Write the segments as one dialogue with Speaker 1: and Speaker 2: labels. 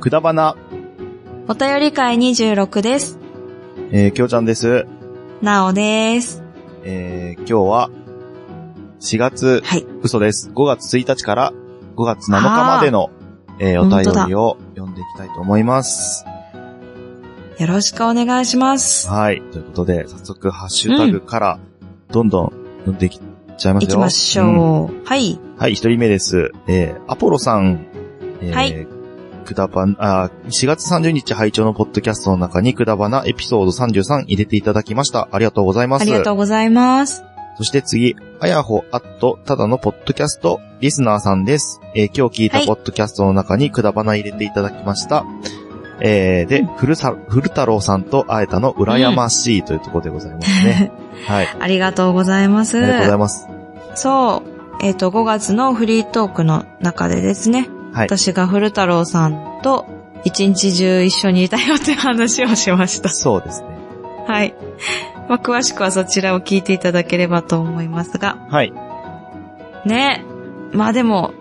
Speaker 1: くだばな、
Speaker 2: お便り会26です。
Speaker 1: えー、きょうちゃんです。
Speaker 2: なおです。
Speaker 1: えー、今日は、4月、
Speaker 2: はい。
Speaker 1: 嘘です。5月1日から5月7日までの、えー、お
Speaker 2: 本当だ
Speaker 1: 便りを読んでいきたいと思います。
Speaker 2: よろしくお願いします。
Speaker 1: はい。ということで、早速、ハッシュタグから、どんどん読んでいきちゃいますよ。
Speaker 2: いきまし
Speaker 1: うん
Speaker 2: ょう。はい。
Speaker 1: はい、一人目です。えー、アポロさん、えー、
Speaker 2: はい
Speaker 1: くだばな、あー、4月30日拝聴のポッドキャストの中にくだばなエピソード33入れていただきました。ありがとうございます。
Speaker 2: ありがとうございます。
Speaker 1: そして次、あやほアット、ただのポッドキャスト、リスナーさんです。えー今日聞いた
Speaker 2: はい
Speaker 1: ポッドキャストの中にくだばな入れていただきました。えー、で、
Speaker 2: うん
Speaker 1: ふるさ、ふる太郎さんと会えたの羨ましいというところでございます ね。はい。
Speaker 2: ありがとうございます
Speaker 1: ありがとうございます。
Speaker 2: そう。えっ、と、5月のフリートークの中でですね、
Speaker 1: はい。
Speaker 2: 私が古太郎さんと一日中一緒にいたよっていう話をしました。
Speaker 1: そうですね。
Speaker 2: はい。まあ、詳しくはそちらを聞いていただければと思いますが、
Speaker 1: はい。
Speaker 2: ね。まあでも、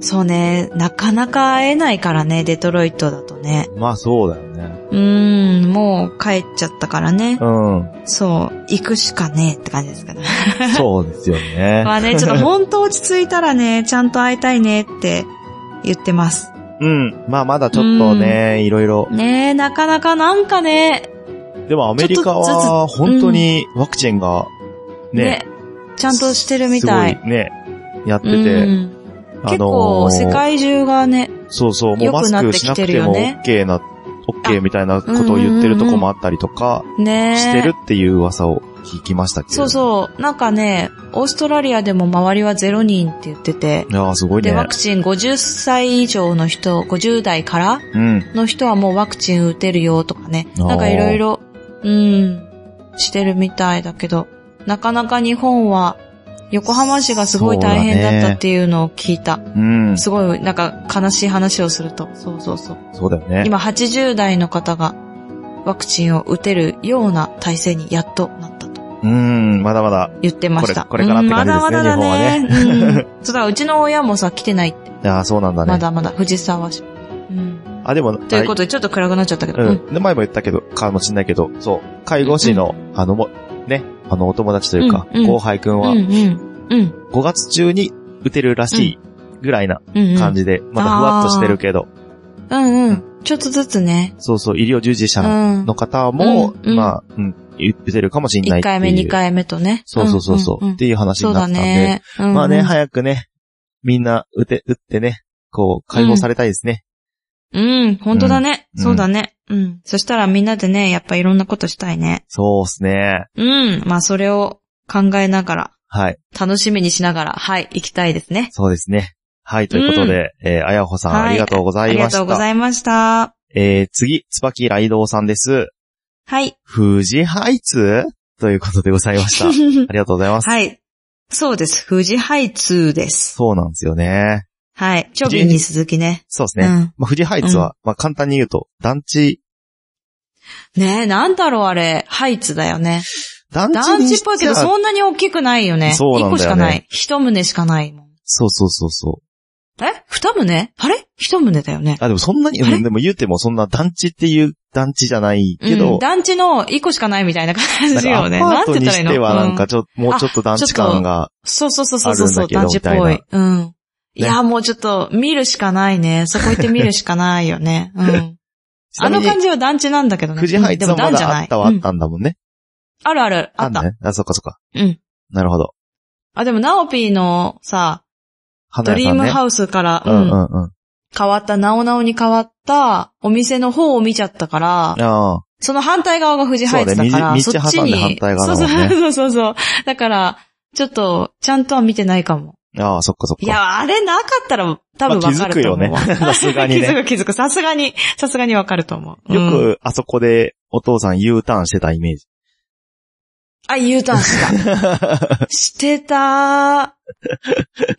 Speaker 2: そうね、なかなか会えないからね、デトロイトだとね。
Speaker 1: まあそうだよね。
Speaker 2: うーん、もう帰っちゃったからね。
Speaker 1: うん。
Speaker 2: そう、行くしかねえって感じですかね。
Speaker 1: そうですよね。
Speaker 2: まあね、ちょっとほんと落ち着いたらね、ちゃんと会いたいねって言ってます。
Speaker 1: うん。まあまだちょっとね、いろいろ。
Speaker 2: ねえ、なかなかなんかね、
Speaker 1: でもアメリカは本当にワクチンが
Speaker 2: ね、
Speaker 1: ね、
Speaker 2: ちゃんとしてるみたい。
Speaker 1: すごね、やって
Speaker 2: う
Speaker 1: て、
Speaker 2: ん
Speaker 1: あ
Speaker 2: 結
Speaker 1: の
Speaker 2: 構、世
Speaker 1: ー、
Speaker 2: 界中がね、
Speaker 1: そうそう、もうマスクしなくても
Speaker 2: 良くな
Speaker 1: OK な、OK みたいなことを言ってるとこもあったりとか、
Speaker 2: ねえ。
Speaker 1: してるっていう噂を聞きましたけど。
Speaker 2: そうそう。なんかね、オーストラリアでも周りは0人って言ってて、
Speaker 1: いやーすごい
Speaker 2: で、
Speaker 1: ね
Speaker 2: ワ。クチン50歳以上の人、50代から
Speaker 1: うん。
Speaker 2: の人はもうワクチン打てるよとかね。
Speaker 1: あー
Speaker 2: なんかいろいろ、うん、してるみたいだけど、なかなか日本は、横浜市がすごい大変だったっていうのを聞いた。
Speaker 1: うん。
Speaker 2: すごい、なんか悲しい話をすると。そうそうそう。
Speaker 1: そうだよね。
Speaker 2: 今80代の方がワクチンを打てるような体制にやっとなったと。
Speaker 1: うん、まだまだ。
Speaker 2: 言ってました。
Speaker 1: これこれからって感じですね
Speaker 2: うんまだまだね。うん、そうだ、うちの親もさ、来てないって。
Speaker 1: いやーそうなんだ
Speaker 2: ま
Speaker 1: ね。
Speaker 2: だまだ、藤沢市。うん。
Speaker 1: あ、でも、
Speaker 2: ということで、ちょっと暗くなっちゃったけど。う。
Speaker 1: うんん。で、前も言ったけど、かもしんないけど、そう。介護士の、あの、も、ね、あの、お友達というか、
Speaker 2: うんうん
Speaker 1: 後輩くん
Speaker 2: うん、
Speaker 1: は、
Speaker 2: うん。うん。
Speaker 1: 5月中に打てるらしいぐらいな
Speaker 2: うん。
Speaker 1: 感。じで、まだふわっとしてるけど、
Speaker 2: うんうん。ちょっとずつね。
Speaker 1: そうそう、医療従事
Speaker 2: う
Speaker 1: 者
Speaker 2: ん。
Speaker 1: の方も、
Speaker 2: うんうん
Speaker 1: まあ、うん、打てるかもしんない
Speaker 2: 1
Speaker 1: っていう。
Speaker 2: 回目、2回目とね。
Speaker 1: そうそうそうそう、
Speaker 2: んんん
Speaker 1: っていう話
Speaker 2: そう
Speaker 1: になっ
Speaker 2: だ
Speaker 1: たんで、
Speaker 2: ね。うんうん
Speaker 1: まあね、早くね、みんな打て、打ってね、こう、解放されたいですね。
Speaker 2: うん、本当だね。
Speaker 1: うん
Speaker 2: そうだね。うん。そしたらみんなでね、やっぱいろんなことしたいね。
Speaker 1: そうっすね。
Speaker 2: うん。まあ、それを考えながら、
Speaker 1: はい。
Speaker 2: 楽しみにしながら、はい、行きたいですね。
Speaker 1: そうですね。はい、ということで、えー、あやほさん、
Speaker 2: はい
Speaker 1: ありがとうござ
Speaker 2: あ
Speaker 1: い
Speaker 2: り
Speaker 1: ま
Speaker 2: が
Speaker 1: した。
Speaker 2: とうございました。
Speaker 1: えー、次、つばきらいどうさんです。
Speaker 2: はい。
Speaker 1: 富士ハイツということでございま した。ありがとうございます。
Speaker 2: はい。そうです。富士ハイツです。
Speaker 1: そうなんですよね。
Speaker 2: はい。チョビに続きね。
Speaker 1: そうです
Speaker 2: う
Speaker 1: ね。
Speaker 2: ん。
Speaker 1: まあ、富士ハイツは、まあ、簡単に言うと、団地、
Speaker 2: ねえ、なんだろうあれ。ハイツだよね。
Speaker 1: 団地
Speaker 2: 団地
Speaker 1: に
Speaker 2: っ
Speaker 1: して
Speaker 2: ぽ
Speaker 1: はい
Speaker 2: けど、そんなに大きくないよね。
Speaker 1: そうなんだよね
Speaker 2: 一個しかない。一棟しかないもん。
Speaker 1: そうそうそうそう。
Speaker 2: え二棟あれ一棟だよね。
Speaker 1: あ、でもそんなに、
Speaker 2: あれ
Speaker 1: うんでも言うてもそんな団地っていう団地じゃないけど、
Speaker 2: うん、団地の一個しかないみたいな感
Speaker 1: なん
Speaker 2: じよね。
Speaker 1: かア
Speaker 2: なん
Speaker 1: パー
Speaker 2: て
Speaker 1: ト
Speaker 2: 言
Speaker 1: に
Speaker 2: ったらい
Speaker 1: し
Speaker 2: いの
Speaker 1: てはなん
Speaker 2: う
Speaker 1: か
Speaker 2: ん
Speaker 1: ちょっと、もうちょっと団地感が、
Speaker 2: そうそうそうそう
Speaker 1: あ
Speaker 2: そ
Speaker 1: る
Speaker 2: うん
Speaker 1: だ、けど
Speaker 2: 団地っぽ
Speaker 1: み
Speaker 2: い。うん。いや、もうちょっと見るしかないね。そこ行って見るしかないよ ね。うん。あの感
Speaker 1: じ、
Speaker 2: じは団地なんだけどね。
Speaker 1: 富士ハイツは
Speaker 2: うんでも
Speaker 1: ま
Speaker 2: 団じゃ
Speaker 1: だ
Speaker 2: な
Speaker 1: あ
Speaker 2: い
Speaker 1: ったはあ
Speaker 2: う
Speaker 1: っ
Speaker 2: ん
Speaker 1: たんだもんね。
Speaker 2: あるある、あっ
Speaker 1: んだ
Speaker 2: た。
Speaker 1: ね。あ、そっかそっか。
Speaker 2: うん。
Speaker 1: なるほど。
Speaker 2: あ、でも、ナオピーのさ、ド
Speaker 1: 花
Speaker 2: リ
Speaker 1: 屋
Speaker 2: ー
Speaker 1: さん
Speaker 2: ム
Speaker 1: ね。
Speaker 2: ハウスから、
Speaker 1: うんう
Speaker 2: うん
Speaker 1: んうん。
Speaker 2: 変わった、ナオナオに変わった、お店の方を見ちゃったから、
Speaker 1: ああ。
Speaker 2: その反対側が富士ハイツだから、
Speaker 1: そ
Speaker 2: そう
Speaker 1: ね道
Speaker 2: っち
Speaker 1: 道挟んで
Speaker 2: に。
Speaker 1: 反対側だもんね
Speaker 2: そうそうそうそう。だから、ちょっと、ちゃんとは見てないかも。
Speaker 1: ああ、そっかそっか。
Speaker 2: いや、あれなかったら多分
Speaker 1: まあ
Speaker 2: わかると思う。
Speaker 1: 気づく よねさすがにね
Speaker 2: 気づく気づく。さすがに、さすがにわかると思う。
Speaker 1: よ
Speaker 2: うん、
Speaker 1: く、あそこで、お父さん U ターンしてたイ メージ。
Speaker 2: あ、U ター ンした。してた。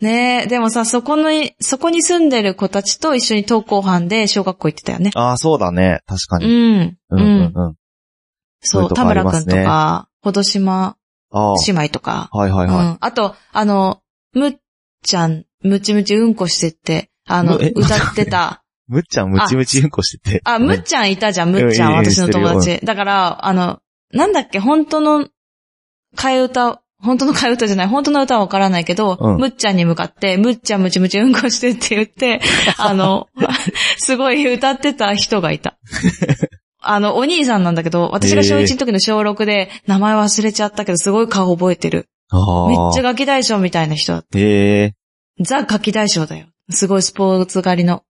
Speaker 2: ねえ、でもさ、そこの、そこに住んでる子たちと一緒に登校班で小学校行ってたよね。
Speaker 1: ああ、そうだね。確か
Speaker 2: う
Speaker 1: に。う
Speaker 2: ん。
Speaker 1: んうんうん。そうい
Speaker 2: そうう、
Speaker 1: とこ
Speaker 2: 田
Speaker 1: あり
Speaker 2: 村
Speaker 1: ま
Speaker 2: くん
Speaker 1: すね
Speaker 2: とか、ほど島
Speaker 1: ああ。
Speaker 2: 姉妹とか。
Speaker 1: はいはいうは
Speaker 2: ん。あと、あの、むっちゃん、むちむちうんこしてって、あの、
Speaker 1: むえ
Speaker 2: 歌ってた、
Speaker 1: むっちゃんムチムチうんこしてて。
Speaker 2: あ、むっちゃんいたじゃん、むっちゃ
Speaker 1: う
Speaker 2: ん、
Speaker 1: んいい
Speaker 2: 私の友
Speaker 1: 知
Speaker 2: 達。だから、あの、なんだっけ、本当の替え歌、本当の替え歌じゃない、本当の歌はわからないけど、
Speaker 1: うん
Speaker 2: むっちゃんに向かって、むっちゃんむちむちうんこしてって言って、あの、すごい歌ってた人がい た。あの、お兄さんなんだけど、私が小1の時の小6で、名前忘れちゃったけど、すごい顔覚えてる。
Speaker 1: ああ。
Speaker 2: めっちゃガキ大将みたいな人だった。
Speaker 1: へえ、
Speaker 2: ザ・ガキ大将だよ。すごいスポーツ狩りの。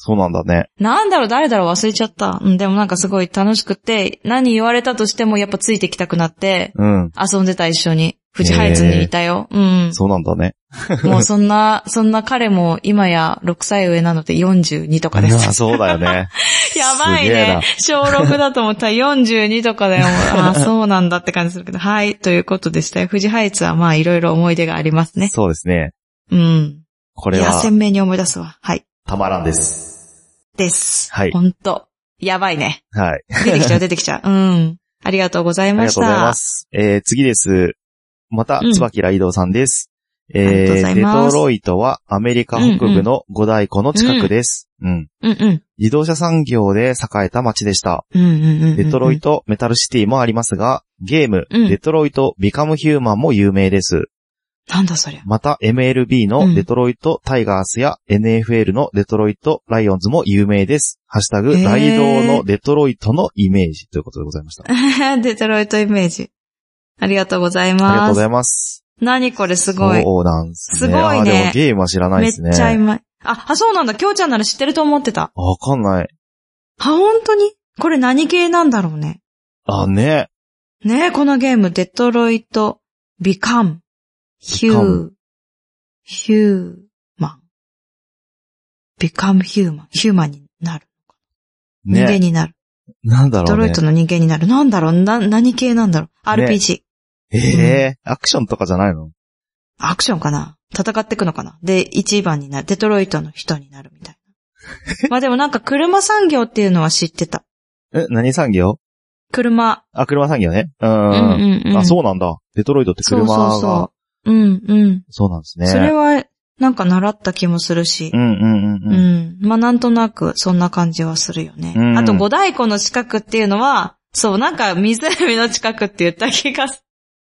Speaker 1: そうなんだね。
Speaker 2: なんだろう、誰だろう、忘れちゃった。うん、でもなんかすごい楽しくて、何言われたとしてもやっぱついてきたくなって、
Speaker 1: うん。
Speaker 2: 遊んでた一緒に。富士ハイツにいたよ。
Speaker 1: そうなんだね。
Speaker 2: うん。もうそんな、そんな彼も今や6歳上なので42とかで
Speaker 1: あ
Speaker 2: す。
Speaker 1: そうだよね。
Speaker 2: やばい
Speaker 1: すげえな
Speaker 2: ね。小6だと 思ったら42とかだよ。もうあーそうなんだって感じするけど。はい、ということでしたよ。富士ハイツはまあいろいろ思い出がありますね。
Speaker 1: そうですね。
Speaker 2: うん。
Speaker 1: こ
Speaker 2: い
Speaker 1: れ
Speaker 2: や、
Speaker 1: は、
Speaker 2: 鮮明に思い出すわ。はい。
Speaker 1: たまらんです。
Speaker 2: です。
Speaker 1: はい
Speaker 2: ほんと。やばいね。
Speaker 1: はい。
Speaker 2: 出てきちゃ う、出てきちゃう。うん。ありがとうござい
Speaker 1: あり
Speaker 2: ま
Speaker 1: が
Speaker 2: し
Speaker 1: とうござい
Speaker 2: た
Speaker 1: ま。す。えー、次です。また
Speaker 2: うん、椿
Speaker 1: 椿雷道さんです。
Speaker 2: ありがとうご
Speaker 1: え
Speaker 2: ざ
Speaker 1: ー、
Speaker 2: い
Speaker 1: デ
Speaker 2: ます
Speaker 1: トロイトはアメリカ北部の五大湖の近くです。うん。
Speaker 2: うんうん。
Speaker 1: 自動車産業で栄えた街でした。
Speaker 2: うんうんうんうん。
Speaker 1: デトロイト、メタルシティもありますが、ゲーム、
Speaker 2: うん
Speaker 1: デトロイト、ビカムヒューマンも有名です。
Speaker 2: なんだそれ。
Speaker 1: また MLB
Speaker 2: うん
Speaker 1: のデトロイトタイガースや NFL のデトロイトライオンズも有名です。ハッシュタグ、
Speaker 2: へー
Speaker 1: 大道のデトロイトのイメージということでござい ました。あり
Speaker 2: デトロイトイメージ。ありがとうござい
Speaker 1: がとう
Speaker 2: ま
Speaker 1: ご
Speaker 2: す。
Speaker 1: ざいます。
Speaker 2: 何これすごい。
Speaker 1: そうなんですね。
Speaker 2: すご
Speaker 1: あ
Speaker 2: いね
Speaker 1: ーでもゲームは知らない
Speaker 2: め
Speaker 1: で
Speaker 2: っ
Speaker 1: すね。
Speaker 2: ちゃうまい。あ、あ、そうなんだ。きょうちゃんなら知ってると思ってた。
Speaker 1: あわかんない。
Speaker 2: あ、本当にこれ何系なんだろうね。
Speaker 1: あ、ね。
Speaker 2: ねえ、このゲーム、デトロイト、ビカム、ヒュー
Speaker 1: Become、
Speaker 2: ヒューマン。ビカムヒューマン。ヒューマンになる。人間
Speaker 1: ね。
Speaker 2: になる。
Speaker 1: なんだ
Speaker 2: デト
Speaker 1: ろう
Speaker 2: ロ
Speaker 1: ね
Speaker 2: イト。の人間になる。なんだろうな、何系なんだろう。
Speaker 1: ね
Speaker 2: RPG。
Speaker 1: えー、アクションとかじゃないの
Speaker 2: アクションかな戦ってくのかなで、一番になる。デトロイトの人になるみたい な。まあでもなんか車産業っていうのは知ってた。
Speaker 1: え、何産業
Speaker 2: 車。
Speaker 1: あ、車産業ね。う
Speaker 2: うん
Speaker 1: ん。うん
Speaker 2: うんうん。
Speaker 1: あ、そうなんだ。デトロイトって車が。
Speaker 2: そうそうそう。うんうん。
Speaker 1: そうなんですね。
Speaker 2: それは、なんか習った気もするし
Speaker 1: う。んうん
Speaker 2: う
Speaker 1: うんうん。
Speaker 2: ん。まあなんとなく、そんな感じはするよね
Speaker 1: う。ん
Speaker 2: あと、五大湖の近くっていうのは、そう、なんか湖の近くって言った気がす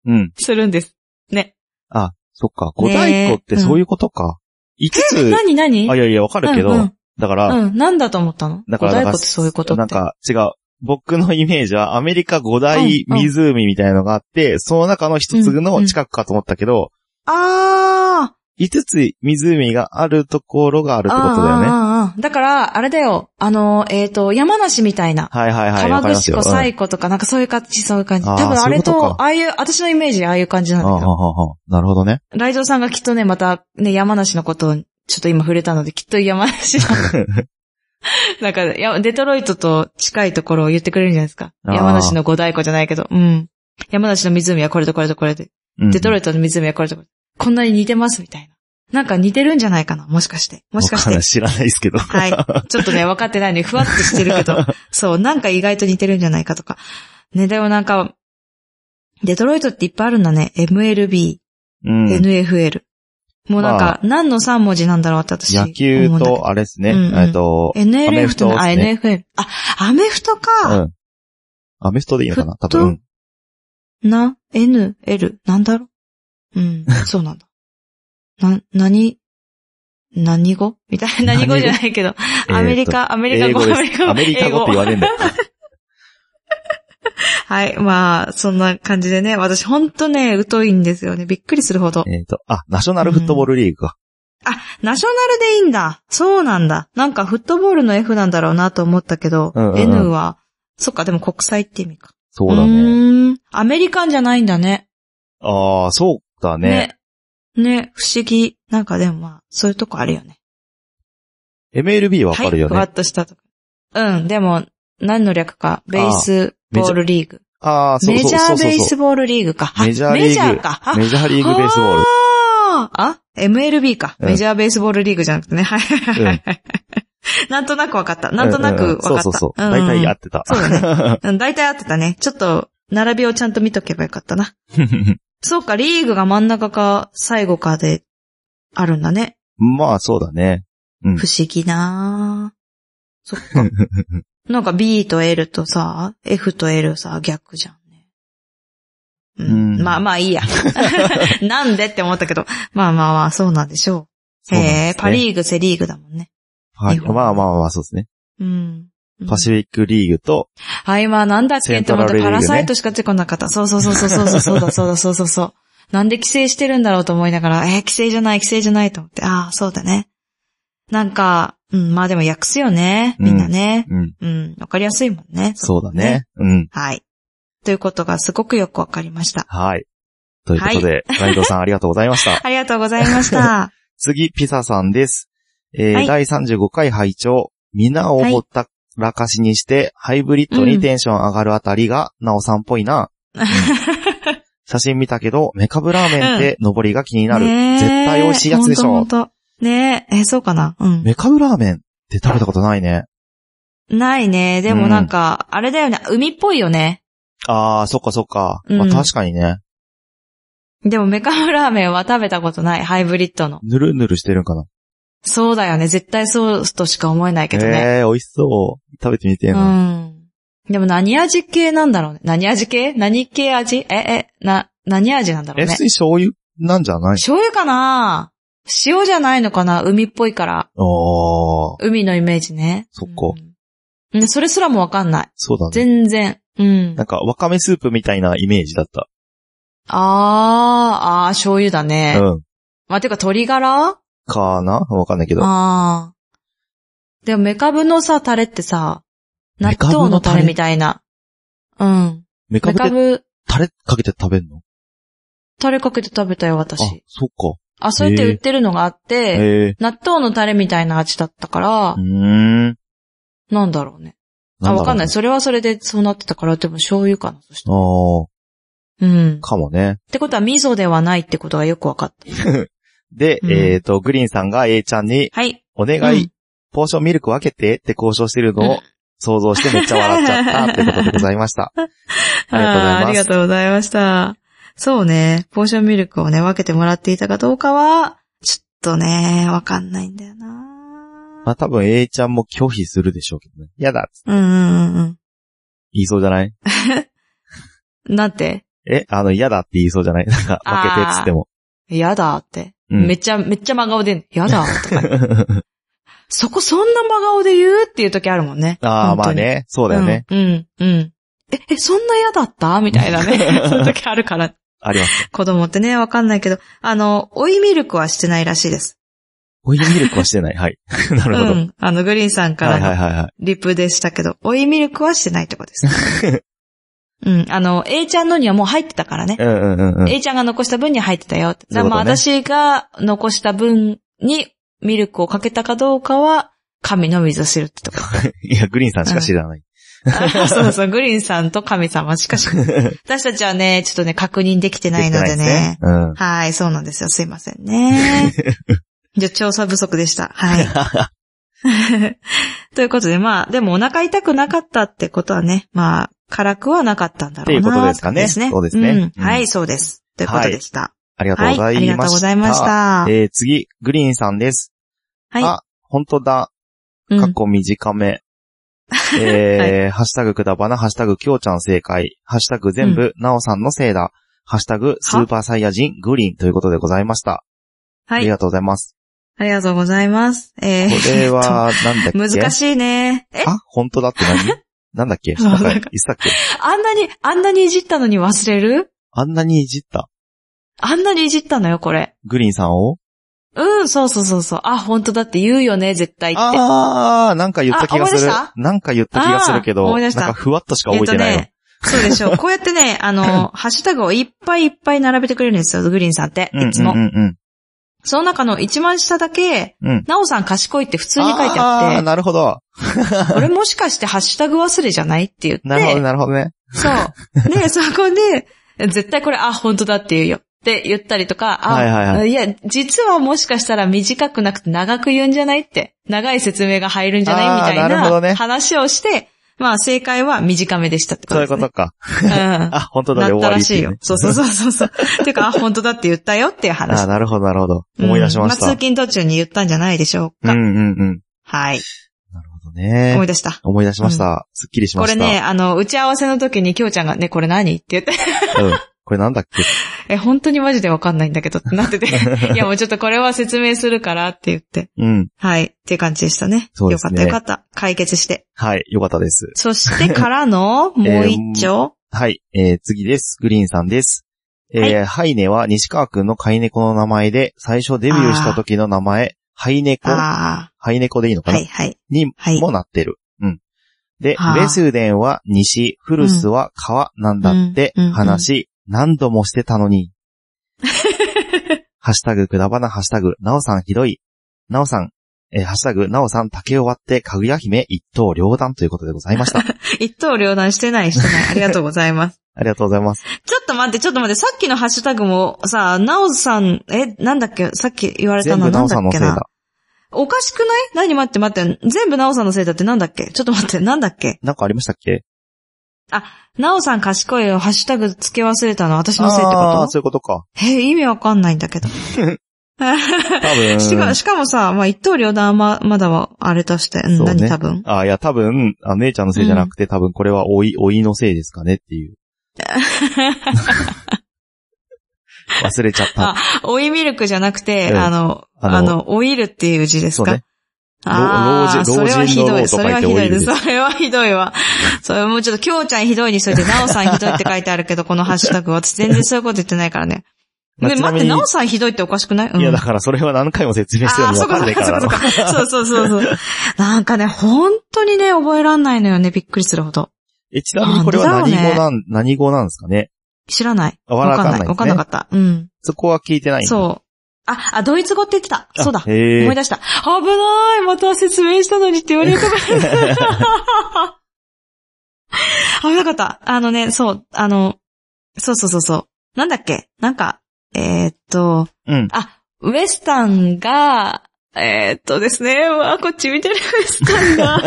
Speaker 1: うん。
Speaker 2: するんです。ね。
Speaker 1: あ、そっか。五大湖ってそういうことか。五、つ、
Speaker 2: 何何
Speaker 1: あ、いやいや、わかるけど、
Speaker 2: うんうん
Speaker 1: だから、
Speaker 2: うん。なんだと思ったの
Speaker 1: だか
Speaker 2: 五
Speaker 1: ら、
Speaker 2: 大
Speaker 1: だか
Speaker 2: 湖
Speaker 1: ら
Speaker 2: ってそういうことって。
Speaker 1: なんか、違う。僕のイメージは、アメリカ五大湖みたいのがあって、その中の一つの近くかと思ったけど、
Speaker 2: あー
Speaker 1: 五、つ湖があるところがあるってことだよね。
Speaker 2: ああああああだから、あれだよ。あの、えっ、と、山梨みたいな。
Speaker 1: はいはいはい、わ
Speaker 2: 浜
Speaker 1: かります
Speaker 2: 口
Speaker 1: よ。
Speaker 2: 湖、
Speaker 1: うん
Speaker 2: 西湖とか、なんかそういう感じ、そういう感じ。
Speaker 1: ああ
Speaker 2: 多分あ
Speaker 1: そうい
Speaker 2: れ
Speaker 1: うこと
Speaker 2: と、
Speaker 1: か
Speaker 2: ああいう、私のイメージああいう感じな
Speaker 1: あ
Speaker 2: んだ
Speaker 1: あ
Speaker 2: けど。
Speaker 1: あああなるほどね。
Speaker 2: ライドウさんがきっとね、また、ね、山梨のことを、ちょっと今触れたので、きっと山梨の、 なんか、やデトロイトと近いところを言ってくれるんじゃないですか。
Speaker 1: ああ
Speaker 2: 山梨の五大湖じゃないけど、うん。山梨の湖はこれとこれとこれで、
Speaker 1: うん
Speaker 2: デトロイトの湖はこれとこれ。こんなに似てますみたいな。なんか似てるんじゃないかな、もしかして。もしかし
Speaker 1: わん
Speaker 2: て
Speaker 1: ない。知らないです けど。
Speaker 2: はい。ちょっとね、分かってないのにふわっとしてるけ ど、そう、なんか意外と似てるんじゃないかとか。ね、でもなんか、デトロイトっていっぱいあるんだね。MLB、
Speaker 1: うん。
Speaker 2: NFL。もうなん
Speaker 1: ま
Speaker 2: か、何の3文字なんだろうって私。
Speaker 1: 野球
Speaker 2: 思うんだけど
Speaker 1: と、あれですね。
Speaker 2: うんうん
Speaker 1: えっと、アメ
Speaker 2: NLF
Speaker 1: フト
Speaker 2: と、あ、
Speaker 1: ですね。
Speaker 2: NFL。あ、アメフト
Speaker 1: う
Speaker 2: か。
Speaker 1: ん。アメフトでいいのかな多
Speaker 2: フット
Speaker 1: 分。うん
Speaker 2: な、N、L、なんだろ う。うん、そうなんだ。な、何、何語みたいな、何語じゃないけど、アメリカ、アメリカ
Speaker 1: 英
Speaker 2: 語、
Speaker 1: 語です。アメリカ語って言わねえんだよ。
Speaker 2: はい。まあ、そんな感じでね。私ほんとね、疎いんですよね。びっくりするほど。
Speaker 1: えっと、あ、ナショナルフットボールリーグか。
Speaker 2: あ、ナショナルでいいんだ。そうなんだ。なんかフットボールの F なんだろうなと思ったけど、
Speaker 1: うんうんうん
Speaker 2: N は、そっか、でも国際って意味か。
Speaker 1: そうだね。
Speaker 2: ーん。アメリカンじゃないんだね。
Speaker 1: ああ、そうだね。。
Speaker 2: ね、不思議。なんかでもまあ、そういうとこあるよね。
Speaker 1: MLB わかるよ
Speaker 2: はい、ふわ
Speaker 1: ね。
Speaker 2: っとしたとこ。うん、でも、何の略か。ベースボールリーグ。
Speaker 1: ああ、そう
Speaker 2: メ
Speaker 1: そ
Speaker 2: ジ
Speaker 1: う
Speaker 2: ャ
Speaker 1: そう
Speaker 2: ーベー
Speaker 1: そ
Speaker 2: ス
Speaker 1: う。
Speaker 2: ボールリーグか。あ
Speaker 1: メジャーリーグ
Speaker 2: メジャーか。あ
Speaker 1: メジャーリーグベースボール。
Speaker 2: あーあ ?MLB か。
Speaker 1: うん
Speaker 2: メジャーベースボールリーグじゃなくてね。はいはいはいはい。 なんとなく分かった。なんとなく分かっ
Speaker 1: う
Speaker 2: た。
Speaker 1: んうんそうそうそう。大体合
Speaker 2: 合
Speaker 1: っ
Speaker 2: って
Speaker 1: た。
Speaker 2: そうだ ね。うん大体合ってたね。ちょっと、並びをちゃんと見とけばよかったな。 そうか、リーグが真ん中か、最後かで、あるんだね。
Speaker 1: まあ、そうだね。うん
Speaker 2: 不思議なそっか。なんか B と L とさ、F と L さ、逆じゃんね。うん。
Speaker 1: うん
Speaker 2: まあまあい いや。なんでって思ったけど。まあまあまあ、そうなんでしょう。
Speaker 1: そうなんです
Speaker 2: へ
Speaker 1: ね
Speaker 2: え、パリーグ、セリーグだもんね。
Speaker 1: はい。
Speaker 2: 日本
Speaker 1: まあまあまあ、そうですね。
Speaker 2: うん。うん
Speaker 1: パシフィックリーグと、
Speaker 2: あ、今なんだっけって思った
Speaker 1: セントラルリーグね
Speaker 2: パラサイトしか出てこなかった。そうそうそうそうそうそうそうだそうだそうそうそう。 なんで規制してるんだろうと思いながら、えー、規制じゃない規制じゃないと思って、ああ、そうだね。なんか、うん、まあでも訳すよね。みんなね。
Speaker 1: うん。
Speaker 2: うん、わかりやすいもんね。
Speaker 1: そうだね。うん。
Speaker 2: はい。ということがすごくよくわかりました。
Speaker 1: はい。ということで、ライドさんありがとうございました。
Speaker 2: ありがとうございました。
Speaker 1: 次、ピサさんです。えー
Speaker 2: はい
Speaker 1: 第35回拝聴皆をほったらかしにして、ハイブリッドにテンション上がるあたりが、なおさんっぽい な。写真見たけど、メカブラーメンって上りが 気になる。
Speaker 2: ねえ
Speaker 1: 絶対美味しいやつでし
Speaker 2: ほ
Speaker 1: ょ
Speaker 2: んとほんとねえ、え、そうかな。うん。
Speaker 1: メカブラーメンって食べたことないね。
Speaker 2: ないね。でもなんか、あれだよね。海っぽいよね。
Speaker 1: あー、そっかそっか。
Speaker 2: うん
Speaker 1: まあ確かにね、
Speaker 2: でもメカブラーメンは食べたことない。ハイブリッドの。
Speaker 1: ぬるぬるしてるんかな。
Speaker 2: そうだよね。絶対そうとしか思えないけどね。
Speaker 1: えー、美味しそう。食べてみてえ
Speaker 2: う
Speaker 1: な。
Speaker 2: ん。でも何味系なんだろうね。何味系何系味え、え、な、何味なんだろ
Speaker 1: え、
Speaker 2: う
Speaker 1: 普
Speaker 2: ね
Speaker 1: 通。に醤油なんじゃない
Speaker 2: 醤油かな塩じゃないのかな海っぽいから。
Speaker 1: あー、
Speaker 2: 海のイメージね。
Speaker 1: そっか
Speaker 2: うん。ねそれすらもわかんない。
Speaker 1: そうだね。
Speaker 2: 全然。うん
Speaker 1: な。んか、わかめスープみたいなイメージだった。
Speaker 2: あー、あー、醤油だね。
Speaker 1: うん。
Speaker 2: まあ、てか鶏ガラあ
Speaker 1: かなわかんないけど。
Speaker 2: あー。でもメカブのさ、タレってさ、納
Speaker 1: メカブの
Speaker 2: 豆のタレみたいな。うん。
Speaker 1: メカ
Speaker 2: メ
Speaker 1: ブ
Speaker 2: カ
Speaker 1: で
Speaker 2: ブ、
Speaker 1: タレかけて食べんの
Speaker 2: タレかけて食べたよ、
Speaker 1: あ
Speaker 2: 私。、
Speaker 1: そっか。
Speaker 2: あ、そうやって売ってるのがあって、
Speaker 1: へえ。
Speaker 2: 納豆のタレみたいな味だったから
Speaker 1: うー、ん。
Speaker 2: なんだろうね。
Speaker 1: だろ
Speaker 2: あ、
Speaker 1: う
Speaker 2: わかんない。。それはそれでそうなってたから、でも醤油かな、そした
Speaker 1: あ
Speaker 2: ら。
Speaker 1: ー、
Speaker 2: うん。
Speaker 1: かもね。
Speaker 2: ってことは味噌ではないってことがよくわかった。
Speaker 1: で、
Speaker 2: うん
Speaker 1: えっと、グリーンさんが A ちゃんに、
Speaker 2: はい。
Speaker 1: お願
Speaker 2: う
Speaker 1: い、
Speaker 2: ん
Speaker 1: ポーションミルク分けてって交渉してるの
Speaker 2: う
Speaker 1: を想像してめっちゃ笑っちゃったってことでございま した。ありがとうございます
Speaker 2: あーありがとうございました。そうね。ポーションミルクをね、分けてもらっていたかどうかは、ちょっとね、わかんないんだよ
Speaker 1: ま
Speaker 2: な
Speaker 1: あ多分 A ちゃんも拒否するでしょうけどね。やだっつって
Speaker 2: うんうんうん
Speaker 1: 言いそうじゃない
Speaker 2: うん。なんて
Speaker 1: え、あの、嫌だって言いそうじゃないなんか、負けてっつっても。
Speaker 2: やだって。
Speaker 1: うん
Speaker 2: めっちゃ、めっちゃ真顔で、やだとか。 そこそんな真顔で言うっていう時あるもんね。
Speaker 1: ああ、
Speaker 2: 本
Speaker 1: ま
Speaker 2: 当
Speaker 1: あ
Speaker 2: に。
Speaker 1: ね。そうだよね。
Speaker 2: うん。うん、うん。え、え、そんな嫌だったみたい なね。そういう時あるから。
Speaker 1: あります。
Speaker 2: 子供ってね、わかんないけど、あの、追いミルクはしてないらしいです。
Speaker 1: オイルミルクはしてない。はい。 なるほど。は
Speaker 2: う
Speaker 1: い
Speaker 2: ん。あの、グリーンさんか
Speaker 1: は
Speaker 2: ら
Speaker 1: い
Speaker 2: の
Speaker 1: はいはい。
Speaker 2: リプでしたけど、追いミルクはしてないってことです。 うん。あの、A ちゃんのにはもう入ってたからね。
Speaker 1: うんうんうんうん。
Speaker 2: A ちゃんが残した分には入ってたよって。
Speaker 1: そういうことね
Speaker 2: まあ私が残した分にミルクをかけたかどうかは、神の水を知る ってとこ。
Speaker 1: いや、グリーンさんしか知らない。
Speaker 2: あそうそう、グリーンさんと神様しかし、 私たちはね、ちょっとね、確認できてないの
Speaker 1: で
Speaker 2: で
Speaker 1: きてないです
Speaker 2: ね
Speaker 1: ね。。うん。
Speaker 2: はい、そうなんですよ。すいません ね。じゃあ、調査不足でし た。はい。ということで、まあ、でもお腹痛くなかったってことはね、まあ、辛くはなかったんだろうな
Speaker 1: っていうことですかね
Speaker 2: ってこ
Speaker 1: そうですね
Speaker 2: う
Speaker 1: うんん
Speaker 2: はい、そうです。ということでした。
Speaker 1: ありがとうご
Speaker 2: はい、
Speaker 1: ざいました。
Speaker 2: ありがとうございました。
Speaker 1: えー、次、グリーンさんです。
Speaker 2: はい。
Speaker 1: あ、本当だ。
Speaker 2: うん
Speaker 1: 過去短 め。えー、ハッシュタグくだばな、ハッシュタグきょうちゃん正解、ハッシュタグ全部、なおさんのせいだ、ハッシュタグスーパーサイヤ人グリーンということでございました。
Speaker 2: は
Speaker 1: あり
Speaker 2: い。
Speaker 1: がとうございます。
Speaker 2: ありがとうございます。え
Speaker 1: こ
Speaker 2: ー、
Speaker 1: れは、なんだっけ
Speaker 2: 難しいね。え、
Speaker 1: あ、本当だって何なんだっ け
Speaker 2: そう
Speaker 1: なんか
Speaker 2: なん
Speaker 1: 言っ
Speaker 2: か
Speaker 1: てたっけ
Speaker 2: あんなに、あんなにいじったのに忘れる
Speaker 1: あんなにいじった
Speaker 2: あんなにいじったのよ、これ。
Speaker 1: グリーンさんを
Speaker 2: うん、そうそうそうそう。あ、本当だって言うよね、絶対って。
Speaker 1: あー、なんか言った気がする
Speaker 2: あ思い出した。
Speaker 1: なんか言った気がするけ
Speaker 2: あー
Speaker 1: ど、
Speaker 2: 思
Speaker 1: な
Speaker 2: い出
Speaker 1: ん
Speaker 2: した
Speaker 1: かふわっとしか覚えてない
Speaker 2: えっ
Speaker 1: の
Speaker 2: とね、そうでし ょう。こうやってね、あの、ハッシュタグをいっぱいいっぱい並べてくれるんですよ、グリーンさんって。
Speaker 1: うん
Speaker 2: いつも。
Speaker 1: うんうん
Speaker 2: その中の一番下だけ、
Speaker 1: うん。うん。
Speaker 2: なおさん賢いって普通に書いてあ
Speaker 1: あー
Speaker 2: って、
Speaker 1: なるほど。
Speaker 2: これもしかしてハッシュタグ忘れじゃないって言って、
Speaker 1: なるほど、なるほどね。
Speaker 2: そう。 で、そこで、絶対これ、あ、本当だって言うよ。って言ったりとか、あ、、
Speaker 1: はいはいはい
Speaker 2: や、実はもしかしたら短くなくて長く言うんじゃないって、長い説明が入るんじゃない
Speaker 1: あー
Speaker 2: みたい
Speaker 1: なるほど
Speaker 2: な
Speaker 1: ね
Speaker 2: 話をして、まあ正解は短めでしたってこ
Speaker 1: そう
Speaker 2: と
Speaker 1: いう
Speaker 2: です、
Speaker 1: こ
Speaker 2: ね。
Speaker 1: とか。
Speaker 2: うこと。
Speaker 1: あ、本当だ、
Speaker 2: な
Speaker 1: で
Speaker 2: っ
Speaker 1: 終
Speaker 2: た
Speaker 1: わ
Speaker 2: ら
Speaker 1: りって
Speaker 2: しい
Speaker 1: いう
Speaker 2: よ
Speaker 1: ね。。
Speaker 2: そうそうそうそうそう。てか、あ、本当だって言ったよっていう
Speaker 1: あ、
Speaker 2: 話。
Speaker 1: なるほど、なるほど。思い出しまし
Speaker 2: うん
Speaker 1: た
Speaker 2: あ。通勤途中に言ったんじゃないでしょう
Speaker 1: う
Speaker 2: か。
Speaker 1: んうんうん。
Speaker 2: はい。
Speaker 1: なるほどね。
Speaker 2: 思い出した。
Speaker 1: 思い出しました。すっきりしま
Speaker 2: こ
Speaker 1: し
Speaker 2: れ
Speaker 1: た。
Speaker 2: ね、あの、打ち合わせの時にきょうちゃんがね、これ何って言 って、
Speaker 1: うん。これなんだっけ
Speaker 2: え、本当にマジでわかんないんだけどって なってて、いやもうちょっとこれは説明するからって言って。
Speaker 1: うん。
Speaker 2: はい。っていう感じでしたね。
Speaker 1: そうですね
Speaker 2: よかったよかった。解決して。
Speaker 1: はい、よかったです。
Speaker 2: そしてからの、もう一 丁。
Speaker 1: はい、えー、次です。グリーンさんです。えーハイネは西川くんの飼い猫の名前で、最初デビューした時の名前、ハイネコ、ハ
Speaker 2: あ
Speaker 1: イネコでいいの
Speaker 2: あ、
Speaker 1: かな、
Speaker 2: はいはい。
Speaker 1: に
Speaker 2: はい
Speaker 1: もなってる。うん。で
Speaker 2: あ、ー
Speaker 1: レスデンは西、フルスは川なんだって
Speaker 2: うんうんうん
Speaker 1: 話、何度もしてたの に。ハッシュタグくだばな、ハッシュタグ、なおさんひどい。なおさん、えーハッシュタグ、なおさん竹を割って、かぐや姫一刀両断ということでございま した。
Speaker 2: 一刀両断してないしてない。ありがとうございます。
Speaker 1: ありがとうございます。
Speaker 2: ちょっと待って、ちょっと待って、さっきのハッシュタグもさ、なおさん、え、なんだっけ、さっき言われた
Speaker 1: 全
Speaker 2: の
Speaker 1: 部な
Speaker 2: なん
Speaker 1: お
Speaker 2: だ
Speaker 1: さん
Speaker 2: っ
Speaker 1: のせ
Speaker 2: け
Speaker 1: いだ
Speaker 2: な。。おかしくない何待って待って、全部なおさんのせいだってなんだっけちょっと待って、なんだっけ
Speaker 1: なんかありましたっけ
Speaker 2: なおさん賢いよ、ハッシュタグ付け忘れたの私のせいっ
Speaker 1: あ
Speaker 2: てこ
Speaker 1: あ、そういうことか。
Speaker 2: とえ、意味わかんないんだけど。
Speaker 1: 多分。
Speaker 2: し かしかもさ、まあ、一刀両断はままだは、あれとして、うん
Speaker 1: そうね
Speaker 2: 何多分。
Speaker 1: ああ、いや、多分、あ、姉ちゃんのせいじゃなくて、多分これはおい、おいのせいですかねって いう。忘れちゃった。
Speaker 2: オイミルクじゃなくて、
Speaker 1: うん
Speaker 2: あの、
Speaker 1: あの
Speaker 2: あの、オイルっていう字です
Speaker 1: そう
Speaker 2: か、
Speaker 1: ね。
Speaker 2: ああ、
Speaker 1: 老
Speaker 2: そ
Speaker 1: 老
Speaker 2: れ
Speaker 1: 人
Speaker 2: はひ
Speaker 1: 老人
Speaker 2: ど
Speaker 1: の老
Speaker 2: い。
Speaker 1: と
Speaker 2: そ
Speaker 1: 書い
Speaker 2: れ
Speaker 1: て
Speaker 2: はひど
Speaker 1: 老
Speaker 2: いで
Speaker 1: い
Speaker 2: す。
Speaker 1: る
Speaker 2: それはひど いわ。それもうちょっと、きょうちゃんひどいにしといて、なおさんひどいって書いてあるけど、このハッシュタグ。私全然そういうこと言ってないからね。
Speaker 1: まあ
Speaker 2: ね、
Speaker 1: ちな
Speaker 2: 待っ
Speaker 1: み
Speaker 2: て、
Speaker 1: に
Speaker 2: なおさんひどいっておかしくない、うん、
Speaker 1: いや、だからそれは何回も説明してる
Speaker 2: あ
Speaker 1: の
Speaker 2: あ、
Speaker 1: に
Speaker 2: そ
Speaker 1: わ
Speaker 2: うか、
Speaker 1: かん
Speaker 2: そ
Speaker 1: ないうから
Speaker 2: か、
Speaker 1: な
Speaker 2: そう
Speaker 1: の。
Speaker 2: か。そうそうそうそう。なんかね、本当にね、覚えらんないのよね。びっくりするほど。
Speaker 1: え、ちなみにこれは
Speaker 2: なん
Speaker 1: 何
Speaker 2: でだろうね
Speaker 1: 語なん、何語なんですかね
Speaker 2: 知らない。
Speaker 1: あわ
Speaker 2: わ
Speaker 1: らか
Speaker 2: か
Speaker 1: ん
Speaker 2: ん
Speaker 1: ない
Speaker 2: な
Speaker 1: で
Speaker 2: い。わ
Speaker 1: す
Speaker 2: かんなか
Speaker 1: ね。
Speaker 2: った。うん。
Speaker 1: そこは聞いてないんだ。
Speaker 2: そう。あ、あ、ドイツ語って言ってた。
Speaker 1: あ
Speaker 2: そうだ。
Speaker 1: へえ
Speaker 2: 思い出した。危ないまた説明したのにって言われるとこ危なかった。あのね、そう、あの、そうそうそうそう。なんだっけなんか、えーっと、
Speaker 1: うん
Speaker 2: あ、ウエスタンが、えーっとですね、うわこっち見てる、ウエスタ ンが。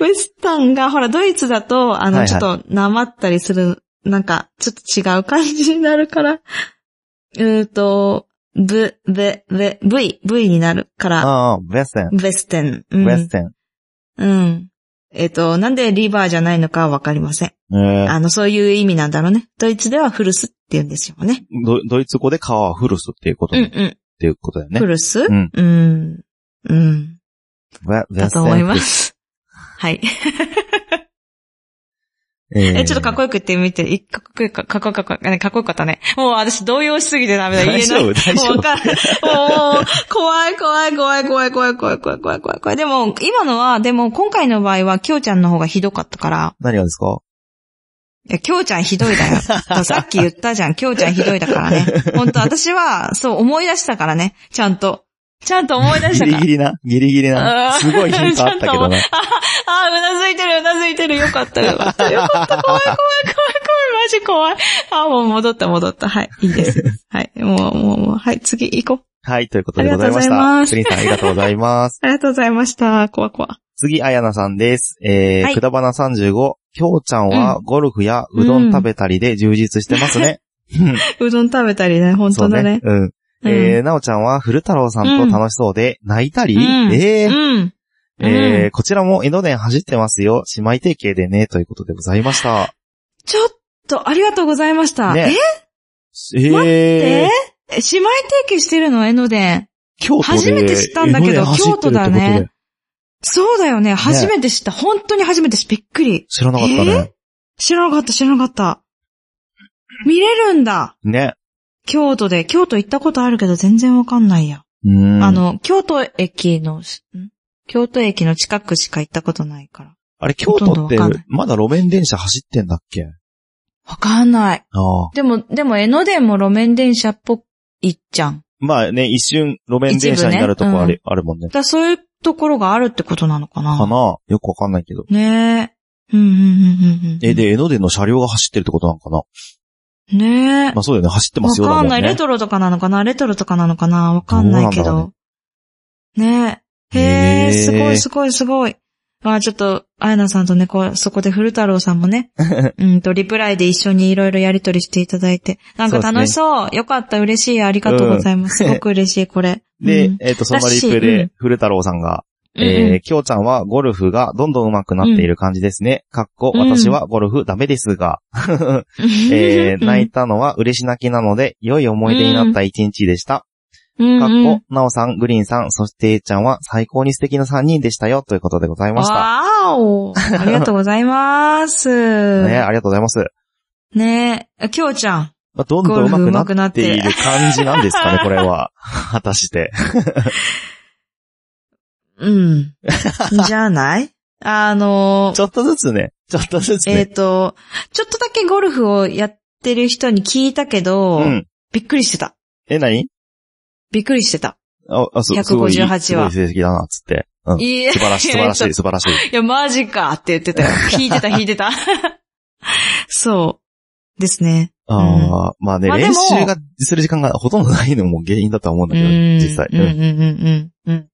Speaker 2: ウエスタンが、ほら、ドイツだと、あの、
Speaker 1: はいはい
Speaker 2: ちょっと、なまったりする、なんか、ちょっと違う感じになるから、うーっと、ブ、ブ、ブ、V、V になるから、
Speaker 1: ああ、ウェステン。
Speaker 2: ウェステン。う
Speaker 1: ウ
Speaker 2: ん
Speaker 1: ェステン。
Speaker 2: うん。えっ、と、なんでリバーじゃないのかはわかりません。
Speaker 1: えー
Speaker 2: あの、そういう意味なんだろうね。ドイツではフルスって言うんですよね。
Speaker 1: ドドイツ語で川はフルスっていうこと、
Speaker 2: うんう
Speaker 1: っ
Speaker 2: ん。
Speaker 1: ていうことだよね
Speaker 2: フ。ルス
Speaker 1: うん。
Speaker 2: うん。うん。
Speaker 1: ウェウェ
Speaker 2: だ
Speaker 1: ステン。
Speaker 2: と思います。はい。
Speaker 1: え
Speaker 2: え、ちょっとかっこよく言ってみて、いかっこよか、かっこよか、かっこよかかっこよかったね。もう私動揺しすぎてダメだ。言えな
Speaker 1: 大
Speaker 2: い。
Speaker 1: 丈夫大丈夫
Speaker 2: もうわかんない。もう、怖い怖い怖い怖い怖い怖い怖い怖い怖い怖い。でも、今のは、でも今回の場合は、きょうちゃんの方がひどかったから、
Speaker 1: 何がですか
Speaker 2: いや、きょうちゃんひど いだよ。さっき言ったじゃん。きょうちゃんひどいだからね。本当私は、そう思い出したからね。ちゃんと。ちゃんと思い出し
Speaker 1: ギ
Speaker 2: た
Speaker 1: リ
Speaker 2: から
Speaker 1: ギ。リな、ギリギリ
Speaker 2: あ
Speaker 1: な。
Speaker 2: ー
Speaker 1: すごいヒントあったけどな。
Speaker 2: ああ、うなずいてる、うなずいてる。よかった、よかった。よかった、怖い、怖い、怖い、怖い、マジ怖い。あ、もう戻った、戻った。はい、いいです。はい、もう、もう、もう、はい、次行こう。
Speaker 1: はい、ということでございました。
Speaker 2: ありがとうございます
Speaker 1: プリンさんありがとうございます。
Speaker 2: ありがとうございました。怖怖。
Speaker 1: 次、あやなさんです。え
Speaker 2: は
Speaker 1: ー、
Speaker 2: い
Speaker 1: くだばな35。きょうちゃんはゴルフやうどん食べたりで充実してますね。
Speaker 2: うどん 食べたりね、本
Speaker 1: そ
Speaker 2: 当
Speaker 1: う
Speaker 2: だ
Speaker 1: ね
Speaker 2: ね。。
Speaker 1: うん。えー、なおちゃんは古太郎さんと楽しそうで泣いたり
Speaker 2: うん
Speaker 1: え
Speaker 2: う
Speaker 1: ー
Speaker 2: ん。
Speaker 1: え
Speaker 2: う
Speaker 1: ー、こちらも江ノ電走ってますよ。姉妹提携でね、ということでございました。
Speaker 2: ちょっと、ありがとうございました。
Speaker 1: ね
Speaker 2: え
Speaker 1: え
Speaker 2: え
Speaker 1: ー、
Speaker 2: 姉妹提携してるの江ノ電。
Speaker 1: 京都で
Speaker 2: 初めて知ったんだけど
Speaker 1: 江ノ電走ってるってことで
Speaker 2: 京都だね。そうだよね。初めて知った。本当に初めて知ったびっくり。
Speaker 1: 知らなかったね。
Speaker 2: 知らなかった、知らなかった。見れるんだ。
Speaker 1: ね。
Speaker 2: 京都で。京都行ったことあるけど全然わかんないや。
Speaker 1: うーん。
Speaker 2: あの、京都駅のし、ん京都駅の近くしか行ったことないから。
Speaker 1: あれ、京都
Speaker 2: ほと
Speaker 1: っ
Speaker 2: んど
Speaker 1: て
Speaker 2: わかんない、
Speaker 1: まだ路面電車走ってんだっけ
Speaker 2: わかんない。
Speaker 1: ああ。
Speaker 2: でも、でも江ノ電も路面電車っぽいっちゃん。
Speaker 1: まあね、一瞬路面電車になるとこあ
Speaker 2: 一部
Speaker 1: れ、
Speaker 2: ね
Speaker 1: あるもんね
Speaker 2: だ。からそういうところがあるってことなのか
Speaker 1: か
Speaker 2: な。
Speaker 1: なよくわかんないけど。
Speaker 2: ねえ。うんうんうんうんうん。
Speaker 1: え、で、江ノ電の車両が走ってるってことなのかな
Speaker 2: ねえ
Speaker 1: ま。あそうだよね、走ってますよ
Speaker 2: わ
Speaker 1: だ
Speaker 2: か
Speaker 1: も
Speaker 2: ん
Speaker 1: ん
Speaker 2: ない。レ
Speaker 1: ね。
Speaker 2: トロとかなのかなレトロとかなのかなわかんない
Speaker 1: ど
Speaker 2: け
Speaker 1: うなん
Speaker 2: ど。ねえ。
Speaker 1: へ
Speaker 2: へ
Speaker 1: え
Speaker 2: え、すごいすごいすごい。まあちょっと、あやなさんとね、こう、そこで古太郎さんもね、 うんと、リプライで一緒にいろいろやりとりしていただいて、なんか楽しそう。よかった、嬉しい、ありがとうございます。
Speaker 1: うん
Speaker 2: すごく嬉しい、これ。う
Speaker 1: で
Speaker 2: ん、
Speaker 1: えっと、そのリップ
Speaker 2: だしう
Speaker 1: で
Speaker 2: ん、
Speaker 1: 古太郎さんが、
Speaker 2: うんうん
Speaker 1: えー、きょうちゃんはゴルフがどんどん上手くなっている感じですね。かっこ、私はゴルフダメですが。え ー、泣いたのは嬉し泣きなので、良い思い出になった一日でした。
Speaker 2: うん
Speaker 1: かっ
Speaker 2: うんうん
Speaker 1: こ、なおさん、グリーンさん、そしてえいちゃんは最高に素敵な3人でしたよ、ということでございました。
Speaker 2: わーおありがとうございま す。
Speaker 1: ねありがとうございます。
Speaker 2: ねえ、きょうちゃん。
Speaker 1: まあ、どんどん上手くなってい
Speaker 2: ゴルフ上手くな
Speaker 1: る感じなんですかね、これは。 果たして。
Speaker 2: うん。じゃないあの
Speaker 1: ち、ょっとずつね、ちょっとずつ
Speaker 2: えっ、
Speaker 1: ね。
Speaker 2: と、ちょっとだけゴルフをやってる人に聞いたけど、
Speaker 1: うん。
Speaker 2: びっくりしてた。
Speaker 1: え、何
Speaker 2: びっくりしてた。
Speaker 1: あ、あ、すすごい、す
Speaker 2: 158
Speaker 1: ご
Speaker 2: はい
Speaker 1: 成績だな、つって。うん。
Speaker 2: いいえ
Speaker 1: 素晴らしい、素晴ら
Speaker 2: え
Speaker 1: し
Speaker 2: っ
Speaker 1: い、素晴らしい。
Speaker 2: いや、マジかって言っ てたよ。聞いてた、聞いてた。そう。ですね。
Speaker 1: ああ、まあね、
Speaker 2: まあで
Speaker 1: 練
Speaker 2: も
Speaker 1: 習が、する時間がほとんどないのも原因だとは思うん
Speaker 2: う
Speaker 1: だけど、
Speaker 2: ん。
Speaker 1: 実際。
Speaker 2: うん、うん、うん、うん。うん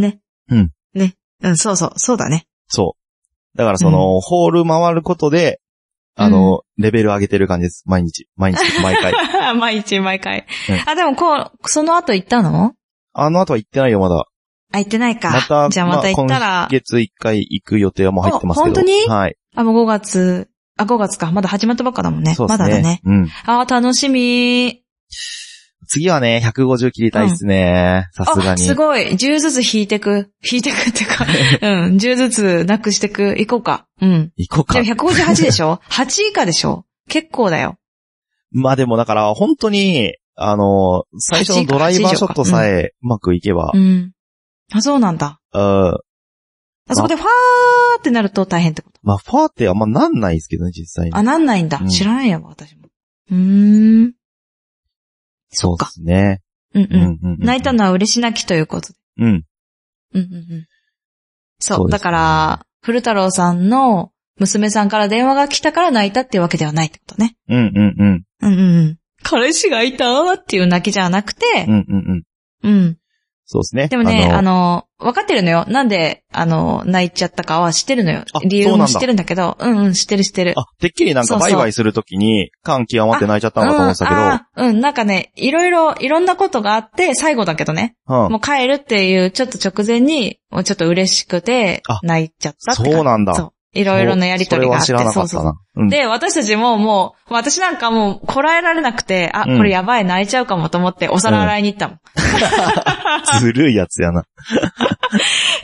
Speaker 2: ね。
Speaker 1: うん。
Speaker 2: ね。うん、そうそう、そうだね。
Speaker 1: そう。だからその、ホール回ることで、あの、レベル上げてる感じです。毎日、毎 日、毎回。
Speaker 2: 毎日、毎回
Speaker 1: うん。
Speaker 2: あ、でも、こう、その後行ったの
Speaker 1: あの後は行ってないよ、まだ。
Speaker 2: あ、行ってないか。
Speaker 1: また、
Speaker 2: じゃあまた行った
Speaker 1: ま
Speaker 2: ら
Speaker 1: あ今、月一回行く予定はもう入ってますけど。
Speaker 2: あ本当に
Speaker 1: はい。
Speaker 2: あ、もう5月、あ、5月か。まだ始まったばっかだもんね。
Speaker 1: そうで
Speaker 2: ます
Speaker 1: ね。
Speaker 2: だだね。
Speaker 1: うん。
Speaker 2: あ、楽しみ。
Speaker 1: 次はね、150切りたいですね。さすが
Speaker 2: あ、
Speaker 1: に。
Speaker 2: すごい。10ずつ引いてく。引いてくっていう か、うん。10ずつなくしてく。行こうか。うん。
Speaker 1: 行こう
Speaker 2: で
Speaker 1: か
Speaker 2: も。158でしょ ?8 以下でしょ結構だよ。
Speaker 1: まあでもだから、本当に、あの、最初のドライバーショットさえうまくいけば
Speaker 2: う、ん。あ、そうなんだ。
Speaker 1: うん
Speaker 2: あそこでファーってなると大変ってこと。
Speaker 1: まあ、ファーってあんまなんないですけどね、実際に
Speaker 2: あ、。なんないんだ
Speaker 1: う。ん
Speaker 2: 知らないやわ、私も。うーん。
Speaker 1: そうで
Speaker 2: か
Speaker 1: すね。
Speaker 2: うん
Speaker 1: うん
Speaker 2: うん。
Speaker 1: うんうん
Speaker 2: 泣いたのは嬉し泣きということで。
Speaker 1: うん。
Speaker 2: うんうんうん。
Speaker 1: そ
Speaker 2: そうう。
Speaker 1: ですね
Speaker 2: だから、古太郎さんの娘さんから電話が来たから泣いたっていうわけではないってことね。
Speaker 1: うんうんうん。
Speaker 2: うんうんうん。彼氏がいたーっていう泣きじゃなくて
Speaker 1: う、んうんうん。
Speaker 2: うん。
Speaker 1: そうですね。
Speaker 2: でもね、あの、わかってるのよ。なんで、あの、泣いちゃったかは知ってるのよ
Speaker 1: あ。
Speaker 2: 理
Speaker 1: そう
Speaker 2: 由
Speaker 1: なん
Speaker 2: も
Speaker 1: だ
Speaker 2: 知ってるんだけど、うんうん、知ってる知ってる。
Speaker 1: あ、てっきりなんか
Speaker 2: そうそ
Speaker 1: バ
Speaker 2: う
Speaker 1: イバイするときに、感極まって泣いちゃったのかと思ってたけ
Speaker 2: うん、あーうん、なんかね、いろいろ、いろんなことがあって、最後だけどね。
Speaker 1: ど、うん
Speaker 2: もう帰るっていう、ちょっと直前に、もうちょっと嬉しくて
Speaker 1: あ、
Speaker 2: 泣いちゃったって感じ
Speaker 1: そうなんだ。
Speaker 2: そう。いろいろなやりとりがあって。
Speaker 1: それは知らなかった
Speaker 2: そうそう
Speaker 1: な。うん
Speaker 2: で、私たちももう、私なんかもう、こらえられなくて、あ、
Speaker 1: うん
Speaker 2: これやばい、泣いちゃうかもと思って、お皿洗いに行ったもん。
Speaker 1: ずるいやつやな。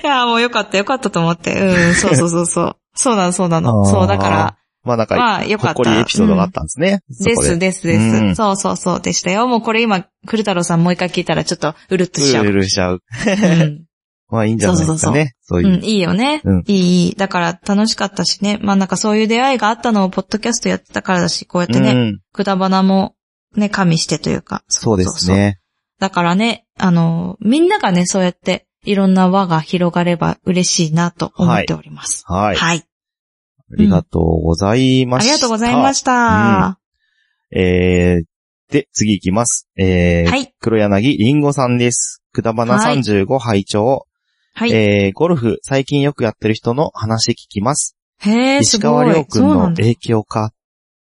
Speaker 2: い や、もうよかった、よかったと思って。 うん、そうそうそうそう。そうなの、そうな
Speaker 1: あ
Speaker 2: の。
Speaker 1: ー
Speaker 2: そう、だから、
Speaker 1: まあなんか、
Speaker 2: まあ、よ
Speaker 1: ほ
Speaker 2: か
Speaker 1: っ
Speaker 2: っ
Speaker 1: こり
Speaker 2: た。
Speaker 1: エピソードがあったんですね。
Speaker 2: うんで
Speaker 1: そこ
Speaker 2: す、です、で
Speaker 1: うん
Speaker 2: す。そうそうそう、でしたよ。もうこれ今、古太郎さんもう一回聞いたら、ちょっと、うるっとしちゃう。
Speaker 1: 許しちゃう。
Speaker 2: うん
Speaker 1: まあいいんじゃないですかね。そう
Speaker 2: う
Speaker 1: い
Speaker 2: ん、
Speaker 1: う。
Speaker 2: いいよね。
Speaker 1: うん
Speaker 2: いい、いい。だから楽しかったしね。まあなんかそういう出会いがあったのをポッドキャストやってたからだし、こうやってね、
Speaker 1: うん。
Speaker 2: くだばなもね、加味してというか。
Speaker 1: そうです
Speaker 2: そうそう。
Speaker 1: ね。
Speaker 2: だからね、あの、みんながね、そうやっていろんな輪が広がれば嬉しいなと思っております。
Speaker 1: は。
Speaker 2: はいい。
Speaker 1: ありがとうございま
Speaker 2: あ
Speaker 1: し
Speaker 2: り
Speaker 1: た。
Speaker 2: がとうございました。
Speaker 1: えー、で、次行きます。えー、
Speaker 2: はい。
Speaker 1: 黒柳りんごさんです。くだばな
Speaker 2: はい
Speaker 1: 35拝聴、
Speaker 2: はい。
Speaker 1: えー、ゴルフ最近よくやってる人の話聞きます。
Speaker 2: へえ、す
Speaker 1: 石川
Speaker 2: ご
Speaker 1: 亮
Speaker 2: い。
Speaker 1: 君
Speaker 2: そうな
Speaker 1: の
Speaker 2: んだ。
Speaker 1: 影響か。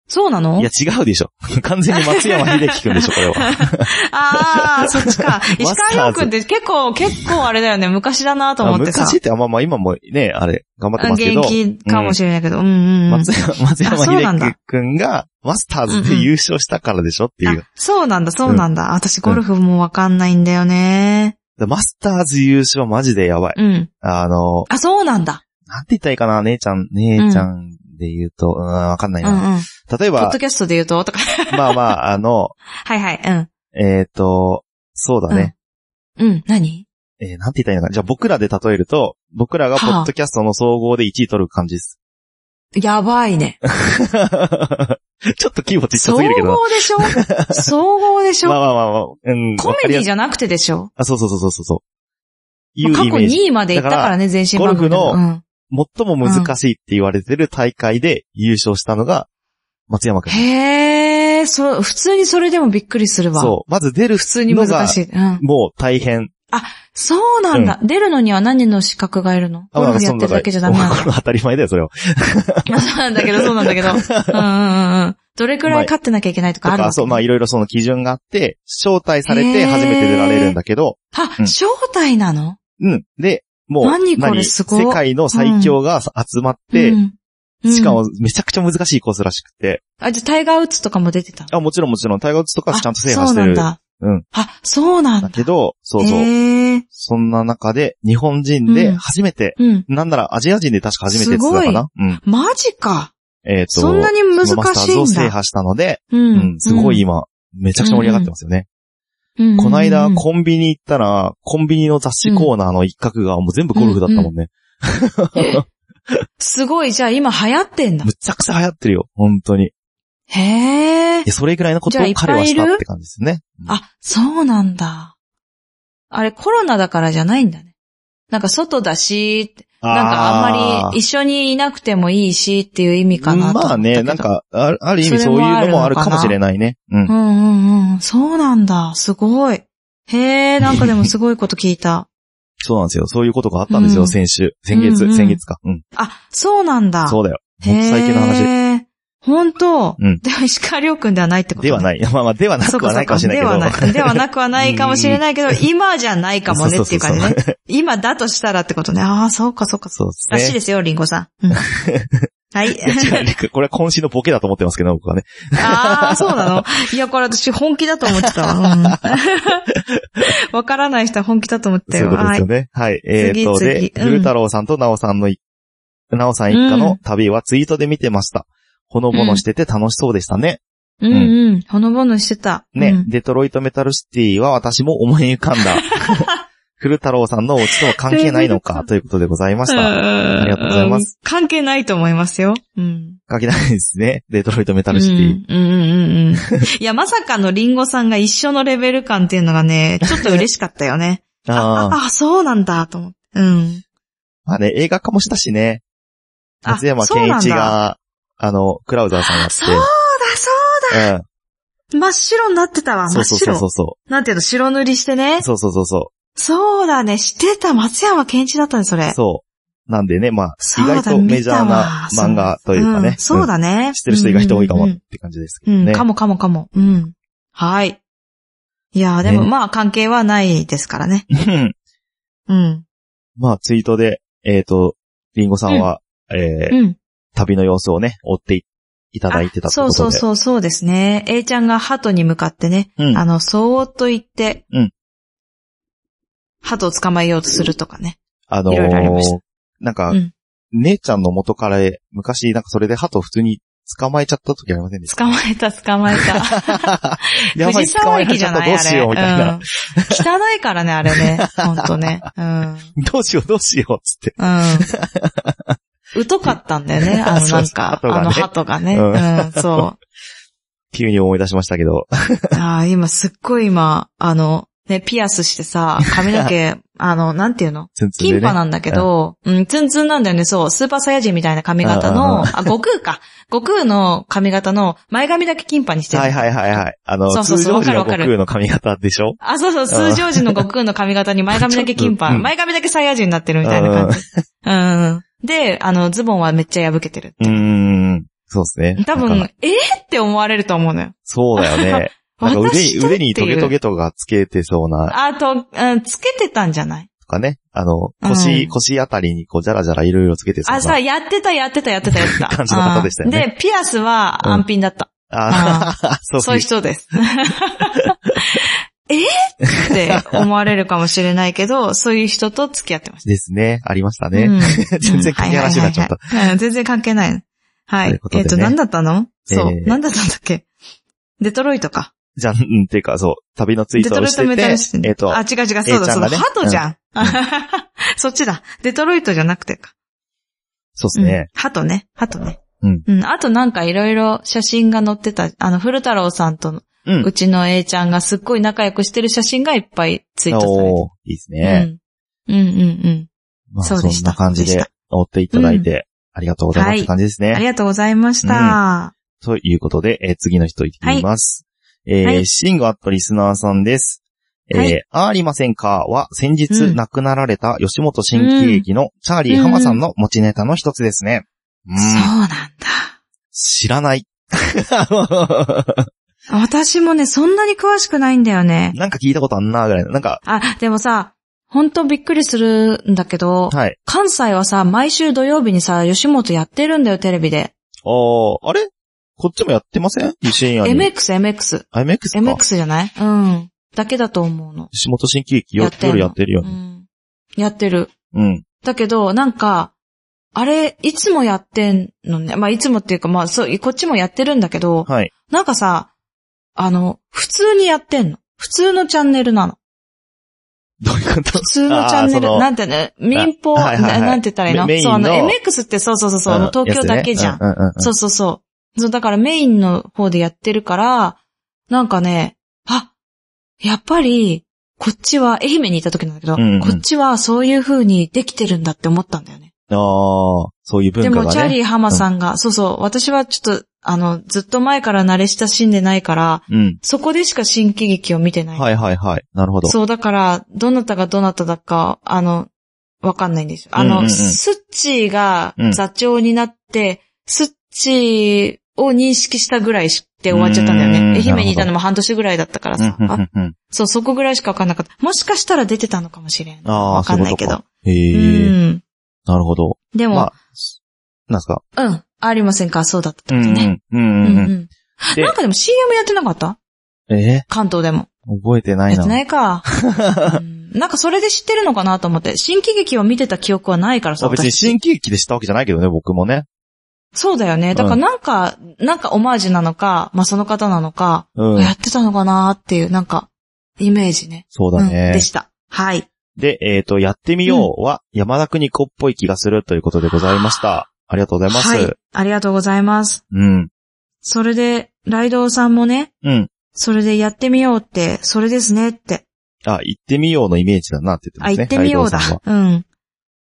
Speaker 2: そうなの
Speaker 1: いや、違うでしょ。 完全に松山秀樹君でしょ、これは。
Speaker 2: ああ、そっ ちか。石川亮君って結構、結構あれだよね。昔だなと思ってさ。
Speaker 1: 昔ってあんま、まあ今もね、あれ、頑張ってますけ
Speaker 2: 元
Speaker 1: ど。
Speaker 2: 気かもしれないけど。うんうんうん。
Speaker 1: 松山松山
Speaker 2: あそうなん
Speaker 1: 秀
Speaker 2: だ
Speaker 1: 樹くんがマスターズで優勝したからでしょっていう。
Speaker 2: あそうなんだ、そうなんだ。私、ゴルフもわかんないんだよね。
Speaker 1: マスターズ優勝マジでやばい。
Speaker 2: うん。
Speaker 1: あの、
Speaker 2: あ、そうなんだ。
Speaker 1: なんて言ったらいいかな、姉ちゃん、姉ちゃんで言うと、うーん、わかんな
Speaker 2: う
Speaker 1: い
Speaker 2: んうん
Speaker 1: な。。例え
Speaker 2: ポッ
Speaker 1: ば
Speaker 2: ド、キャストで言うと、とか。
Speaker 1: まあまあ、あの、
Speaker 2: はいはい、うん。
Speaker 1: えっ、と、そうだね。
Speaker 2: うん、何
Speaker 1: えーなんて言ったらいいのかな。じゃあ僕らで例えると、僕らがポッドキャストの総合で1位取る感じです。
Speaker 2: やばいね。
Speaker 1: ちょっと規模ちっちゃ
Speaker 2: 総
Speaker 1: すぎるけどな。
Speaker 2: 合でしょ 総合でし
Speaker 1: まあ
Speaker 2: ょ
Speaker 1: まあまあまあ、うん。
Speaker 2: コメディ
Speaker 1: ゃ
Speaker 2: じゃなくてでしょ
Speaker 1: あ、そうそうそうそうそう。い
Speaker 2: ま
Speaker 1: う
Speaker 2: あ
Speaker 1: イ
Speaker 2: 過去
Speaker 1: メージ。
Speaker 2: 2位まで行ったからね、全身番組で
Speaker 1: ゴルフ
Speaker 2: うん
Speaker 1: 最も難しいって言われてる大会で優勝したのが、松山くん。
Speaker 2: へえ、そう、普通にそれでもびっくりするわ。
Speaker 1: そう。まず出る
Speaker 2: 普通に難しい。うん。
Speaker 1: もう大変。
Speaker 2: そうなんだ。出るのには何の資格がいるの
Speaker 1: あ
Speaker 2: ゴル
Speaker 1: まあ
Speaker 2: フやってるだけじゃダメなの
Speaker 1: そんな当たり前だよ、それは。
Speaker 2: そうなんだけど、そうなんだ けど。うんうんうんうん。どれくらい勝ってなきゃいけないと
Speaker 1: と
Speaker 2: かある
Speaker 1: か、
Speaker 2: の
Speaker 1: そう、まあいろいろその基準があって、招待されて
Speaker 2: へー
Speaker 1: 初めて出られるんだけど、う
Speaker 2: あ
Speaker 1: ん
Speaker 2: 招待なの
Speaker 1: うん。で、もう、
Speaker 2: 何これすごい
Speaker 1: 世界の最強が集まって、
Speaker 2: うんうん
Speaker 1: しかもめちゃくちゃ難しいコースらしくて、
Speaker 2: あ、じゃあタイガーウッズとかも出てた
Speaker 1: あ、もちろんもちろん、タイガーウッズとかはちゃんと制
Speaker 2: あ
Speaker 1: 覇し
Speaker 2: そう
Speaker 1: て
Speaker 2: な
Speaker 1: る。
Speaker 2: ん
Speaker 1: だ
Speaker 2: だ。
Speaker 1: うん。
Speaker 2: あ、そうなんだ。
Speaker 1: けど、そうそう。
Speaker 2: へー
Speaker 1: そんな中で、日本人で
Speaker 2: うん
Speaker 1: 初めて、
Speaker 2: うん。
Speaker 1: なんならアジア人で確か初めてって言ってたかなうん。
Speaker 2: マジか。
Speaker 1: えっ、と、
Speaker 2: そんなに難
Speaker 1: そのマスターズ
Speaker 2: しい
Speaker 1: を
Speaker 2: ん
Speaker 1: 制
Speaker 2: だ。
Speaker 1: 覇したので、
Speaker 2: う
Speaker 1: うん、すごい、今、めちゃくちゃ盛り上がってますよね。
Speaker 2: うん
Speaker 1: この間、
Speaker 2: うん
Speaker 1: コンビニ行ったら、コンビニの雑誌コーナーの一角がもう全部ゴルフだったもんね。
Speaker 2: え すごい、じゃあ今流行ってんだ
Speaker 1: む。ちゃくちゃ流行ってるよ、本当に。
Speaker 2: へえ
Speaker 1: いや。それぐらいのことを
Speaker 2: じゃあいっぱ
Speaker 1: 彼
Speaker 2: い
Speaker 1: はいし
Speaker 2: る
Speaker 1: たって感じですね。うん
Speaker 2: あ、そうなんだ。あれ、コロナだからじゃないんだね。なんか外だしって、なんかあんまり一緒にいなくてもいいしっていう意味かなと思
Speaker 1: ま
Speaker 2: った
Speaker 1: あ
Speaker 2: けど。
Speaker 1: ね、なん。か、あるある意味
Speaker 2: そ
Speaker 1: そ
Speaker 2: れ
Speaker 1: う
Speaker 2: も
Speaker 1: いうのもあ
Speaker 2: あ
Speaker 1: る
Speaker 2: るのかな
Speaker 1: かもしれないね。うん
Speaker 2: う。んうんうん。そうなんだ。すごい。へえ、なんかでもすごいこと聞いた。
Speaker 1: そうなんですよ。そういうことがあったんですよ、
Speaker 2: うん
Speaker 1: 先週。先月、
Speaker 2: うんうん
Speaker 1: 先月か。うん。
Speaker 2: あ、そうなんだ。
Speaker 1: そうだよ。ほんと最近の話
Speaker 2: へー。本当。
Speaker 1: うん
Speaker 2: でも石川亮君ではないってことね
Speaker 1: ではない。 まあまあ、ではな
Speaker 2: そう
Speaker 1: く
Speaker 2: か
Speaker 1: は
Speaker 2: そ
Speaker 1: な
Speaker 2: う
Speaker 1: いかも
Speaker 2: か。
Speaker 1: しれない
Speaker 2: で
Speaker 1: けど
Speaker 2: は。なく、ではなくはないかもしれないけ ど、今じゃないかもねっていう感じ
Speaker 1: そう
Speaker 2: ね
Speaker 1: そ。
Speaker 2: 今だとしたらってことね。ああ、そうかそうか。
Speaker 1: そうですね。
Speaker 2: らしいですよ、リンゴさん。うんはい。
Speaker 1: いや違うねこれは今週のボケだと思ってますけど、僕は ね。
Speaker 2: ああ、そうなのいや、これ私本気だと思ってたわ。 うんわからない人は本気だと思っ
Speaker 1: そ
Speaker 2: た
Speaker 1: ういう
Speaker 2: よ。
Speaker 1: ことです
Speaker 2: はい
Speaker 1: よ。ね。はい。えーっと、
Speaker 2: 次
Speaker 1: で、
Speaker 2: 次うん
Speaker 1: 古太郎さんと直さんのい、直さん一家の旅はツイートで見てました。ほのぼのしてて楽しそうでしたね。
Speaker 2: うんうん。ほのぼのしてた。
Speaker 1: ね、
Speaker 2: うん
Speaker 1: デトロイトメタルシティは私も思い浮かん だ。古太郎さんのお家とは関係ないのか、ということでございました。
Speaker 2: あ。
Speaker 1: りがとうございます
Speaker 2: 関係ないと思いますよ。うん。
Speaker 1: 関係ないですね。デトロイトメタルシティ。
Speaker 2: うんうんうん うん。いや、まさかのリンゴさんが一緒のレベル感っていうのがね、ちょっと嬉しかったよね。
Speaker 1: ああ。
Speaker 2: ああ、そうなんだ、と思って。うん。
Speaker 1: まあね、映画化もしたしね。
Speaker 2: あ
Speaker 1: 松山健一が、あの、クラウザーさんや
Speaker 2: そうだ
Speaker 1: っ、
Speaker 2: そ
Speaker 1: て。
Speaker 2: う真っ白になってたわ、
Speaker 1: うん。
Speaker 2: 真
Speaker 1: そう
Speaker 2: っ
Speaker 1: そうそうそ
Speaker 2: 白
Speaker 1: う。。そ
Speaker 2: なんていうの、白塗りしてね
Speaker 1: う。そうそうそうそ
Speaker 2: そうだね、知ってた、松山健一だったね、それ。
Speaker 1: う。そう。なんでね、まあ、
Speaker 2: そ
Speaker 1: 意
Speaker 2: うだ
Speaker 1: 外とメジャーな
Speaker 2: 見たわ
Speaker 1: 漫画というか
Speaker 2: ん
Speaker 1: ね。
Speaker 2: そうだね、
Speaker 1: うん。知ってる人意外と多いかも
Speaker 2: うん
Speaker 1: っ
Speaker 2: うん
Speaker 1: て感じですけ
Speaker 2: う
Speaker 1: ど
Speaker 2: ん、
Speaker 1: ね。
Speaker 2: かもかもかも。うん。はい。いやーでも
Speaker 1: ね
Speaker 2: まあ関係はないですからね。
Speaker 1: うん
Speaker 2: うん。
Speaker 1: まあ、ツイートで、えっと、リンゴさんは、えー
Speaker 2: うん。
Speaker 1: 旅の様子をね、追っていいただいてたってこと
Speaker 2: そう
Speaker 1: で。
Speaker 2: そうそうそうですね。A ちゃんが鳩に向かってね、
Speaker 1: うん
Speaker 2: あの、そーっと言って、
Speaker 1: うん
Speaker 2: 鳩を捕まえようとするとかね。
Speaker 1: あの
Speaker 2: いろいろありまし
Speaker 1: ー、なんか、
Speaker 2: うん
Speaker 1: 姉ちゃんの元から昔、なんかそれで鳩普通に捕まえちゃった時ありませんでした
Speaker 2: 捕まえた、捕まえた。
Speaker 1: やばい、
Speaker 2: 藤
Speaker 1: 捕
Speaker 2: 沢
Speaker 1: まえら
Speaker 2: 駅
Speaker 1: れち
Speaker 2: じ
Speaker 1: ゃ
Speaker 2: ゃ
Speaker 1: った
Speaker 2: ない
Speaker 1: どうしよう、みたい
Speaker 2: あ
Speaker 1: な。
Speaker 2: れ、うん汚いからね、あれね。ほんとね。うん。
Speaker 1: どうしよう、どうしよう、つって。
Speaker 2: うん。疎かったんだよね、あの、
Speaker 1: そ
Speaker 2: な
Speaker 1: うんそう
Speaker 2: か、
Speaker 1: 鳩がね
Speaker 2: あの鳩がね。
Speaker 1: うん
Speaker 2: うん、そう。
Speaker 1: 急に思い出しましたけ ど。
Speaker 2: ああ、今すっごい今、あの、ね、ピアスしてさ、髪 の毛、あの、なんていうの
Speaker 1: ツンツン
Speaker 2: キ
Speaker 1: で
Speaker 2: ンパ
Speaker 1: ね。
Speaker 2: なんだけど、うん、ツンツンなんだよね、そう、スーパーサイヤ人みたいな髪型
Speaker 1: うんうん
Speaker 2: の、あ、悟空か。悟空の髪型の前髪だけキンパにしてる。
Speaker 1: はいはいはいはい。あの、
Speaker 2: そうそう
Speaker 1: 通
Speaker 2: そう
Speaker 1: 常時の
Speaker 2: わ
Speaker 1: 悟
Speaker 2: かるわかる
Speaker 1: 空の髪型でしょ
Speaker 2: あ、そうそう、通常時の悟空の髪型に前髪だけキン
Speaker 1: ちょっ
Speaker 2: パ、
Speaker 1: とうん
Speaker 2: 前髪だけサイヤ人になってるみたいな感じ。うん。で、あの、ズボンはめっちゃ破けてる。
Speaker 1: うーん。そうですね。
Speaker 2: 多
Speaker 1: なん
Speaker 2: 分
Speaker 1: か、
Speaker 2: えー、って思われると思うのよ。
Speaker 1: そうだよ ね。なんか腕に、
Speaker 2: 私とっていう
Speaker 1: 腕にトゲトゲとかつけてそうな、
Speaker 2: あと、うん、つけてたんじゃない
Speaker 1: とかね。あの、
Speaker 2: うん
Speaker 1: 腰、腰あたりにこう、じゃらじゃらいろいろつけてそうな。
Speaker 2: あ、さ、やってた、やってた、やってた、やってた。
Speaker 1: 感じの方でしたよね
Speaker 2: うんで、ピアスは安品だった。
Speaker 1: あー そう
Speaker 2: そういう人です。 えーって思われるかもしれないけど、そういう人と付き合ってまし
Speaker 1: ですね。ありました
Speaker 2: た。
Speaker 1: ね。
Speaker 2: うん
Speaker 1: 全然関係ない話になっちゃっ。
Speaker 2: う
Speaker 1: た
Speaker 2: ん。はいはいはいはいうん全然関係ない。は
Speaker 1: とい
Speaker 2: いう
Speaker 1: こ。と
Speaker 2: え
Speaker 1: でね
Speaker 2: っと、何だったのそ
Speaker 1: え
Speaker 2: う。
Speaker 1: ー
Speaker 2: 何だったんだっけデトロイトか。
Speaker 1: じゃん、うん、っていうか、そう、旅のツイー
Speaker 2: デ
Speaker 1: ト
Speaker 2: ト
Speaker 1: を
Speaker 2: ロイ
Speaker 1: し
Speaker 2: トメタルシ
Speaker 1: て
Speaker 2: テ
Speaker 1: て、
Speaker 2: ィ。
Speaker 1: えっと
Speaker 2: あ、、違う違う、そう
Speaker 1: A ち
Speaker 2: だ、
Speaker 1: ゃん
Speaker 2: そう
Speaker 1: が
Speaker 2: だ、
Speaker 1: ね
Speaker 2: ハトじゃん。 そっちだ。デトロイトじゃなくてか。
Speaker 1: そうですね。
Speaker 2: うん。鳩ね。鳩ね。
Speaker 1: うん。
Speaker 2: うん。あとなんかいろいろ写真が載ってた、あの、古太郎さんとの、
Speaker 1: う
Speaker 2: う。ちの A ちゃんがすっごい仲良くしてる写真がいっぱいツイートされて
Speaker 1: おーいいですね。
Speaker 2: うん。うんうんうん。
Speaker 1: まあ、
Speaker 2: そう
Speaker 1: そ
Speaker 2: で
Speaker 1: ん
Speaker 2: した
Speaker 1: な感じ
Speaker 2: そう
Speaker 1: で
Speaker 2: でし
Speaker 1: 追っていただいて、
Speaker 2: う
Speaker 1: ありがとうございます
Speaker 2: は
Speaker 1: っ
Speaker 2: い
Speaker 1: て感じです
Speaker 2: あり
Speaker 1: ね。
Speaker 2: がとうございました。
Speaker 1: ということで、えー次の人いきます。えー
Speaker 2: はい
Speaker 1: シングアットリスナーさんです。えー
Speaker 2: はい
Speaker 1: ありませんかは先
Speaker 2: う
Speaker 1: 日
Speaker 2: ん
Speaker 1: 亡くなられた吉本新喜劇のチャーリー浜さんの持ちネタの一つですね。うん、
Speaker 2: そうなんだ。
Speaker 1: 知らない。
Speaker 2: 私もね、そんなに詳しくないんだよね。
Speaker 1: なんか聞いたことあんな、ぐらいの。なんか、
Speaker 2: あ、でもさ、本当びっくりするんだけど、
Speaker 1: はい。
Speaker 2: 関西はさ、毎週土曜日にさ、吉本やってるんだよ、テレビで。
Speaker 1: あー、あれこっちもやってません深夜に。
Speaker 2: MX、MX。
Speaker 1: あ MX か。
Speaker 2: MX じゃないうん。だけだと思うの。
Speaker 1: 吉本新喜劇
Speaker 2: や
Speaker 1: よ
Speaker 2: ってんの
Speaker 1: 夜やってるよ
Speaker 2: う
Speaker 1: ね。
Speaker 2: ん。やってる。
Speaker 1: うん。
Speaker 2: だけど、なんか、あれ、いつもやってんのね。まあ、いつもっていうか、まあ、そう、こっちもやってるんだけど、
Speaker 1: はい。
Speaker 2: なんかさ、あの、普通にやってんの。普通のチャンネルなの。
Speaker 1: どういうこと
Speaker 2: 普通のチャンネル、
Speaker 1: あーその
Speaker 2: なんてね、民放、
Speaker 1: あはいはいはい
Speaker 2: ななんて言ったらいいの
Speaker 1: メメイン
Speaker 2: そう、
Speaker 1: の
Speaker 2: あの、MX ってそうそうそ うそう、
Speaker 1: うん
Speaker 2: 東京だけじゃん。
Speaker 1: やつねうんうんうん
Speaker 2: そうそうそう。そう、だからメインの方でやってるから、なんかね、あ、やっぱり、こっちは、愛媛にいた時なんだけど、
Speaker 1: うんうん
Speaker 2: こっちはそういう風にできてるんだって思ったんだよね。
Speaker 1: ああ、そういう文
Speaker 2: で
Speaker 1: 化
Speaker 2: も、チャ
Speaker 1: が
Speaker 2: ー
Speaker 1: ね。
Speaker 2: リー浜さんが、そうそう、私はちょっと、あの、ずっと前から慣れ親しんでないから、
Speaker 1: うん。
Speaker 2: そこでしか新喜劇を見てない。
Speaker 1: はいはいはい。なるほど。
Speaker 2: そう、だから、どなたがどなただか、あの、わかんないんですよ。あの、
Speaker 1: うんうんうん
Speaker 2: スッチーが
Speaker 1: うん
Speaker 2: 座長になって、スッチーを認識したぐらいして終わっちゃったんだよ
Speaker 1: うーん
Speaker 2: ね。
Speaker 1: なる
Speaker 2: 愛
Speaker 1: ほど
Speaker 2: 媛にいたのも半年ぐらいだったか
Speaker 1: う
Speaker 2: ら
Speaker 1: ん
Speaker 2: さ。
Speaker 1: うんう
Speaker 2: あ
Speaker 1: んうん。
Speaker 2: そう、そこぐらいしかわかんなかった。もしかしたら出てたのかもしれん。
Speaker 1: ああ、
Speaker 2: わかんないけ
Speaker 1: そうう
Speaker 2: ど
Speaker 1: こ。とか。へ
Speaker 2: う
Speaker 1: え、
Speaker 2: ん。
Speaker 1: なるほど。
Speaker 2: でも、
Speaker 1: まあ、なんすか。
Speaker 2: うん。ありませんかそうだったって
Speaker 1: う
Speaker 2: こ
Speaker 1: ん
Speaker 2: とね。
Speaker 1: うん。うん
Speaker 2: う
Speaker 1: うん
Speaker 2: ん
Speaker 1: う
Speaker 2: うん。
Speaker 1: で
Speaker 2: なんかでも CM やってなかった
Speaker 1: ん。え
Speaker 2: 関東でも。
Speaker 1: ー覚えてない
Speaker 2: やっ
Speaker 1: な。
Speaker 2: てないか。うんなんかそれで知ってるのかなと思って。新喜劇を見てた記憶はないから
Speaker 1: ま
Speaker 2: さ。
Speaker 1: あ別に
Speaker 2: 私
Speaker 1: 新喜劇でしたわけじゃないけどね、僕もね。
Speaker 2: そうだよね。だからなんか、なんかオマージュなのか、まあその方なのか、
Speaker 1: うん。
Speaker 2: やってたのかなっていう、なんか、イメージね。
Speaker 1: そうだ
Speaker 2: うん。
Speaker 1: ね
Speaker 2: で。した。はい。
Speaker 1: で、えっと、やってみようは、山田邦子っぽい気がするということでございました。ありがとうございま
Speaker 2: はい
Speaker 1: す。。
Speaker 2: ありがとうございます。
Speaker 1: うん。
Speaker 2: それで、ライドウさんもね、
Speaker 1: うん。
Speaker 2: それでやってみようって、それですねって。
Speaker 1: あ、行ってみようのイメージだなって言
Speaker 2: あ、
Speaker 1: ってます
Speaker 2: 行
Speaker 1: ね。
Speaker 2: ってみようだ
Speaker 1: ライドウさんは。
Speaker 2: うん。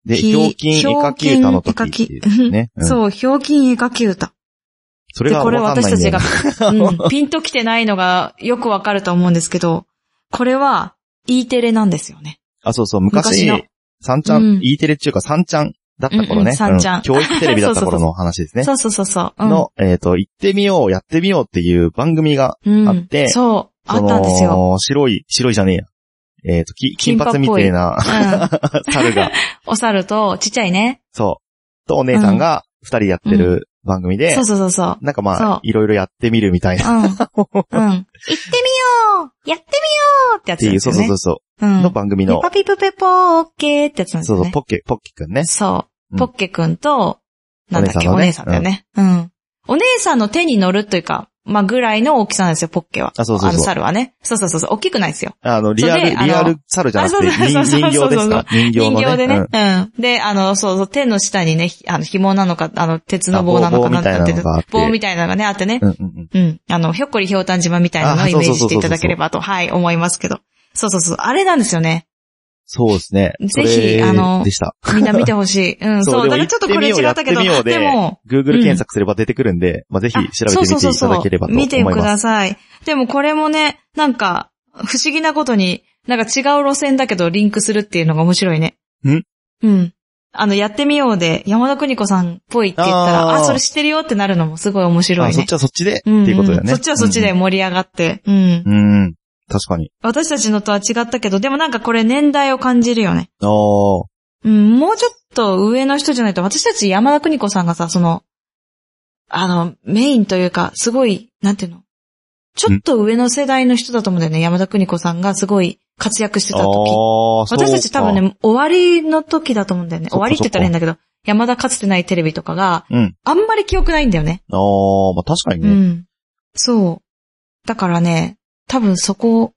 Speaker 1: で、
Speaker 2: ひ
Speaker 1: ひょうきん絵描き歌の時っていうね。うん
Speaker 2: そう、ひょうきん絵描き歌。
Speaker 1: それ
Speaker 2: で、
Speaker 1: が
Speaker 2: これ
Speaker 1: わかん
Speaker 2: 私
Speaker 1: ない
Speaker 2: た
Speaker 1: んだ
Speaker 2: ち
Speaker 1: よ
Speaker 2: が
Speaker 1: な、
Speaker 2: うん、 ピンときてないのがよくわかると思うんですけど、これは、E テレなんですよね。
Speaker 1: あ、そうそう、昔
Speaker 2: 昔の、
Speaker 1: 三ちゃ
Speaker 2: う
Speaker 1: ん、
Speaker 2: ん
Speaker 1: E テレっていうか三ちゃんだった頃
Speaker 2: うんうん
Speaker 1: ね。
Speaker 2: 三ちゃん
Speaker 1: う教育テレビだった頃の話ですね。
Speaker 2: そうそうそうそう。うん
Speaker 1: の、えっと、行ってみよう、やってみようっていう番組が、
Speaker 2: うん
Speaker 1: あって
Speaker 2: そう、あ
Speaker 1: そ
Speaker 2: ったんですよ。
Speaker 1: の、白い、白いじゃねえや。えっと、き金
Speaker 2: 金髪
Speaker 1: 髪
Speaker 2: っ
Speaker 1: み
Speaker 2: ぽい
Speaker 1: たいな
Speaker 2: うん。
Speaker 1: 猿が、
Speaker 2: お猿と、ちっちゃいね。
Speaker 1: そう、とお姉さんが二人でやってる番組で
Speaker 2: そう、そうそうそう。
Speaker 1: なんか
Speaker 2: そ
Speaker 1: ま
Speaker 2: う
Speaker 1: あ、いろいろやってみるみたいな。っ
Speaker 2: うん。うん。行ってみようやってみようってやつ
Speaker 1: ていう、
Speaker 2: です
Speaker 1: そうそう
Speaker 2: よね。
Speaker 1: そうそうう。
Speaker 2: ん。
Speaker 1: の番組
Speaker 2: ペ
Speaker 1: の、
Speaker 2: パピプペポーオッケーってやつなんです
Speaker 1: そう
Speaker 2: よ
Speaker 1: そう、
Speaker 2: ね。
Speaker 1: ポッケ、ポッケくんね。
Speaker 2: そう。
Speaker 1: うん
Speaker 2: ポッケくんと、なんだっけ、お
Speaker 1: お
Speaker 2: 姉
Speaker 1: 姉さ
Speaker 2: さん
Speaker 1: ん
Speaker 2: だ
Speaker 1: だ
Speaker 2: よね。うん。お姉さんの手に乗るというか、まあ、ぐらいの大きさなんですよ、ポッケは。
Speaker 1: あそうそうそう
Speaker 2: あの猿はね。そうそうそうそう。大きくないですよ。
Speaker 1: あの、リア
Speaker 2: それであ
Speaker 1: ル、
Speaker 2: の
Speaker 1: リアル猿じゃなくて、
Speaker 2: あそうそ
Speaker 1: 人
Speaker 2: うそう
Speaker 1: 人形ですか人形
Speaker 2: 人
Speaker 1: の
Speaker 2: 形でね。
Speaker 1: ね。うん
Speaker 2: うん。で、あの、そうそう、手の下にね、ひあの、紐なのか、あの、鉄の棒なのか
Speaker 1: あ棒棒みたいなのがあって
Speaker 2: 棒みたいなのがね、あってね。
Speaker 1: うんうんうん。
Speaker 2: うん。あの、ひょっこりひょうたん島みたいなのを
Speaker 1: あ
Speaker 2: イ
Speaker 1: そう
Speaker 2: メー
Speaker 1: そう
Speaker 2: ジ
Speaker 1: そ
Speaker 2: し
Speaker 1: うそう
Speaker 2: ていただければと、はい、思いますけど。そうそうそう。あれなんですよね。
Speaker 1: そうですね。
Speaker 2: ぜひ
Speaker 1: それ
Speaker 2: あの
Speaker 1: でした。
Speaker 2: みんな見てほしい。うん、そう。
Speaker 1: で
Speaker 2: だか
Speaker 1: も
Speaker 2: らちょっとこれ違ったけ
Speaker 1: 行
Speaker 2: ど、
Speaker 1: ってみようやってみよ
Speaker 2: も、
Speaker 1: うで、Google 検索すれば出てくるんで、まあ、ぜひ調べてみていただければと思います。
Speaker 2: あそうそうそうそう見てください。でもこれもね、なんか、不思議なことに、なんか違う路線だけどリンクするっていうのが面白いね。
Speaker 1: ん
Speaker 2: うん。あの、やってみようで、山田邦子さんっぽいって言ったら、
Speaker 1: あ
Speaker 2: あ
Speaker 1: ー
Speaker 2: それ知ってるよってなるのもすごい面白
Speaker 1: あ、
Speaker 2: い
Speaker 1: そっ
Speaker 2: ね
Speaker 1: ち。はそっちで、って
Speaker 2: うん
Speaker 1: いうことだよ
Speaker 2: うん
Speaker 1: ね。
Speaker 2: そっちはそっちで盛り上がって、うん。
Speaker 1: うんうん。うん。確かに。
Speaker 2: 私たちのとは違ったけど、でもなんかこれ年代を感じるよね。
Speaker 1: あー。
Speaker 2: うん、もうちょっと上の人じゃないと、私たち山田邦子さんがさ、その、あの、メインというか、すごい、なんていうのちょっと上の世代の人だと思うんだよね、山田邦子さんがすごい活躍して
Speaker 1: あ
Speaker 2: た時。
Speaker 1: ー、そうか
Speaker 2: 私たち多分、ね、終わりの時だと思うんだよね。
Speaker 1: そ
Speaker 2: 終
Speaker 1: っか
Speaker 2: わりって言ったらいいんだけど、山田かつてないテレビとかが、
Speaker 1: うん。
Speaker 2: あんまり記憶ないんだよね。
Speaker 1: あー、まあ、確かに
Speaker 2: う
Speaker 1: ね。
Speaker 2: ん。そう。だからね、多分そこ、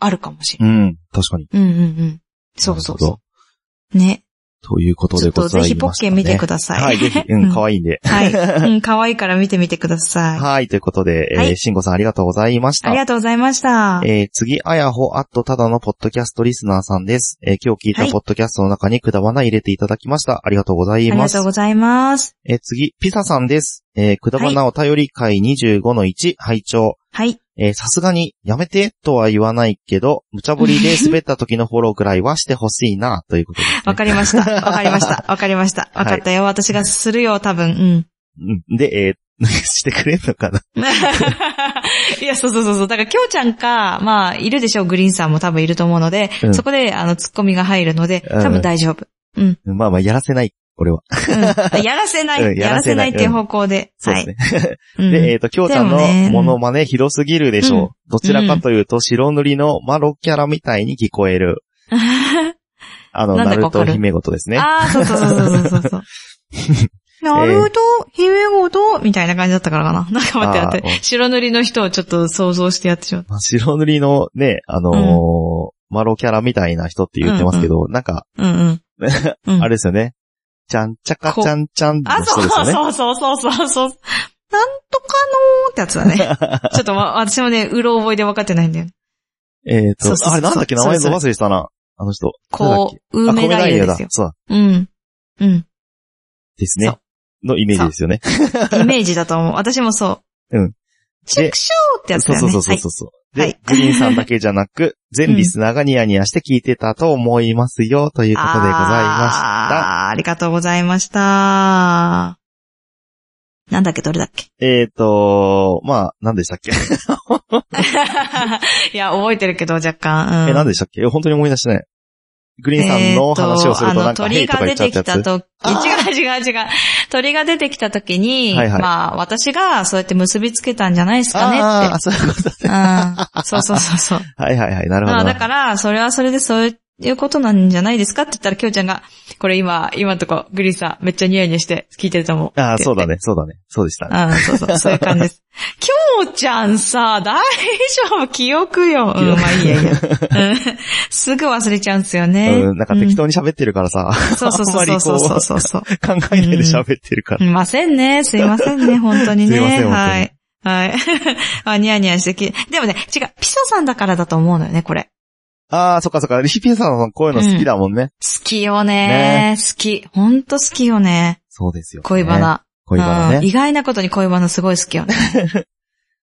Speaker 2: あるかもしれ
Speaker 1: う
Speaker 2: ない。
Speaker 1: ん。確かに。
Speaker 2: うんうんうん。そうそう
Speaker 1: なるほ
Speaker 2: そ
Speaker 1: ど
Speaker 2: う。ね。
Speaker 1: ということ
Speaker 2: ちょ
Speaker 1: で
Speaker 2: っ
Speaker 1: ご
Speaker 2: と
Speaker 1: ざいま
Speaker 2: ぜ
Speaker 1: す。
Speaker 2: ひポッケ見てください。
Speaker 1: はい、ぜひ。うん、可愛いん で。
Speaker 2: はい。うん、可愛いから見てみてください。
Speaker 1: はい、ということで、
Speaker 2: は
Speaker 1: えー、
Speaker 2: い
Speaker 1: しんごさんありがとうございました
Speaker 2: あり。がとうございました。
Speaker 1: えー次、あやほ、あっとただのポッドキャストリスナーさんです。えー今日聞いた
Speaker 2: はい
Speaker 1: ポッドキャストの中にくだばな入れていただきました。ありがとうござ
Speaker 2: あ
Speaker 1: い
Speaker 2: り
Speaker 1: ま
Speaker 2: が
Speaker 1: す
Speaker 2: とう。ございます。
Speaker 1: えー次、ピサさんです。えーくだばなお便り会25の1、拝聴。
Speaker 2: はい。
Speaker 1: えーさすがに、やめてとは言わないけど、無茶ぶりで滑った時のフォローくらいはしてほしいな、ということです、ね。
Speaker 2: わかり ました。わかりました。わかりました。わかったよ。私がするよ、多分。
Speaker 1: うんで、えー してくれんのかな
Speaker 2: いや、そうそうそうそう。だから、きょうちゃんか、まあ、いるでしょう、グリーンさんも多分いると思うので、
Speaker 1: うん
Speaker 2: そこで、あの、ツッコミが入るので、多分大丈夫。
Speaker 1: まあまあ、やらせない。俺は。
Speaker 2: うんやらせない、
Speaker 1: うん
Speaker 2: や
Speaker 1: や
Speaker 2: ら
Speaker 1: ら
Speaker 2: せ
Speaker 1: せ
Speaker 2: な
Speaker 1: ないい
Speaker 2: っていう方向で。
Speaker 1: そう
Speaker 2: は
Speaker 1: で
Speaker 2: い
Speaker 1: すね。。
Speaker 2: うん
Speaker 1: で、えっ、と、きょうちゃんの
Speaker 2: でもねうん
Speaker 1: モノマネ広すぎるでしょう。
Speaker 2: うん
Speaker 1: どちらかというと、白塗りのマロキャラみたいに聞こえる。あの、
Speaker 2: なんだ
Speaker 1: ナ
Speaker 2: かわ
Speaker 1: ル
Speaker 2: かる
Speaker 1: ト姫ごとですね。
Speaker 2: ああ、そうそうそうそう そうそう。なると、姫ごと、みたいな感じだったからかな。なんか待って待っ
Speaker 1: あー
Speaker 2: て。白塗りの人をちょっと想像してやってしまっ
Speaker 1: まあ白塗りのね、あのーマロキャラみたいな人って言ってますけど、なんか、
Speaker 2: た。うん うん。うん
Speaker 1: あれですよね。ちゃんちゃか
Speaker 2: こ
Speaker 1: ちゃんちゃんの
Speaker 2: あ、
Speaker 1: 人
Speaker 2: そう
Speaker 1: ですよね。
Speaker 2: そうそうそうそうそう。なんとかのーってやつだね。 ちょっとわ私もね、うろ覚えで分かってないんだよね。
Speaker 1: えっ、
Speaker 2: そ
Speaker 1: と
Speaker 2: うそうそう
Speaker 1: あれなんだっけ名前の忘れしたな。あの人。
Speaker 2: こう、
Speaker 1: う
Speaker 2: 梅
Speaker 1: だ
Speaker 2: 太
Speaker 1: っけあ、米
Speaker 2: 夫で
Speaker 1: だ
Speaker 2: すよ。。
Speaker 1: そうだ。
Speaker 2: うん。うん。
Speaker 1: ですね
Speaker 2: そ。
Speaker 1: のイメージですよね。
Speaker 2: イメージだと思う。私もそう。
Speaker 1: うん。
Speaker 2: チェクショーってやつ
Speaker 1: そ
Speaker 2: だ
Speaker 1: う
Speaker 2: よ
Speaker 1: そ
Speaker 2: ね。
Speaker 1: うそうそうそう。
Speaker 2: はい
Speaker 1: で、グリーンさんだけじゃな く、全リスナーがニヤニヤして聞いてたと思いますよ、ということでございました。
Speaker 2: あーありがとうございました。なんだっけ、どれだっけ。
Speaker 1: えっ、と、まあ、何でしたっけ、
Speaker 2: いや、覚えてるけど、若干。うん、
Speaker 1: え、何でしたっけ本当に思い出してない。グリーンさんの話をするとなん
Speaker 2: えーとあ
Speaker 1: か、
Speaker 2: の
Speaker 1: ヘイ
Speaker 2: 鳥
Speaker 1: と
Speaker 2: が
Speaker 1: か言
Speaker 2: 出
Speaker 1: っちゃってた
Speaker 2: き
Speaker 1: やつ
Speaker 2: た。とき、違う違う違う。鳥が出てきたときに、
Speaker 1: はいはい
Speaker 2: まあ、私がそうやって結びつけたんじゃないですかね
Speaker 1: あー
Speaker 2: っ
Speaker 1: あ、そういうこと
Speaker 2: て。うん。そうそうそうそう。
Speaker 1: はいはいはい、 なるほ
Speaker 2: ま
Speaker 1: ど
Speaker 2: あ、
Speaker 1: な。
Speaker 2: だから、それはそれでそういうことなんじゃないですかって言ったら、きょうちゃんが、これ今、今のとこ、グリーンさんめっちゃニヤニヤして聞いてると思う。
Speaker 1: ああ、そうだ
Speaker 2: ね。
Speaker 1: ね、そうだね。そうでしたね。
Speaker 2: うん、そうそう、そういう感じ です。きょうちゃんさ、大丈夫、記憶よ。うん、
Speaker 1: 記憶
Speaker 2: まあいい やいいや。うんすぐ忘れちゃうんすよね。
Speaker 1: うん、なんか適当に喋ってるからさ、
Speaker 2: うんそうそうそうそうそうそうそう。
Speaker 1: 考えないで喋ってるから。
Speaker 2: いませんね。すいませんね。本当にね。
Speaker 1: すいません本当に
Speaker 2: はい。はい。 あ、ニヤニヤしてき、でもね、違う。ピサさんだからだと思うのよね、これ。
Speaker 1: ああ、そっかそっか。リヒピンさんのこういうの好きだもんね。
Speaker 2: 好きよね好き。ほんと好きよね。
Speaker 1: そうですよ、ね。
Speaker 2: 恋バ。ナ。
Speaker 1: 恋バナ
Speaker 2: うん
Speaker 1: ね。
Speaker 2: 意外なことに恋バナすごい好きよね。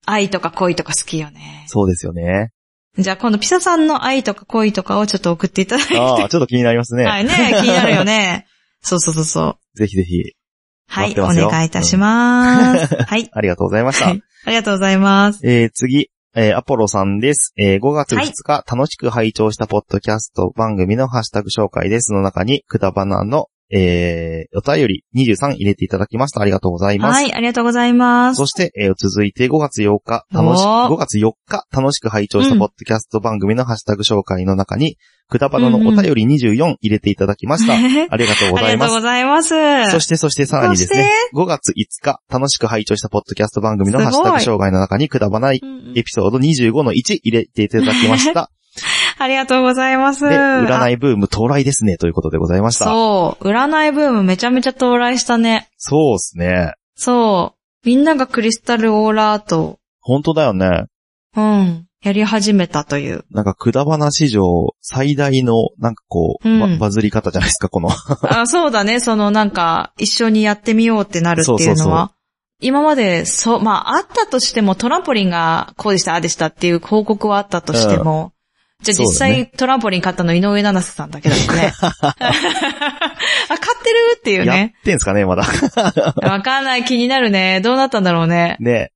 Speaker 2: 愛とか恋とか好きよね。
Speaker 1: そうですよね。
Speaker 2: じゃあ今度ピサさんの愛とか恋とかをちょっと送っていただいて。
Speaker 1: ああ、ちょっと気になりますね。
Speaker 2: はいね。気になる よね。そうそうそうそう。
Speaker 1: ぜひぜひ。
Speaker 2: は
Speaker 1: 待
Speaker 2: い
Speaker 1: っ。て
Speaker 2: お
Speaker 1: ますよ
Speaker 2: 願いいたします。はい。
Speaker 1: ありがとうございまし
Speaker 2: は
Speaker 1: た
Speaker 2: い。ありがとうございます。
Speaker 1: えー、次。えーアポロさんです。えー5月2日、楽しく拝聴したポッドキャスト番組のハッシュタグ紹介ですの中に、くだばなの、えー、お便り23入れていただきました。ありがとうございます。
Speaker 2: はい、ありがとうございます
Speaker 1: そ。して、えー続いて5月8日、楽し、
Speaker 2: おー
Speaker 1: 5月4日、楽しく拝聴したポッドキャスト番組のハッシュタグ紹介の中に、くだばなのお便り24入れていただきました。 ありがとうご
Speaker 2: あ
Speaker 1: ざい
Speaker 2: り
Speaker 1: ま
Speaker 2: がと
Speaker 1: す
Speaker 2: うご。ざいます。
Speaker 1: そして、そしてさらにですね、5月5日、楽しく拝聴したポッドキャスト番組のハッシュタグ障害の中にくだばない
Speaker 2: うんうん
Speaker 1: エピソード25の1入れていただきま した。
Speaker 2: ありがとうございます。
Speaker 1: で、占
Speaker 2: い
Speaker 1: いブーム到来ですね、ということでございました。
Speaker 2: そう、占いブームめちゃめちゃ到来したね。
Speaker 1: そうですね。
Speaker 2: そう、みんながクリスタルオーラアートを、
Speaker 1: 本当だよね。
Speaker 2: うん、やり始めたという。
Speaker 1: なんか、くだばな史上最大の、なんかこう、
Speaker 2: うん
Speaker 1: ババズり方じゃないですか、この。
Speaker 2: あそうだね、そのなんか、一緒にやってみようってなるっていうのは。
Speaker 1: そうそうそう
Speaker 2: 今まで、そう、まあ、あったとしても、トランポリンがこうでした、ああでしたっていう報告はあったとしても、じゃあ実
Speaker 1: そうだ
Speaker 2: 際、
Speaker 1: ね
Speaker 2: トランポリン買ったの井上七瀬さんだけだも んね。 あ、買ってるっていう
Speaker 1: やっ
Speaker 2: ね。
Speaker 1: てんすかね、まだ。
Speaker 2: わかんない、気になるね。どうなったんだろうね。
Speaker 1: ね。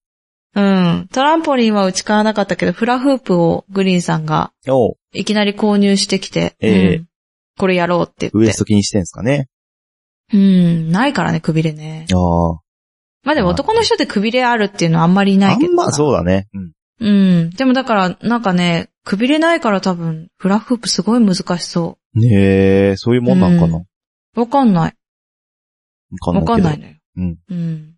Speaker 2: うん。トランポリンは打ち買わなかったけど、フラフープをグリーンさんが
Speaker 1: おう
Speaker 2: いきなり購入してきて、
Speaker 1: ええ
Speaker 2: うんこれやろうって
Speaker 1: ウ
Speaker 2: 言
Speaker 1: エ
Speaker 2: っ
Speaker 1: ス
Speaker 2: て。
Speaker 1: ト気にしてんすかね。
Speaker 2: うん、ないからね、くびれね。
Speaker 1: ああ。
Speaker 2: まあでも男の人でくびれあるっていうのはあんまりな
Speaker 1: あ
Speaker 2: い
Speaker 1: ん
Speaker 2: けど。
Speaker 1: ま、そうだね。うん。
Speaker 2: う。うん。でもだから、なんかね、くびれないから多分、フラフープすごい難しそ
Speaker 1: ねえ、そういうもんなんかな。
Speaker 2: う。わかんない。わ
Speaker 1: わ
Speaker 2: か
Speaker 1: か
Speaker 2: ん
Speaker 1: ん
Speaker 2: な
Speaker 1: ないい
Speaker 2: のよ。
Speaker 1: うん。
Speaker 2: うん。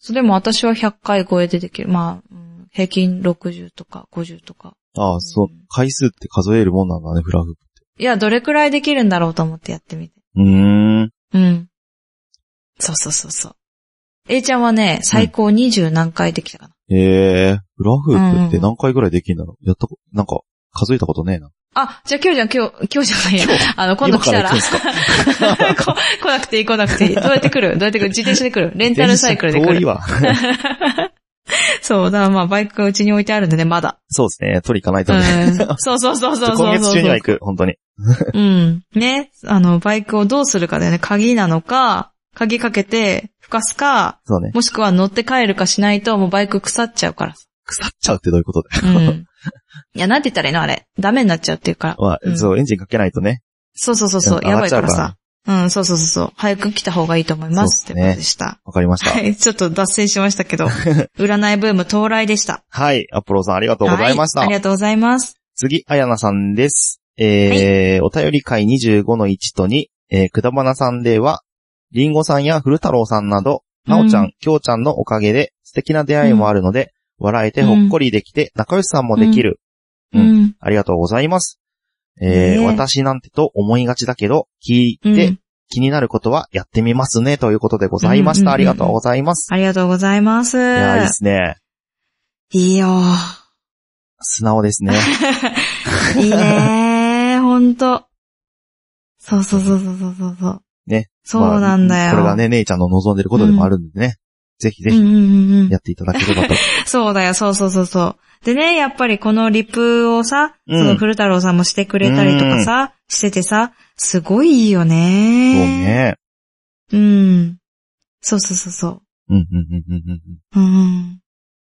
Speaker 2: それでも私は100回超えてできる。まあ、うん平均60とか50とか。
Speaker 1: けど。ああ、そう。回数って数えるもんなんだね、フラフ。
Speaker 2: いや、どれくらいできるんだろうと思ってやってみて。
Speaker 1: うーん。
Speaker 2: うん。そうそうそうそう。A ちゃんはね、最高20何回できたかな。
Speaker 1: ええ、フラフープって何回ぐらいできるんだろうやったこ、なんか、数えたことねえな。
Speaker 2: あ、じゃあ今日じゃん、今日、今日じゃないや。あの、今度来たら。
Speaker 1: 今から 行
Speaker 2: こ来なくていい、来なくていい。どうやって来るどうやって来る自転車で来るレンタルサイクルで来
Speaker 1: 遠い
Speaker 2: る。
Speaker 1: わ。
Speaker 2: そう、だからまあバイクがうちに置いてあるんでね、まだ。
Speaker 1: そうですね。取り行かないと
Speaker 2: う
Speaker 1: ね。
Speaker 2: ん。そうそうそうそうそうそう。
Speaker 1: 今月中には行く、本当に。
Speaker 2: うん。ね。あの、バイクをどうするかだよね。鍵なのか、鍵かけて、ふかすか、
Speaker 1: そうね。
Speaker 2: もしくは乗って帰るかしないと、もうバイク腐っちゃうからさ。
Speaker 1: 腐っちゃうってどういうことだ
Speaker 2: う
Speaker 1: よ。
Speaker 2: ん。いや、なんて言ったらいいのあれ。ダメになっちゃうっていうか。
Speaker 1: ま
Speaker 2: う
Speaker 1: あ、
Speaker 2: ん
Speaker 1: そう、エンジンかけないとね。
Speaker 2: そうそうそうそう、
Speaker 1: うん
Speaker 2: やばいから
Speaker 1: 上がっ
Speaker 2: さ。うん、そうそうそうそう。早く来た方がいいと思います。
Speaker 1: そうです
Speaker 2: ってこ
Speaker 1: ね
Speaker 2: とでした。
Speaker 1: わかりました
Speaker 2: は。い、ちょっと脱線しましたけ ど、占いブーム到来でした。
Speaker 1: はい。アポロさんありがとうございました。
Speaker 2: はありがとうございます。
Speaker 1: 次、あやなさんです。えーお便り会25の1と2、えーくだばなさんでは、りんごさんや古太郎さんなど、なおちゃん、
Speaker 2: う
Speaker 1: きょうちゃんのおかげで素敵な出会いもあるので、笑えてほっこりできて、仲良しさんもできる、う
Speaker 2: うんん。
Speaker 1: ありがとうございます。えー
Speaker 2: ねえ
Speaker 1: 私なんてと思いがちだけど、聞い
Speaker 2: うん
Speaker 1: て気になることはやってみますね、ということでございまし
Speaker 2: うんうんうん
Speaker 1: た。ありがとうございます。
Speaker 2: ありがとうございます。
Speaker 1: いやー、いいですね。
Speaker 2: いいよ
Speaker 1: 素直ですね。
Speaker 2: ー。い いねー、ほんと。そうそうそうそうそうそうそう。
Speaker 1: ね。
Speaker 2: そうなんだよ。
Speaker 1: まあこれがね、姉ちゃんの望んでることでもあるんでね。ぜひぜ
Speaker 2: うん
Speaker 1: ひ
Speaker 2: うんうんうん
Speaker 1: やっていただければと。
Speaker 2: そうだよ、そうそうそうそう。でね、やっぱりこのリプをさ、
Speaker 1: うん
Speaker 2: その古太郎さんもしてくれたりとかさ、しててさ、すごいいいよね。
Speaker 1: そう。ね。
Speaker 2: うん。そうそうそうそう。
Speaker 1: うん、うん、うん、うんうん。
Speaker 2: うん。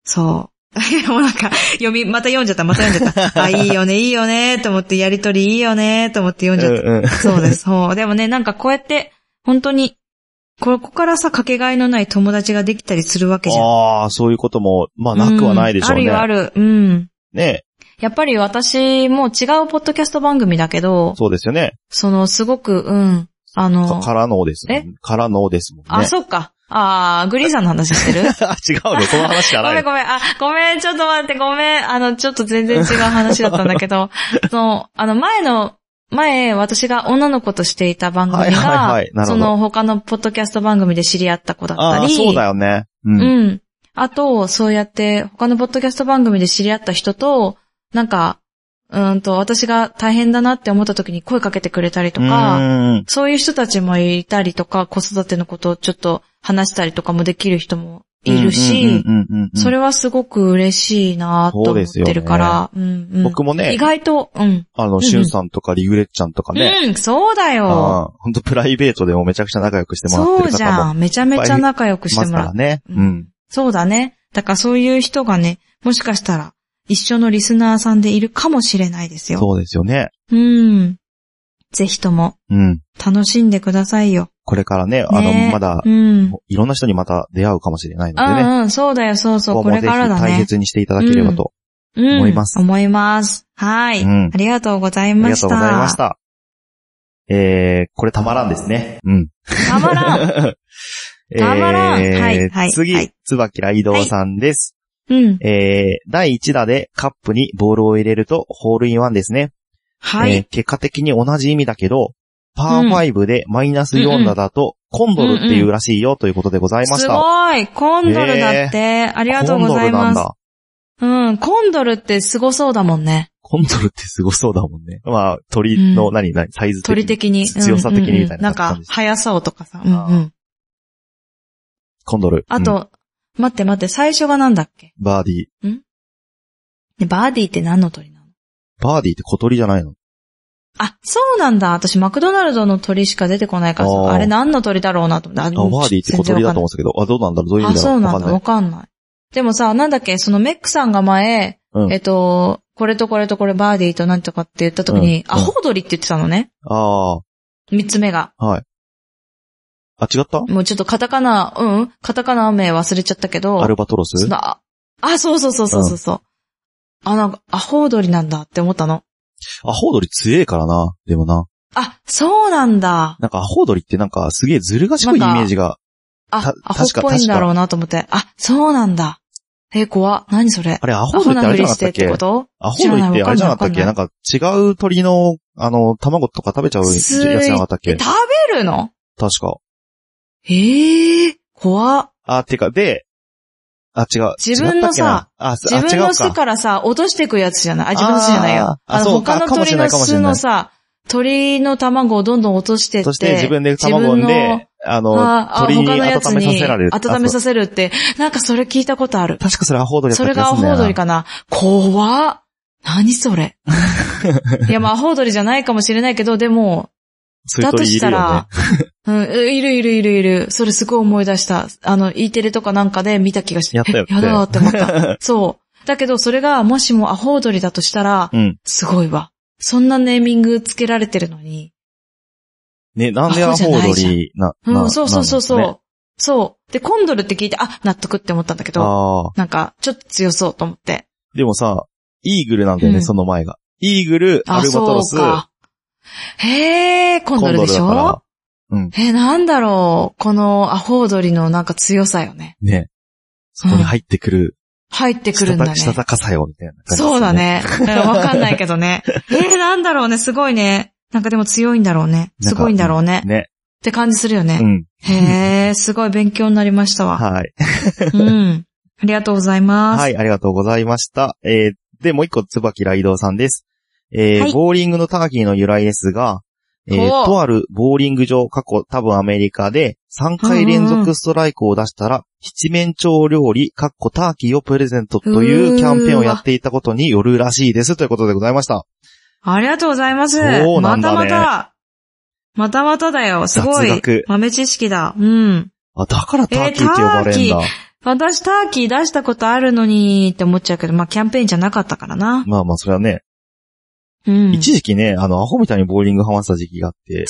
Speaker 2: そう。 もうなんか、読み、また読んじゃった、また読んじゃ った。あ、いいよね、いいよね、と思って、やりとりいいよね、と思って読んじゃっ
Speaker 1: うんうん
Speaker 2: た。そうです、そう。でもね、なんかこうやって、本当に、ここからさ、かけがえのない友達ができたりするわけじゃん。
Speaker 1: ああ、そういうことも、まあなくはないでしょうね。
Speaker 2: んあるよ、ある。うん。
Speaker 1: ね
Speaker 2: やっぱり私も違うポッドキャスト番組だけど、
Speaker 1: そうですよね。
Speaker 2: そのすごく、うん、あの、
Speaker 1: からのですもん
Speaker 2: え
Speaker 1: からのですもんね。
Speaker 2: あ、そっか。あーグリーンさんの話して
Speaker 1: あ
Speaker 2: る
Speaker 1: 違うね。その話じゃ
Speaker 2: ご
Speaker 1: な
Speaker 2: めん
Speaker 1: い。
Speaker 2: ごめん、あ、ごめん、ちょっと待って、ごめん、あの、ちょっと全然違う話だったんだ けど、その、あの、前の、前、私が女の子としていた番組が、
Speaker 1: はいはいはいなるほ
Speaker 2: そ
Speaker 1: ど
Speaker 2: の他のポッドキャスト番組で知り合った子だった
Speaker 1: あ
Speaker 2: り、
Speaker 1: あ、そうだよね。うん。
Speaker 2: うん。あと、そうやって、他のポッドキャスト番組で知り合った人と、なんか、うーんと、私が大変だなって思った時に声かけてくれたりとか、
Speaker 1: うん
Speaker 2: そういう人たちもいたりとか、子育てのことをちょっと話したりとかもできる人もいる
Speaker 1: う
Speaker 2: し、
Speaker 1: んうんうんうんうん
Speaker 2: それはすごく嬉しいなと思ってるから、うんうん
Speaker 1: 僕もね
Speaker 2: 意、外と、うん。
Speaker 1: あ
Speaker 2: ん
Speaker 1: の、しゅんさんとかリグレッちゃんとかね。
Speaker 2: うん、そうだよ。
Speaker 1: ああ本当プライベートでもめちゃくちゃ仲良くしてもらっ
Speaker 2: そ
Speaker 1: て
Speaker 2: う
Speaker 1: る
Speaker 2: じ
Speaker 1: 方
Speaker 2: ゃ
Speaker 1: も
Speaker 2: ん。めちゃめちゃ仲良く
Speaker 1: い
Speaker 2: して
Speaker 1: ます
Speaker 2: も
Speaker 1: かららね。
Speaker 2: う
Speaker 1: うんん。
Speaker 2: そうだね。だからそういう人がね、もしかしたら一緒のリスナーさんでいるかもしれないですよ。
Speaker 1: そうですよね。
Speaker 2: うん。ぜひとも
Speaker 1: うん。
Speaker 2: 楽しんでくださいよ。
Speaker 1: これからね、あの、
Speaker 2: ね
Speaker 1: まだ
Speaker 2: う、ん。
Speaker 1: いろんな人にまた出会うかもしれないの
Speaker 2: う
Speaker 1: でね。
Speaker 2: んうん、そうだよ、そうそう、
Speaker 1: こ
Speaker 2: こ
Speaker 1: こも
Speaker 2: れ
Speaker 1: ぜひ
Speaker 2: からだ
Speaker 1: 大
Speaker 2: ね。
Speaker 1: 切にしていただければと。
Speaker 2: 思
Speaker 1: います
Speaker 2: 思います。はい、
Speaker 1: うん
Speaker 2: ありがとうござい
Speaker 1: あり
Speaker 2: ま
Speaker 1: が
Speaker 2: し
Speaker 1: と
Speaker 2: た。
Speaker 1: うございました。えー、これたまらんですね。うん。
Speaker 2: たまらん。
Speaker 1: えー
Speaker 2: たまらんはいはいはい
Speaker 1: 次、つばきらいどうさんです。
Speaker 2: うん。
Speaker 1: えー、第1打でカップにボールを入れるとホールインワンですね。
Speaker 2: は
Speaker 1: えー
Speaker 2: い。
Speaker 1: 結果的に同じ意味だけど、パー5でマイナス4打だと、コンドルっていうらしいよということでございますした。
Speaker 2: ごいコンドルだって、ありがとうござ
Speaker 1: コン
Speaker 2: い
Speaker 1: ドルなん
Speaker 2: ます。
Speaker 1: だ。
Speaker 2: うん、コンドルって凄そうだもんね。
Speaker 1: コンドルってすごそうだもんね。まあ、鳥の
Speaker 2: う
Speaker 1: 何、何、サイズ的
Speaker 2: 鳥
Speaker 1: に。
Speaker 2: 的に。
Speaker 1: 強さ的にみたいな
Speaker 2: うんうんうんな
Speaker 1: 感
Speaker 2: ん
Speaker 1: じ
Speaker 2: か、速さをとかさ。うん
Speaker 1: あ
Speaker 2: うん
Speaker 1: ー。コンドル。
Speaker 2: あ
Speaker 1: うん
Speaker 2: と、待って待って、最初がなんだっけ
Speaker 1: バーディー。
Speaker 2: ねバーディーって何の鳥なの
Speaker 1: バーディーって小鳥じゃないの
Speaker 2: あ、そうなんだ。私、マクドナルドの鳥しか出てこないからさ
Speaker 1: あー
Speaker 2: あれ何の鳥だろうなと思って。あ
Speaker 1: あ、バーディーって小鳥だと思ってたけど、あ、どうなんだろうどういう意
Speaker 2: あ、
Speaker 1: 味だ
Speaker 2: そ
Speaker 1: ろ
Speaker 2: う
Speaker 1: う
Speaker 2: な
Speaker 1: わか
Speaker 2: んだ。
Speaker 1: んな
Speaker 2: わ
Speaker 1: い。
Speaker 2: かんない。でもさ、なんだっけ、そのメックさんが前、
Speaker 1: うん
Speaker 2: えっと、これとこれとこれバーディーとなんとかって言った時に、
Speaker 1: うん
Speaker 2: アホウドリって言ってたのね。
Speaker 1: ああ、
Speaker 2: 三つ目が。
Speaker 1: はい。あ、違った
Speaker 2: もうちょっとカタカナ、うん、カタカナ名忘れちゃったけど。
Speaker 1: アルバトロス
Speaker 2: そのあ、あ、そうそうそうそうそうそう。あ、なんか、アホウドリなんだって思ったの。
Speaker 1: アホウドリ強えからな。でもな。
Speaker 2: あ、そうなんだ。
Speaker 1: なんかアホウドリってなんかすげえずる賢いイメ
Speaker 2: なんか
Speaker 1: ージが。
Speaker 2: あ
Speaker 1: た、
Speaker 2: アホっぽいんだろうなと思って。あ、そうなんだ。え、怖っ。何それ
Speaker 1: あ。れ、ア
Speaker 2: ア
Speaker 1: ホウドリってあれじゃなかったっ
Speaker 2: って
Speaker 1: け
Speaker 2: こと
Speaker 1: アホウドリってあれじゃなかったっ
Speaker 2: 知
Speaker 1: け
Speaker 2: ら
Speaker 1: な
Speaker 2: ない
Speaker 1: んか違う鳥の、あの、卵とか食べちゃうやつ
Speaker 2: す
Speaker 1: じゃなかったっ
Speaker 2: え
Speaker 1: け
Speaker 2: 食べるの
Speaker 1: 確か。
Speaker 2: ええ怖っ。
Speaker 1: あ、てか、で、あ、違う。
Speaker 2: 自分
Speaker 1: 違った
Speaker 2: のさ
Speaker 1: っけな、あ、すあ
Speaker 2: 自分
Speaker 1: 違
Speaker 2: の
Speaker 1: う
Speaker 2: 巣
Speaker 1: か。
Speaker 2: からさ、落としていくやつじゃないあ、自分の巣じゃないよ。
Speaker 1: あーあ
Speaker 2: あの、
Speaker 1: そうか
Speaker 2: 他の
Speaker 1: かもし
Speaker 2: 鳥
Speaker 1: れな
Speaker 2: の
Speaker 1: いかもしれな
Speaker 2: 巣
Speaker 1: い
Speaker 2: のさ、鳥の卵をどんどん落としてって。
Speaker 1: そして自分で卵を産ん
Speaker 2: 自分の
Speaker 1: で、あの、
Speaker 2: あーあ
Speaker 1: 鳥に
Speaker 2: 他の
Speaker 1: 温
Speaker 2: や
Speaker 1: め
Speaker 2: つ
Speaker 1: させられる。
Speaker 2: 温めさせるって、なんかそれ聞いたことある
Speaker 1: あ。そう確かそれアホウドリだった
Speaker 2: そ
Speaker 1: 気
Speaker 2: れ
Speaker 1: が
Speaker 2: が
Speaker 1: す
Speaker 2: ア
Speaker 1: るんだ
Speaker 2: ホ
Speaker 1: よ
Speaker 2: ウ
Speaker 1: な
Speaker 2: ドリかな怖っ。何それ。いや、まあ、アホウドリじゃないかもしれないけど、でも、
Speaker 1: そういう
Speaker 2: だと
Speaker 1: 鳥い
Speaker 2: し
Speaker 1: る
Speaker 2: た
Speaker 1: よね
Speaker 2: ら。、うん、いるいるいるいるいる。それすごい思い出した。あの、E テレとかなんかで見た気がして。
Speaker 1: やったよ
Speaker 2: えやだーって思った。そう。だけど、それがもしもアホ踊りだとしたら、
Speaker 1: うん。
Speaker 2: すごいわ。そんなネーミングつけられてるのに。
Speaker 1: ね、なんでアホ
Speaker 2: アホ
Speaker 1: 踊
Speaker 2: じゃな
Speaker 1: りな、
Speaker 2: う
Speaker 1: な、
Speaker 2: ん、そうそうそうそう。
Speaker 1: なんですかね
Speaker 2: そう。で、コンドルって聞いて、あ、納得って思ったんだけど、
Speaker 1: ああ。
Speaker 2: なんか、ちょっと強そうと思って。
Speaker 1: でもさ、イーグルなんだよね、
Speaker 2: うん
Speaker 1: その前が。イーグル、ア
Speaker 2: あ、
Speaker 1: ルバト
Speaker 2: そ
Speaker 1: ロ
Speaker 2: う
Speaker 1: ス、
Speaker 2: か。へえ、コン
Speaker 1: コ
Speaker 2: ド
Speaker 1: ンドル
Speaker 2: ルで
Speaker 1: だ
Speaker 2: し
Speaker 1: か
Speaker 2: ょ
Speaker 1: ら。うん。
Speaker 2: え、なんだろう。このアホ踊りのなんか強さよね。
Speaker 1: ね。そこに入ってくる、
Speaker 2: 入ってく
Speaker 1: した
Speaker 2: るんだ
Speaker 1: た
Speaker 2: ね。
Speaker 1: したたかさよ、みたいな感じですよ
Speaker 2: そうだ。ね。うんわかんないけ どね。えー、なんだろうね。すごいね。なんかでも強いんだろうね。
Speaker 1: なん
Speaker 2: す
Speaker 1: か
Speaker 2: ごいんだろうね。
Speaker 1: ね。
Speaker 2: って感じするよ
Speaker 1: う
Speaker 2: ね。
Speaker 1: ん。
Speaker 2: へえ、すごい勉強になりましたわ。
Speaker 1: はい。
Speaker 2: うん。ありがとうございます。
Speaker 1: はい、ありがとうございました。えー、で、もう一個、椿雷道さんです。えー
Speaker 2: はい
Speaker 1: ボーリングのターキーの由来ですが、えー
Speaker 2: ほう
Speaker 1: とあるボーリング場、過去多分アメリカで3回連続ストライクを出したら、七面鳥料理、かっこターキーをプレゼントというキャンペーンをやっていたことによるらしいですということでございました。
Speaker 2: ありがとうございます。
Speaker 1: そうな
Speaker 2: ま
Speaker 1: んだ
Speaker 2: た
Speaker 1: ね
Speaker 2: また。またまただよ。すご
Speaker 1: 雑
Speaker 2: い
Speaker 1: 学。
Speaker 2: 豆知識だ。うん。
Speaker 1: あ、だからターキーって呼ばれるん
Speaker 2: えー
Speaker 1: だ。
Speaker 2: 私ターキー出したことあるのにって思っちゃうけど、まあキャンペーンじゃなかったからな。
Speaker 1: まあまあ、それはね、
Speaker 2: うん。
Speaker 1: 一時期ね、あの、アホみたいにボーリングハマってた時期があって、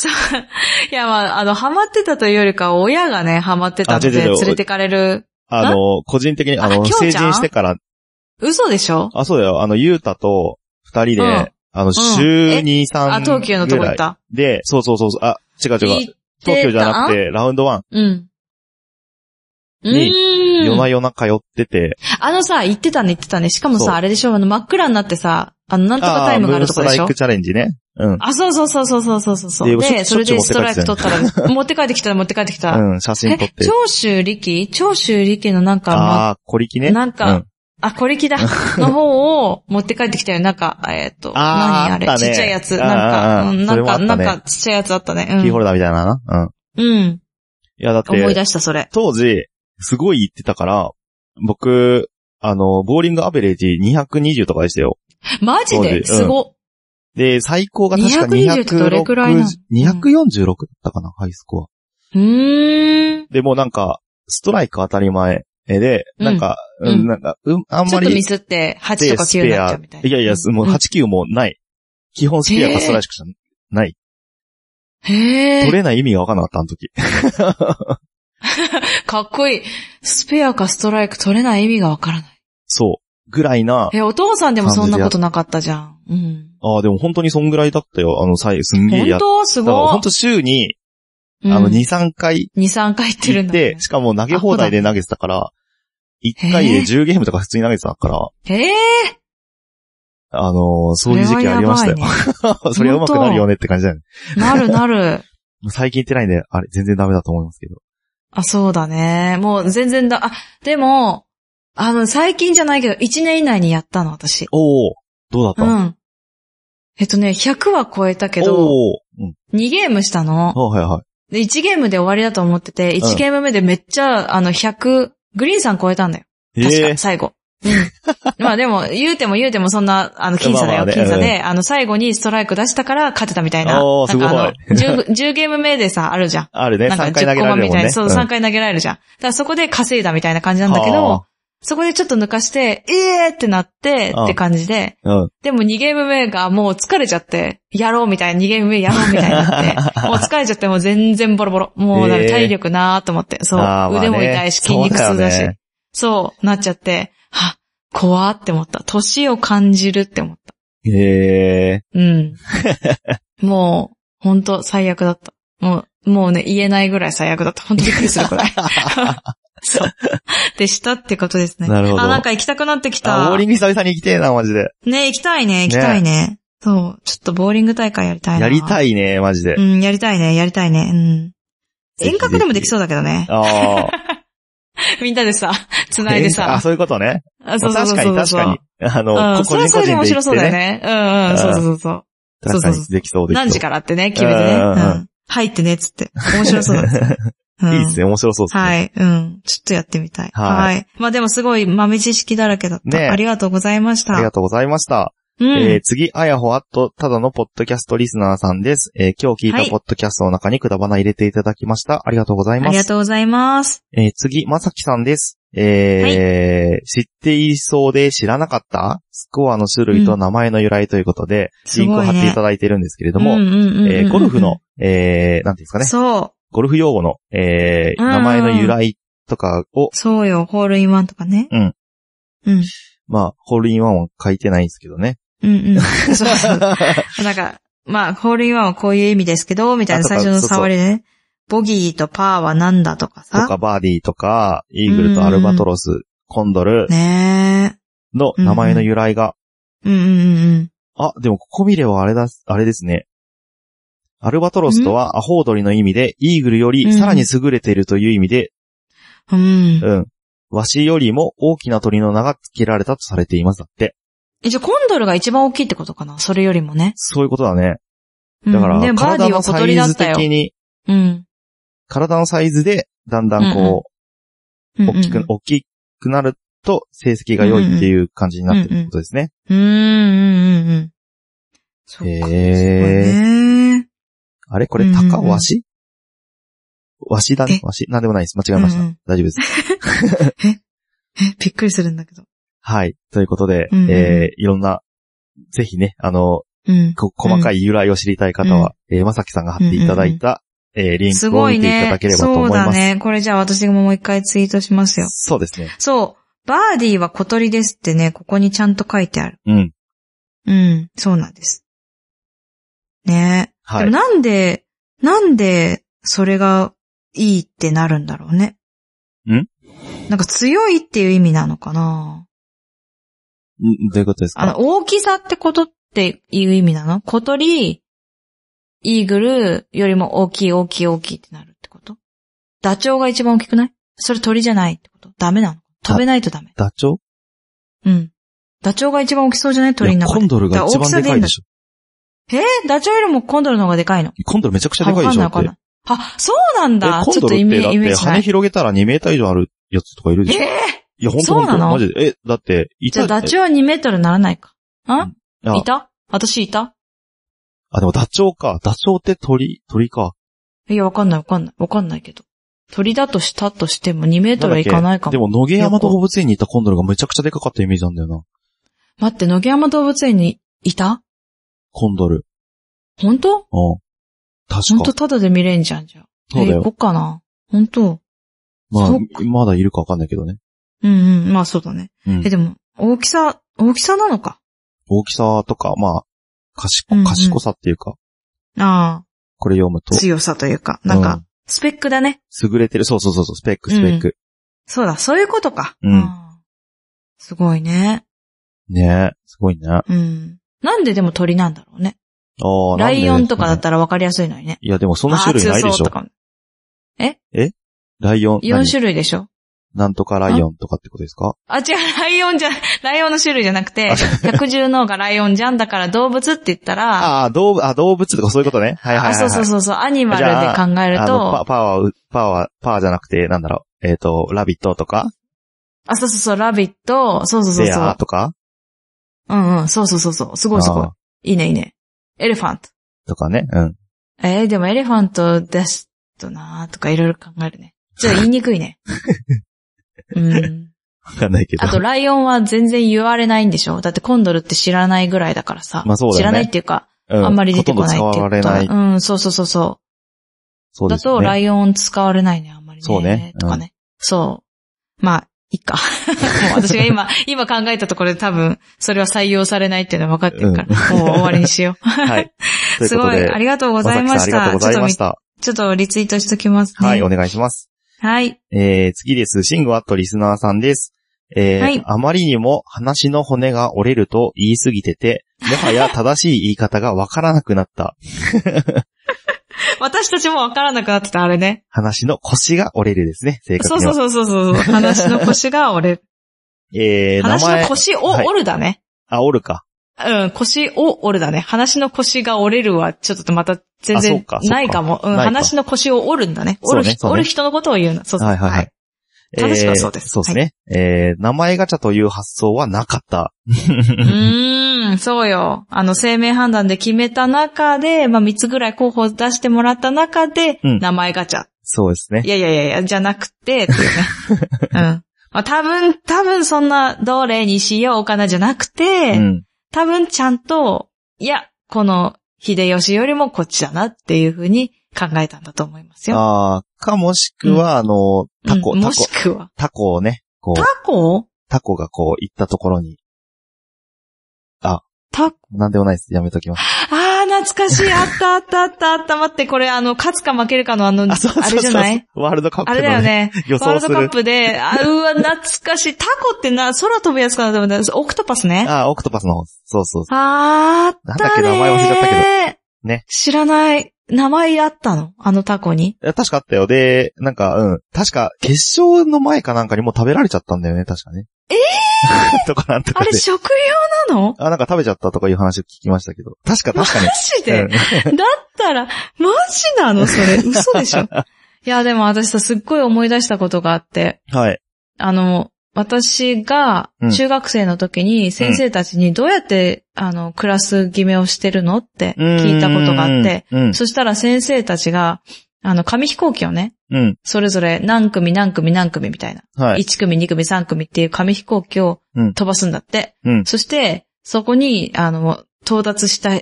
Speaker 2: いや、まあ、あの、ハマってたというよりか、親がね、ハマってたので、
Speaker 1: あ違う違う
Speaker 2: 連れてかれる。
Speaker 1: あの、個人的に、あの、
Speaker 2: あ京ちゃ
Speaker 1: 成
Speaker 2: ん
Speaker 1: 人してから
Speaker 2: 嘘でしょ
Speaker 1: あ、そうだよ。あの、ゆうたと二人で、
Speaker 2: うん
Speaker 1: あの、週2、三
Speaker 2: あ、東急のとこ行った。
Speaker 1: で、そうそうそうそう。あ、違う違う。
Speaker 2: 行ってた
Speaker 1: 東京じゃなくて、ラウンドワ
Speaker 2: うん。う
Speaker 1: にン夜
Speaker 2: ー。
Speaker 1: なん夜な通ってて、
Speaker 2: あのさ、行ってたね、行ってたね。しかも
Speaker 1: そう
Speaker 2: さ、あれでしょあの、真っ暗になってさ、あの、なんとかタイムがあるとこでし
Speaker 1: あームーンストライ
Speaker 2: ょ
Speaker 1: クチャレンジね。うん。
Speaker 2: あ、そうそうそうそうそうそうそうそう。
Speaker 1: でし
Speaker 2: で、そ
Speaker 1: ょ
Speaker 2: れ
Speaker 1: っちゅう
Speaker 2: でストライク取ったら、持って帰ってきたら持って帰ってきた。
Speaker 1: うん、写真
Speaker 2: え
Speaker 1: 撮って、。
Speaker 2: 長州力長州力のなんか、ま
Speaker 1: ああ、小力ね。
Speaker 2: なんか
Speaker 1: うん
Speaker 2: あ、これ きだ。の方を持って帰ってきたよ。なんか、えっと、
Speaker 1: あー
Speaker 2: 何あれ
Speaker 1: あった
Speaker 2: ち
Speaker 1: ね
Speaker 2: っちゃいやつ。
Speaker 1: あー
Speaker 2: なん
Speaker 1: あー
Speaker 2: か、うん
Speaker 1: そ
Speaker 2: な
Speaker 1: れ
Speaker 2: ん
Speaker 1: もあ
Speaker 2: か、
Speaker 1: ったね
Speaker 2: なんか、ちっちゃいやつあったね。う
Speaker 1: キーホ
Speaker 2: ん。
Speaker 1: ルダーみたいなな。うん。
Speaker 2: うん。
Speaker 1: いや、だっ
Speaker 2: 思い
Speaker 1: て、
Speaker 2: 出した、それ。
Speaker 1: 当時、すごい行ってたから、僕、あの、ボーリングアベレージ220とかでしたよ。
Speaker 2: マジ
Speaker 1: 当時う
Speaker 2: で
Speaker 1: ん
Speaker 2: すご。
Speaker 1: で、最高が確か
Speaker 2: 220ってどれくらいなの
Speaker 1: 260 246だったかな、ハイスコア。
Speaker 2: うーん。
Speaker 1: で、もうなんか、ストライク当たり前で、
Speaker 2: うん
Speaker 1: なんか、う
Speaker 2: うん
Speaker 1: ん、なんか、うん、あん
Speaker 2: ち
Speaker 1: ま
Speaker 2: ょっと
Speaker 1: り
Speaker 2: ミ、スって、8
Speaker 1: で
Speaker 2: とか
Speaker 1: ス
Speaker 2: 9に
Speaker 1: ペ
Speaker 2: なっ
Speaker 1: ア、
Speaker 2: ちゃうみたいな。
Speaker 1: いやいや、もう
Speaker 2: うん
Speaker 1: 8、9もない。基本スペアかストライクしかない。
Speaker 2: へ
Speaker 1: 取
Speaker 2: え。
Speaker 1: れない意味がわかんなかった、あの時。
Speaker 2: かっこいい。スペアかストライク取れない意味がわからない。
Speaker 1: そう。ぐらいな、
Speaker 2: え、お父さんでもそんなことなかったじゃん。うん。
Speaker 1: ああ、でも本当にそんぐらいだったよ。あの、さい、すんげえや
Speaker 2: 本
Speaker 1: った。
Speaker 2: 当す
Speaker 1: だから
Speaker 2: ご
Speaker 1: 本
Speaker 2: い。
Speaker 1: 当週に、
Speaker 2: うん
Speaker 1: あの、2、3回
Speaker 2: 2、3回行ってる
Speaker 1: 行
Speaker 2: ん
Speaker 1: っ
Speaker 2: だね
Speaker 1: て、。しかも投げ放題で投げてたから、1回
Speaker 2: へ
Speaker 1: で
Speaker 2: ー
Speaker 1: 10ゲームとか普通に投げてたから、
Speaker 2: へえ。
Speaker 1: あのーそういう時期ありましたよ
Speaker 2: それ。はやばい ね
Speaker 1: それは上手くなるよねって感じだよね。
Speaker 2: なるなる。
Speaker 1: 最近行ってないんで、あれ、全然ダメだと思いますけど。
Speaker 2: あ、そうだね。もう全然だ。あ、でも、あの、最近じゃないけど、1年以内にやったの、私。
Speaker 1: おおどうだった
Speaker 2: う
Speaker 1: の
Speaker 2: ん。えっとね、100は超えたけど、
Speaker 1: おーうん。
Speaker 2: 2ゲームしたの
Speaker 1: あ。はいはい。
Speaker 2: で、1ゲームで終わりだと思ってて、1ゲーム目でめっちゃ、あの、100、グリーンさん超えたんだよ。確
Speaker 1: え
Speaker 2: か、最後。 うん。まあでも、言うても言うてもそんな、あの、僅差だ
Speaker 1: まあ
Speaker 2: よ、
Speaker 1: まあね
Speaker 2: 僅差で、あの、最後にストライク出したから勝てたみたいな。
Speaker 1: おー
Speaker 2: なんかあの
Speaker 1: すごい
Speaker 2: 10, 10ゲーム目でさ、あるじゃん。
Speaker 1: あるね。
Speaker 2: なんか
Speaker 1: 3回投
Speaker 2: 10
Speaker 1: げ
Speaker 2: コ
Speaker 1: ら
Speaker 2: マ
Speaker 1: れる
Speaker 2: み
Speaker 1: もん
Speaker 2: たい
Speaker 1: ね。
Speaker 2: な、そう、3回投げられるじゃん。だからそこで稼いだみたいな感じなんだけ
Speaker 1: はあ
Speaker 2: ど、そこでちょっと抜かして、えーってなって、
Speaker 1: ああ
Speaker 2: って感じで、
Speaker 1: うん。うん。
Speaker 2: でも2ゲーム目がもう疲れちゃって、やろうみたいな、2ゲーム目やろうみたいにな って、もう疲れちゃってもう全然ボロボロ。もうだめ
Speaker 1: ええ
Speaker 2: 体力なーと思って、そう、
Speaker 1: ああまあね
Speaker 2: 腕も痛いし筋肉痛
Speaker 1: そう
Speaker 2: だし、そう
Speaker 1: だよね
Speaker 2: なっちゃって、は、怖ーって思った。歳を感じるって思った。
Speaker 1: え
Speaker 2: うん。もう、ほんと最悪だった。もう、もうね、言えないぐらい最悪だった。ほんとびっくりする くらい。そう。でしたってことですね。
Speaker 1: なるほど
Speaker 2: あ、なんか行きたくなって
Speaker 1: ー。
Speaker 2: き
Speaker 1: あ、
Speaker 2: た
Speaker 1: ボー。リング久々に行きてえな、マジで。
Speaker 2: ね、行きたいね、行きたいね。そう。ちょっとボーリング大会やりたいな。
Speaker 1: やりた
Speaker 2: い。
Speaker 1: いね、マジで
Speaker 2: う。ん、やりたいね、やりたいね。うん。
Speaker 1: ぜひ
Speaker 2: 遠隔でもできそうだけどね。
Speaker 1: ああ。
Speaker 2: みん なでさ、繋いで
Speaker 1: えんあ、
Speaker 2: さ。
Speaker 1: そういうことね。ま
Speaker 2: あ
Speaker 1: あ確かに確かに。あの、
Speaker 2: う
Speaker 1: こ
Speaker 2: ん、それ
Speaker 1: 個人個
Speaker 2: はそれで
Speaker 1: 人
Speaker 2: 面
Speaker 1: で
Speaker 2: 白
Speaker 1: 行っ
Speaker 2: そう
Speaker 1: て
Speaker 2: だよ
Speaker 1: ね。
Speaker 2: ね。うんうん、そうそうそうそう。
Speaker 1: 確か
Speaker 2: そうそう
Speaker 1: にできそうできそう。
Speaker 2: 何時からってね、決めてね。
Speaker 1: うん
Speaker 2: う
Speaker 1: うんうん
Speaker 2: ん。入ってね、つって。面白そうだっつって。うん
Speaker 1: いいですね、面白そうですね。
Speaker 2: はい。うん。ちょっとやってみたい。
Speaker 1: はい
Speaker 2: まあでもすごい豆知識だらけだった。
Speaker 1: ね
Speaker 2: ありがとうございました。
Speaker 1: ありがとうございました。
Speaker 2: うん。
Speaker 1: えー次、あやほあっと、ただのポッドキャストリスナーさんです。えー今日聞い
Speaker 2: は
Speaker 1: た
Speaker 2: い
Speaker 1: ポッドキャストの中にくだばな入れていただきました。ありがとうござい
Speaker 2: あ
Speaker 1: ま
Speaker 2: りが
Speaker 1: す。
Speaker 2: とうございます。
Speaker 1: えー次、まさきさんです。えー知っていそうで知らなかったスコアの種類と名前の由来ということで、
Speaker 2: す
Speaker 1: リンクを
Speaker 2: ごい
Speaker 1: 貼ってい
Speaker 2: ね
Speaker 1: た。だいてるんですけれど
Speaker 2: うん
Speaker 1: も、
Speaker 2: うんうんうんうん
Speaker 1: えーゴルフの、えー、なんていうんですかね、
Speaker 2: そ
Speaker 1: ゴルフ用語の、えー、
Speaker 2: うん
Speaker 1: 名前の由来とかを
Speaker 2: う。、そうよ。ホールインワンとかね。
Speaker 1: うん。
Speaker 2: うん。
Speaker 1: まあ、ホールインワンは書いてないんですけど ね。
Speaker 2: うんうん。そうそう。なんか、まあ、ホールインワンはこういう意味ですけど、みたいな
Speaker 1: あとか
Speaker 2: 最初の触りでね。ボギーとパーはなんだとか
Speaker 1: と
Speaker 2: さ。
Speaker 1: か、バーディーとか、イーグルとアルバトロス、コンドル
Speaker 2: ね
Speaker 1: の名前の由来が、
Speaker 2: え。うんうんうんうん。
Speaker 1: あ、でもここ見ればあれだ、あれですね。アルバトロスとはアホウドリの意味で、イーグルよりさらに優れているという意味で、
Speaker 2: うん。
Speaker 1: うん。ワシよりも大きな鳥の名が付けられたとされていますだって。
Speaker 2: えじゃあ、コンドルが一番大きいってことかなそれよりもね。
Speaker 1: そういうことだね。
Speaker 2: うん
Speaker 1: だから
Speaker 2: で、、バーディ
Speaker 1: 体
Speaker 2: ーは
Speaker 1: の
Speaker 2: 小
Speaker 1: サ
Speaker 2: 鳥
Speaker 1: イ
Speaker 2: だっ
Speaker 1: ズ
Speaker 2: たよ。
Speaker 1: 的に、
Speaker 2: うん。
Speaker 1: 体のサイズで、だんだんこ
Speaker 2: う
Speaker 1: う、
Speaker 2: んうん
Speaker 1: 大きく、大きくなると、成績が良いっていう感じになってるってことですね。
Speaker 2: うんうんうんうん。そうか。
Speaker 1: へー
Speaker 2: そうね。
Speaker 1: あれこれ、
Speaker 2: うんうん
Speaker 1: 鷹ワシワシだね
Speaker 2: え。
Speaker 1: ワシなんでもないです。間違えました
Speaker 2: うんうん。
Speaker 1: 大丈夫です。
Speaker 2: えびっくりするんだけど。
Speaker 1: はい。ということで、
Speaker 2: うんうん
Speaker 1: えー、いろんな、ぜひね、あの、
Speaker 2: うん。
Speaker 1: こ細かい由来を知りたい方は、えー、まさきさんが貼っていただいた、えー、リン
Speaker 2: す
Speaker 1: クを
Speaker 2: ご
Speaker 1: 見
Speaker 2: い
Speaker 1: ていた
Speaker 2: ね
Speaker 1: だけ。ればと
Speaker 2: そ
Speaker 1: 思いう
Speaker 2: だ
Speaker 1: ます。
Speaker 2: ね。これじゃあ私ももう一回ツイートしますよ。
Speaker 1: そうですね。
Speaker 2: そう。バーディーは小鳥ですってね、ここにちゃんと書いてある。
Speaker 1: うん。
Speaker 2: うん。そうなんです。ねえ。
Speaker 1: は
Speaker 2: でも
Speaker 1: い。
Speaker 2: なんで、なんで、それがいいってなるんだろうね。
Speaker 1: ん
Speaker 2: なんか強いっていう意味なのかなん
Speaker 1: どういうことです
Speaker 2: あ
Speaker 1: か
Speaker 2: の、大きさってことっていう意味なの小鳥、イーグルよりも大きい大きい大きいってなるってことダチョウが一番大きくないそれ鳥じゃないってことダメなの飛べないとダメ。
Speaker 1: ダチョウ
Speaker 2: うん。ダチョウが一番大きそうじゃない鳥の
Speaker 1: いや
Speaker 2: 中
Speaker 1: コ
Speaker 2: で
Speaker 1: ン。ドルが一番でかいでしょ。
Speaker 2: えダチョウよりもコンドルの方がでかいの
Speaker 1: コンドルめちゃくちゃでかいでしょ。
Speaker 2: あわかんないわかんない。あ、そうなんだ
Speaker 1: え。コ
Speaker 2: ち
Speaker 1: ン
Speaker 2: ょ
Speaker 1: ドル
Speaker 2: っと
Speaker 1: っ
Speaker 2: イメ
Speaker 1: てだ
Speaker 2: イメー
Speaker 1: って
Speaker 2: ジな
Speaker 1: 羽
Speaker 2: い。
Speaker 1: 広げたら2メーター以上あるやつとかいる
Speaker 2: え
Speaker 1: でしょ。
Speaker 2: ー
Speaker 1: いや、ほんと
Speaker 2: そう
Speaker 1: ほ
Speaker 2: なん
Speaker 1: と、
Speaker 2: の
Speaker 1: マジで。え、だって、い
Speaker 2: じゃ
Speaker 1: た
Speaker 2: あダチ
Speaker 1: ョ
Speaker 2: ョウは2メートルにならないか。ん
Speaker 1: あ
Speaker 2: いた私いた
Speaker 1: あ、でもダチョウか。ダチョウって鳥、鳥か。
Speaker 2: いや、わかんないわかんない。わかんないけど。鳥だとしたとしても2メー
Speaker 1: な
Speaker 2: ト
Speaker 1: んだっ
Speaker 2: ルは
Speaker 1: け
Speaker 2: いかないか
Speaker 1: で
Speaker 2: も。
Speaker 1: も、野毛山動物園にいたコンドルがめちゃくちゃでかかったイメージなんだよな。
Speaker 2: 待って、野毛山動物園にいた
Speaker 1: コンドル。
Speaker 2: 本当
Speaker 1: うん。確
Speaker 2: 本
Speaker 1: か
Speaker 2: 当。ただで見れんじゃん、じゃあ。
Speaker 1: そうだ
Speaker 2: えー
Speaker 1: よ
Speaker 2: 行こっかな。本当
Speaker 1: ま
Speaker 2: そうか
Speaker 1: あ、まだいるかわかんないけどね。
Speaker 2: うんうん。まあそうだね。
Speaker 1: うん
Speaker 2: え、。でも、大きさ、大きさなのか。
Speaker 1: 大きさとか、まあ、賢
Speaker 2: うんう、ん
Speaker 1: 賢さっていうか、
Speaker 2: あ
Speaker 1: これ読む
Speaker 2: あ、
Speaker 1: と、
Speaker 2: 強さというか。なん
Speaker 1: う
Speaker 2: か、スペックだね。
Speaker 1: 優れてる。そうそうそうそう、スペック、スペック。
Speaker 2: そうだ、そういうことか。
Speaker 1: うん
Speaker 2: あーすごいね。
Speaker 1: ねえ、すごいね。あ
Speaker 2: うん。なんででも鳥なんだろうね。
Speaker 1: あ、
Speaker 2: ライオンとかだっ
Speaker 1: ら。
Speaker 2: たらわかりやすいのにね。
Speaker 1: いや、でもその種類ないで
Speaker 2: あー強
Speaker 1: し
Speaker 2: そ
Speaker 1: ょ
Speaker 2: うと。かも
Speaker 1: ライオン、
Speaker 2: 4
Speaker 1: 何
Speaker 2: 種類でしょ
Speaker 1: なんとかライオンとかってことですか
Speaker 2: あ、違う、ライオンじゃ、ライオンの種類じゃなくて、百獣の王がライオンじゃんだから動物って言ったら、あ、
Speaker 1: ああ、動物、あ、動物とかそういうことね。はいはいはい、はい。
Speaker 2: そうそうそうそう、アニマルで考える
Speaker 1: あの、パ
Speaker 2: と、
Speaker 1: パワー、パワー、パワーじゃなくて、なんだろう、えっ、と、ラビットとか、
Speaker 2: あ、そうそうそう、ラビット、そうそうそう
Speaker 1: ベ
Speaker 2: そ
Speaker 1: ア
Speaker 2: う、
Speaker 1: とか、
Speaker 2: うんうん、そうそうそうそう、すごいすごい
Speaker 1: あー。
Speaker 2: いいねいいね。エレファント。
Speaker 1: とかね、うん。
Speaker 2: えー、でもエレファントだしとなーとかいろいろ考えるね。ちょっと言いにく いね。うん。
Speaker 1: わかんないけど。
Speaker 2: あと、ライオンは全然言われないんでしょだってコンドルって知らないぐらいだからさ。
Speaker 1: まあそうだよね
Speaker 2: 知らないっていうか、
Speaker 1: う
Speaker 2: あんまり出てこない
Speaker 1: ほ
Speaker 2: っ
Speaker 1: と
Speaker 2: て
Speaker 1: んど
Speaker 2: いう
Speaker 1: 使
Speaker 2: こと
Speaker 1: われない。
Speaker 2: うん、そうそうそうそう。
Speaker 1: そうで
Speaker 2: だ
Speaker 1: すよ
Speaker 2: と、
Speaker 1: ね。
Speaker 2: ライオン使われないね、あんまりね。
Speaker 1: そうね
Speaker 2: とかね。そう。まあ、いいか。 もう私が 今、今考えたところで多分、それは採用されないっていうのは分かってるから、もう終わりにしよ
Speaker 1: はい。と いうことで
Speaker 2: う。
Speaker 1: す
Speaker 2: ごい、ありがとうございま
Speaker 1: まさ
Speaker 2: し
Speaker 1: きさんあり
Speaker 2: た。
Speaker 1: がとうございました。
Speaker 2: ちょっとみ、ちょっとリツイートしときますね。
Speaker 1: はい、お願いします。
Speaker 2: はい。
Speaker 1: えー、次です。シングアットリスナーさんです。えー
Speaker 2: はい
Speaker 1: あまりにも話の骨が折れると言いすぎてて、もはや正しい言い方がわからなくなった。
Speaker 2: 私たちも分からなくなってた、あれね。
Speaker 1: 話の腰が折れるですね、正確に
Speaker 2: そ
Speaker 1: は。
Speaker 2: うそうそうそうそう。話の腰が折れる。
Speaker 1: えー、名
Speaker 2: 話の
Speaker 1: 前、
Speaker 2: 腰を
Speaker 1: はい
Speaker 2: 折るだね。
Speaker 1: あ、折るか。
Speaker 2: うん、腰を折るだね。話の腰が折れるは、ちょっとまた全
Speaker 1: あそう
Speaker 2: 然
Speaker 1: かそうか
Speaker 2: ないかも。う
Speaker 1: な
Speaker 2: ん、
Speaker 1: いか
Speaker 2: 話の腰を折るんだね。
Speaker 1: そう
Speaker 2: 折
Speaker 1: ね
Speaker 2: る,、
Speaker 1: そうね
Speaker 2: 折る人のことを言うの。そうそう。
Speaker 1: はいはいはい。。えー
Speaker 2: 正しくはそうです
Speaker 1: そうですね。えー、名前ガチャという発想はなかった。
Speaker 2: うーん。うん、そうよ。あの、生命判断で決めた中で、まあ、3つぐらい候補を出してもらった中で、
Speaker 1: うん
Speaker 2: 名前ガチャ。
Speaker 1: そうですね
Speaker 2: い。やいやいやいや、じゃなくて、 っていうね。うん。まあ、多分、多分そんな、どれにしようかなじゃなくて、
Speaker 1: うん。
Speaker 2: 多分ちゃんと、いや、この、秀吉よりもこっちだなっていうふうに考えたんだと思いますよ。
Speaker 1: ああ、かもしくは、あの、タコ、
Speaker 2: うん
Speaker 1: タ
Speaker 2: も
Speaker 1: コ
Speaker 2: し、くは。
Speaker 1: タコをね、こう
Speaker 2: タ、コ
Speaker 1: タコがこう、行ったところに、
Speaker 2: タコ
Speaker 1: なんでもないです。やめときます。
Speaker 2: あー、懐かしい。あったあったあったあった。待って、これ、あの、勝つか負けるか のあの、
Speaker 1: あ、そうそう
Speaker 2: あ
Speaker 1: そう
Speaker 2: れじ
Speaker 1: そ
Speaker 2: ゃ
Speaker 1: う
Speaker 2: ない
Speaker 1: ワールドカップ
Speaker 2: あ
Speaker 1: の、
Speaker 2: れ
Speaker 1: ね、
Speaker 2: だよね。
Speaker 1: 予
Speaker 2: ワー
Speaker 1: 想
Speaker 2: ル
Speaker 1: す
Speaker 2: ド
Speaker 1: る。
Speaker 2: カップで、あ、うわ、懐かしい。タコってな、空飛ぶやつかなと思ったらオクトパスね。
Speaker 1: ああ、オクトパスの方。そうそうそ
Speaker 2: あーあっ
Speaker 1: なん
Speaker 2: たねー。
Speaker 1: だっけ名前忘れちゃったけどね
Speaker 2: 知らない。名前あったのあのタコに。
Speaker 1: う。いや確かあったよ。で、なんか、うん。確か、決勝の前かなんかにもう食べられちゃったんだよね、確かね。ええ とかなんと
Speaker 2: あ
Speaker 1: かで
Speaker 2: れ。食用なの
Speaker 1: あ、なんか食べちゃったとかいう話を聞きましたけど。確か
Speaker 2: マ
Speaker 1: 確かに。
Speaker 2: ジで、だったら、マジなのそれ。嘘でしょ。 いや、でも私さ、すっごい思い出したことがあって、
Speaker 1: うんはい。
Speaker 2: あの、私が
Speaker 1: うん
Speaker 2: 中学生の時に先生たちにどうやって、あの、クラス決めをしてるのって聞いたことがあって、
Speaker 1: うん。
Speaker 2: そしたら先生たちが、あの、紙飛行機をね、
Speaker 1: うん。
Speaker 2: それぞれ何組何組何組みたいな。
Speaker 1: はい。
Speaker 2: 1組、2組、3組っていう紙飛行機を
Speaker 1: うん
Speaker 2: 飛ばすんだって。
Speaker 1: うん
Speaker 2: そして、そこに、あの、到達した、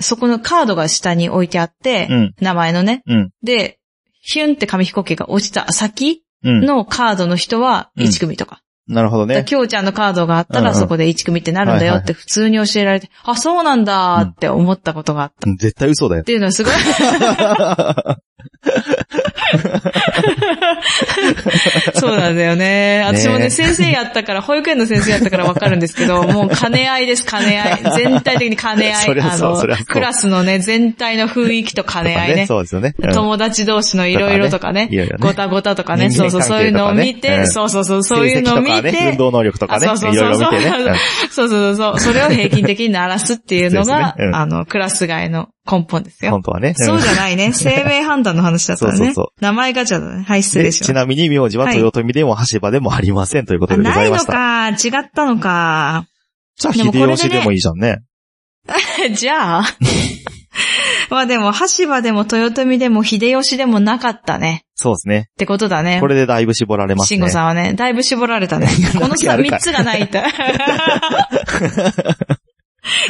Speaker 2: そこのカードが下に置いてあって、
Speaker 1: うん。
Speaker 2: 名前のね。
Speaker 1: うん
Speaker 2: で、ヒュンって紙飛行機が落ちた先
Speaker 1: うん。
Speaker 2: のカードの人は
Speaker 1: うん
Speaker 2: 1組とか。
Speaker 1: なるほど
Speaker 2: だから
Speaker 1: ね。
Speaker 2: きょうちゃんのカードがあった
Speaker 1: う
Speaker 2: ら
Speaker 1: んうん
Speaker 2: そこで1組ってなるんだよって普通に教えられて、あ、そうなんだーって思ったことがあった。
Speaker 1: うん絶対嘘だよ
Speaker 2: っ。ていうのはすごい。そうなんだよね。
Speaker 1: ねえ
Speaker 2: 私もね、先生やったから、保育園の先生やったからわかるんですけ ど、もう兼ね合いです、兼ね合い。全体的に兼ね合
Speaker 1: そ
Speaker 2: い。
Speaker 1: りゃ
Speaker 2: あ
Speaker 1: そう
Speaker 2: の
Speaker 1: そりゃそう、
Speaker 2: クラスのね、全体の雰囲気と兼ね合いね。
Speaker 1: そうですよね。うん
Speaker 2: 友達同士のいろいろとか
Speaker 1: い
Speaker 2: ね。
Speaker 1: ろいろ
Speaker 2: ご
Speaker 1: ね。
Speaker 2: たごたとかね、
Speaker 1: 人
Speaker 2: そ
Speaker 1: 間関係
Speaker 2: う
Speaker 1: とか
Speaker 2: そ
Speaker 1: ね
Speaker 2: う、そういうのを見
Speaker 1: う
Speaker 2: て、
Speaker 1: ん
Speaker 2: そうそうそう、そうい
Speaker 1: 成
Speaker 2: う
Speaker 1: 績
Speaker 2: のを
Speaker 1: と
Speaker 2: 見
Speaker 1: かね、運
Speaker 2: て、
Speaker 1: 動能力とかね
Speaker 2: あそう、
Speaker 1: い
Speaker 2: そう
Speaker 1: ろ
Speaker 2: そ
Speaker 1: いうろ
Speaker 2: そう
Speaker 1: 見てね。
Speaker 2: そうそうそう、それを平均的に鳴らすっていうのが
Speaker 1: そうですねう、ん
Speaker 2: あの、クラス外の根本です
Speaker 1: うん
Speaker 2: よ
Speaker 1: 本。当はね。ん
Speaker 2: そうじゃないね。生命判断の話だったら
Speaker 1: そうそ
Speaker 2: ね
Speaker 1: うそ。
Speaker 2: 名前ガチャだね。はい、失礼
Speaker 1: で
Speaker 2: しま
Speaker 1: ち
Speaker 2: した。
Speaker 1: なみに名字は
Speaker 2: はい
Speaker 1: 豊臣でも橋場でもありませんということ
Speaker 2: あ
Speaker 1: でご
Speaker 2: な
Speaker 1: ざい
Speaker 2: い
Speaker 1: ま
Speaker 2: の
Speaker 1: した。
Speaker 2: か、違ったのか。
Speaker 1: じゃあ、
Speaker 2: でもこれで
Speaker 1: 秀吉
Speaker 2: ね
Speaker 1: でもいいじゃんね。
Speaker 2: じゃあ。まあでも、橋場でも豊臣でも秀吉でもなかったね。
Speaker 1: そうですね。
Speaker 2: ってことだね
Speaker 1: こ。れでだいぶ絞られます
Speaker 2: 慎
Speaker 1: ね。
Speaker 2: 吾。さんはね、だいぶ絞られたね この
Speaker 1: や
Speaker 2: さ、
Speaker 1: るか
Speaker 2: 三つがな いと。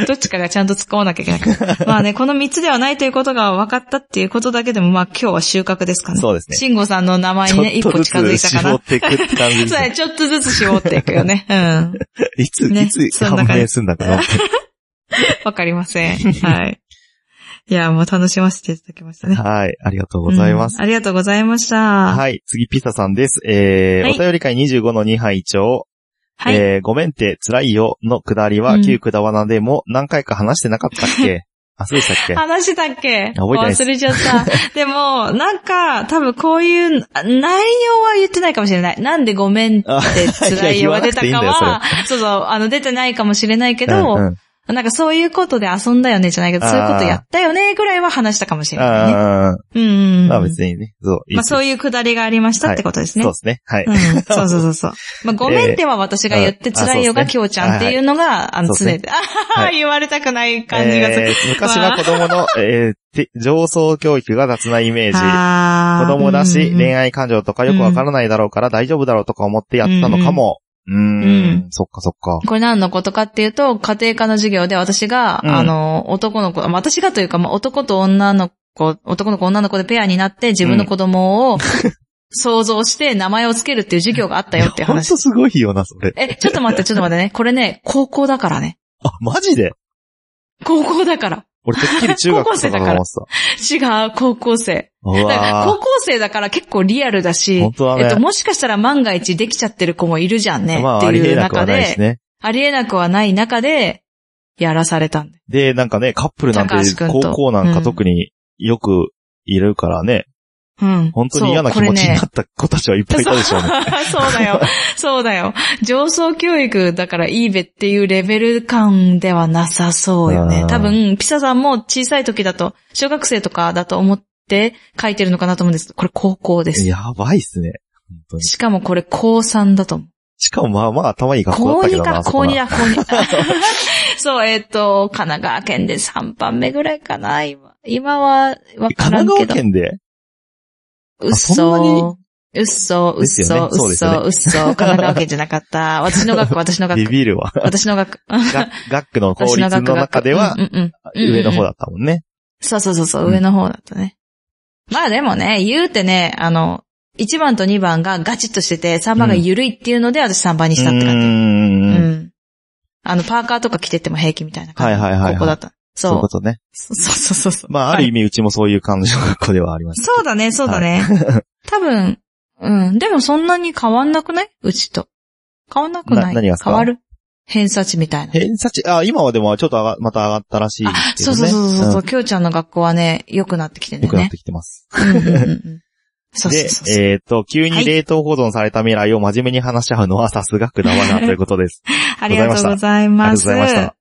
Speaker 2: どっちかがちゃんと突っ込まなきゃいけないから。まあね、この三つではないということが分かったっていうことだけでも、まあ今日は収穫ですかね。
Speaker 1: そうですね
Speaker 2: 慎吾さんの名前にね、
Speaker 1: ち
Speaker 2: 一
Speaker 1: ょっ
Speaker 2: 歩
Speaker 1: とず
Speaker 2: 近づい
Speaker 1: つ
Speaker 2: たか
Speaker 1: 絞
Speaker 2: な
Speaker 1: っ。ていくって感じで
Speaker 2: そ
Speaker 1: す
Speaker 2: う
Speaker 1: ね
Speaker 2: ね、ちょっとずつ絞っていくよね。うん。
Speaker 1: いつ、
Speaker 2: ね
Speaker 1: いつ
Speaker 2: そんな
Speaker 1: 判
Speaker 2: 感じ
Speaker 1: 明すんだかな。
Speaker 2: わかりません。 はい。いや、もう楽しませていただきましたね。
Speaker 1: はい、ありがとうございます。
Speaker 2: うんありがとうございました。はい。
Speaker 1: はい、次ピサさんです。えー
Speaker 2: はい
Speaker 1: お便り会25の2杯長、えーごめんて辛いよのくだりは、
Speaker 2: うん
Speaker 1: 旧くだわなでも何回か話してなかったっ けあ、そうでしたっけ
Speaker 2: 話したっけ
Speaker 1: 覚えてないです
Speaker 2: 忘れちゃった。 でも、なんか、多分こういう、あ内容は言ってないかもしれない。なんでごめんって
Speaker 1: あ
Speaker 2: 辛いよが出た
Speaker 1: いや
Speaker 2: か
Speaker 1: 言わな
Speaker 2: は、そうそう、あの、出てないかもしれないけど、
Speaker 1: うんうん
Speaker 2: なんかそういうことで遊んだよねじゃないけど、
Speaker 1: あー
Speaker 2: そういうことやったよねぐらいは話したかもしれないね。
Speaker 1: あ
Speaker 2: うんうんう
Speaker 1: あ、
Speaker 2: ん。
Speaker 1: まあ別にね。そう、いい
Speaker 2: まあ
Speaker 1: です
Speaker 2: そういうくだりがありましたってことですね。
Speaker 1: そうですね。はい。
Speaker 2: うんそうそうそ うそう。まあ、ごめんでは私が言っ
Speaker 1: え
Speaker 2: て、
Speaker 1: ー
Speaker 2: 辛い
Speaker 1: あそ
Speaker 2: よ
Speaker 1: う
Speaker 2: が
Speaker 1: ですね
Speaker 2: きょうちゃんっていうのが、あの、
Speaker 1: そ
Speaker 2: 常
Speaker 1: うです
Speaker 2: で、あは
Speaker 1: は
Speaker 2: はい言われたくない感じがする。
Speaker 1: えー昔は子供 の、えーて上層教育が雑なイメージ。
Speaker 2: あ
Speaker 1: 子
Speaker 2: ー
Speaker 1: 供だし、恋。愛感情とかよくわからないだろうから大丈夫だろうとか思ってやったのかも。うーん、
Speaker 2: うん
Speaker 1: そっかそっか
Speaker 2: うん。これ何のことかっていうと、家庭科の授業で私が、
Speaker 1: うん
Speaker 2: あの、男の子、まあ私がというか、まあ、男と女の子、男の子女の子でペアになって自分の子供を、 想像して名前をつけるっていう授業があったよっていう
Speaker 1: ほん
Speaker 2: 話。
Speaker 1: とすごいよな、それ。
Speaker 2: え、ちょっと待って、ちょっと待ってね。これね、高校だからね。
Speaker 1: あ、マジで
Speaker 2: 高校だから。
Speaker 1: 俺てっきり中学とかだと思ってた。
Speaker 2: 違う、高校生。
Speaker 1: う
Speaker 2: だから
Speaker 1: わ
Speaker 2: 高校生だから結構リアルだし、
Speaker 1: 本当だね
Speaker 2: えっと、もしかしたら万が一できちゃってる子もいるじゃんね。
Speaker 1: ー。ま
Speaker 2: っ
Speaker 1: あ、
Speaker 2: て
Speaker 1: あり
Speaker 2: い
Speaker 1: え
Speaker 2: う
Speaker 1: なく
Speaker 2: 中
Speaker 1: はないし
Speaker 2: で、
Speaker 1: ね。
Speaker 2: ありえなくはない中で、やらされたんだよ
Speaker 1: で、なんかね、カップルなんて
Speaker 2: 高橋君
Speaker 1: 高
Speaker 2: と
Speaker 1: 校なん
Speaker 2: う
Speaker 1: か
Speaker 2: ん
Speaker 1: 特によくいるからね、
Speaker 2: うん。
Speaker 1: 本当に嫌な気持ちになった子たちはいっぱいいたでしょうね。
Speaker 2: そうそうだよ。そうだよ。上層教育だからいいべっていうレベル感ではなさそうよ
Speaker 1: う
Speaker 2: ね
Speaker 1: ん。
Speaker 2: 多分、ピサさんも小さい時だと、小学生とかだと思って書 いてるのかなと思うんですけど、これ高校です。
Speaker 1: やばいっすね。本当に。
Speaker 2: しかもこれ高3だと思う。
Speaker 1: しかもまあまあ頭いい学校だ
Speaker 2: 高
Speaker 1: ったけ
Speaker 2: 2
Speaker 1: ど
Speaker 2: か
Speaker 1: な、、
Speaker 2: 高
Speaker 1: だ。
Speaker 2: 2だ、高2。そ う、えっ、と、神奈川県で3番目ぐらいかな、今。今は、わ
Speaker 1: 神
Speaker 2: か
Speaker 1: 奈
Speaker 2: らんけ
Speaker 1: 川
Speaker 2: ど。
Speaker 1: 県で
Speaker 2: うっ
Speaker 1: そんなに
Speaker 2: そ。うっそ、うっ
Speaker 1: ですよ
Speaker 2: そ
Speaker 1: ね、
Speaker 2: うっ
Speaker 1: そうですよね
Speaker 2: そ、うっそ。神奈川県じゃなか った。私の学校、私の学
Speaker 1: ビ
Speaker 2: 校。
Speaker 1: ビるわ。
Speaker 2: 私の学、
Speaker 1: 学学区の公
Speaker 2: 私
Speaker 1: 立の中では
Speaker 2: う、んうんうんうん
Speaker 1: 上の方だったもんね。
Speaker 2: そうそうそうそう、
Speaker 1: うん
Speaker 2: 上の方だったね。まあでもね、言うてね、あの、1番と2番がガチッとしてて、3番が緩いっていうので、私3番に
Speaker 1: う
Speaker 2: したって
Speaker 1: ー。
Speaker 2: 感じ。うんん。あの、パーカーとか着てっても平気みたいな感じ。
Speaker 1: はいはいはいはい
Speaker 2: ここだった。
Speaker 1: そういう
Speaker 2: そ
Speaker 1: こ
Speaker 2: う。
Speaker 1: とね。
Speaker 2: そうそうそうそう。
Speaker 1: まあ、ある意味うちもそういう感じの学校ではあります。
Speaker 2: そうだね、そうだね。多分、うん。でもそんなに変わんなくないうちと。変わんなくない
Speaker 1: な何がですか
Speaker 2: 変わる偏差値みたいな。
Speaker 1: 偏差値、あ、今はでもちょっと上がまた上がったらしいで
Speaker 2: あ、
Speaker 1: すけ
Speaker 2: そ
Speaker 1: ど
Speaker 2: う
Speaker 1: ね。
Speaker 2: そうそうそうそう、
Speaker 1: ん
Speaker 2: きょうちゃんの学校はね、良くなってきてんだ
Speaker 1: 良
Speaker 2: よ
Speaker 1: くなっ
Speaker 2: ね。
Speaker 1: てきてます。
Speaker 2: うんうんうんうんそうそう
Speaker 1: で
Speaker 2: そう、そう。
Speaker 1: えっと、急
Speaker 2: は
Speaker 1: に
Speaker 2: い
Speaker 1: 冷凍保存された未来を真面目に話し合うのはさすがくだわなということ です。
Speaker 2: ありがとうござい
Speaker 1: ありが
Speaker 2: ま
Speaker 1: とう
Speaker 2: す。
Speaker 1: ございました。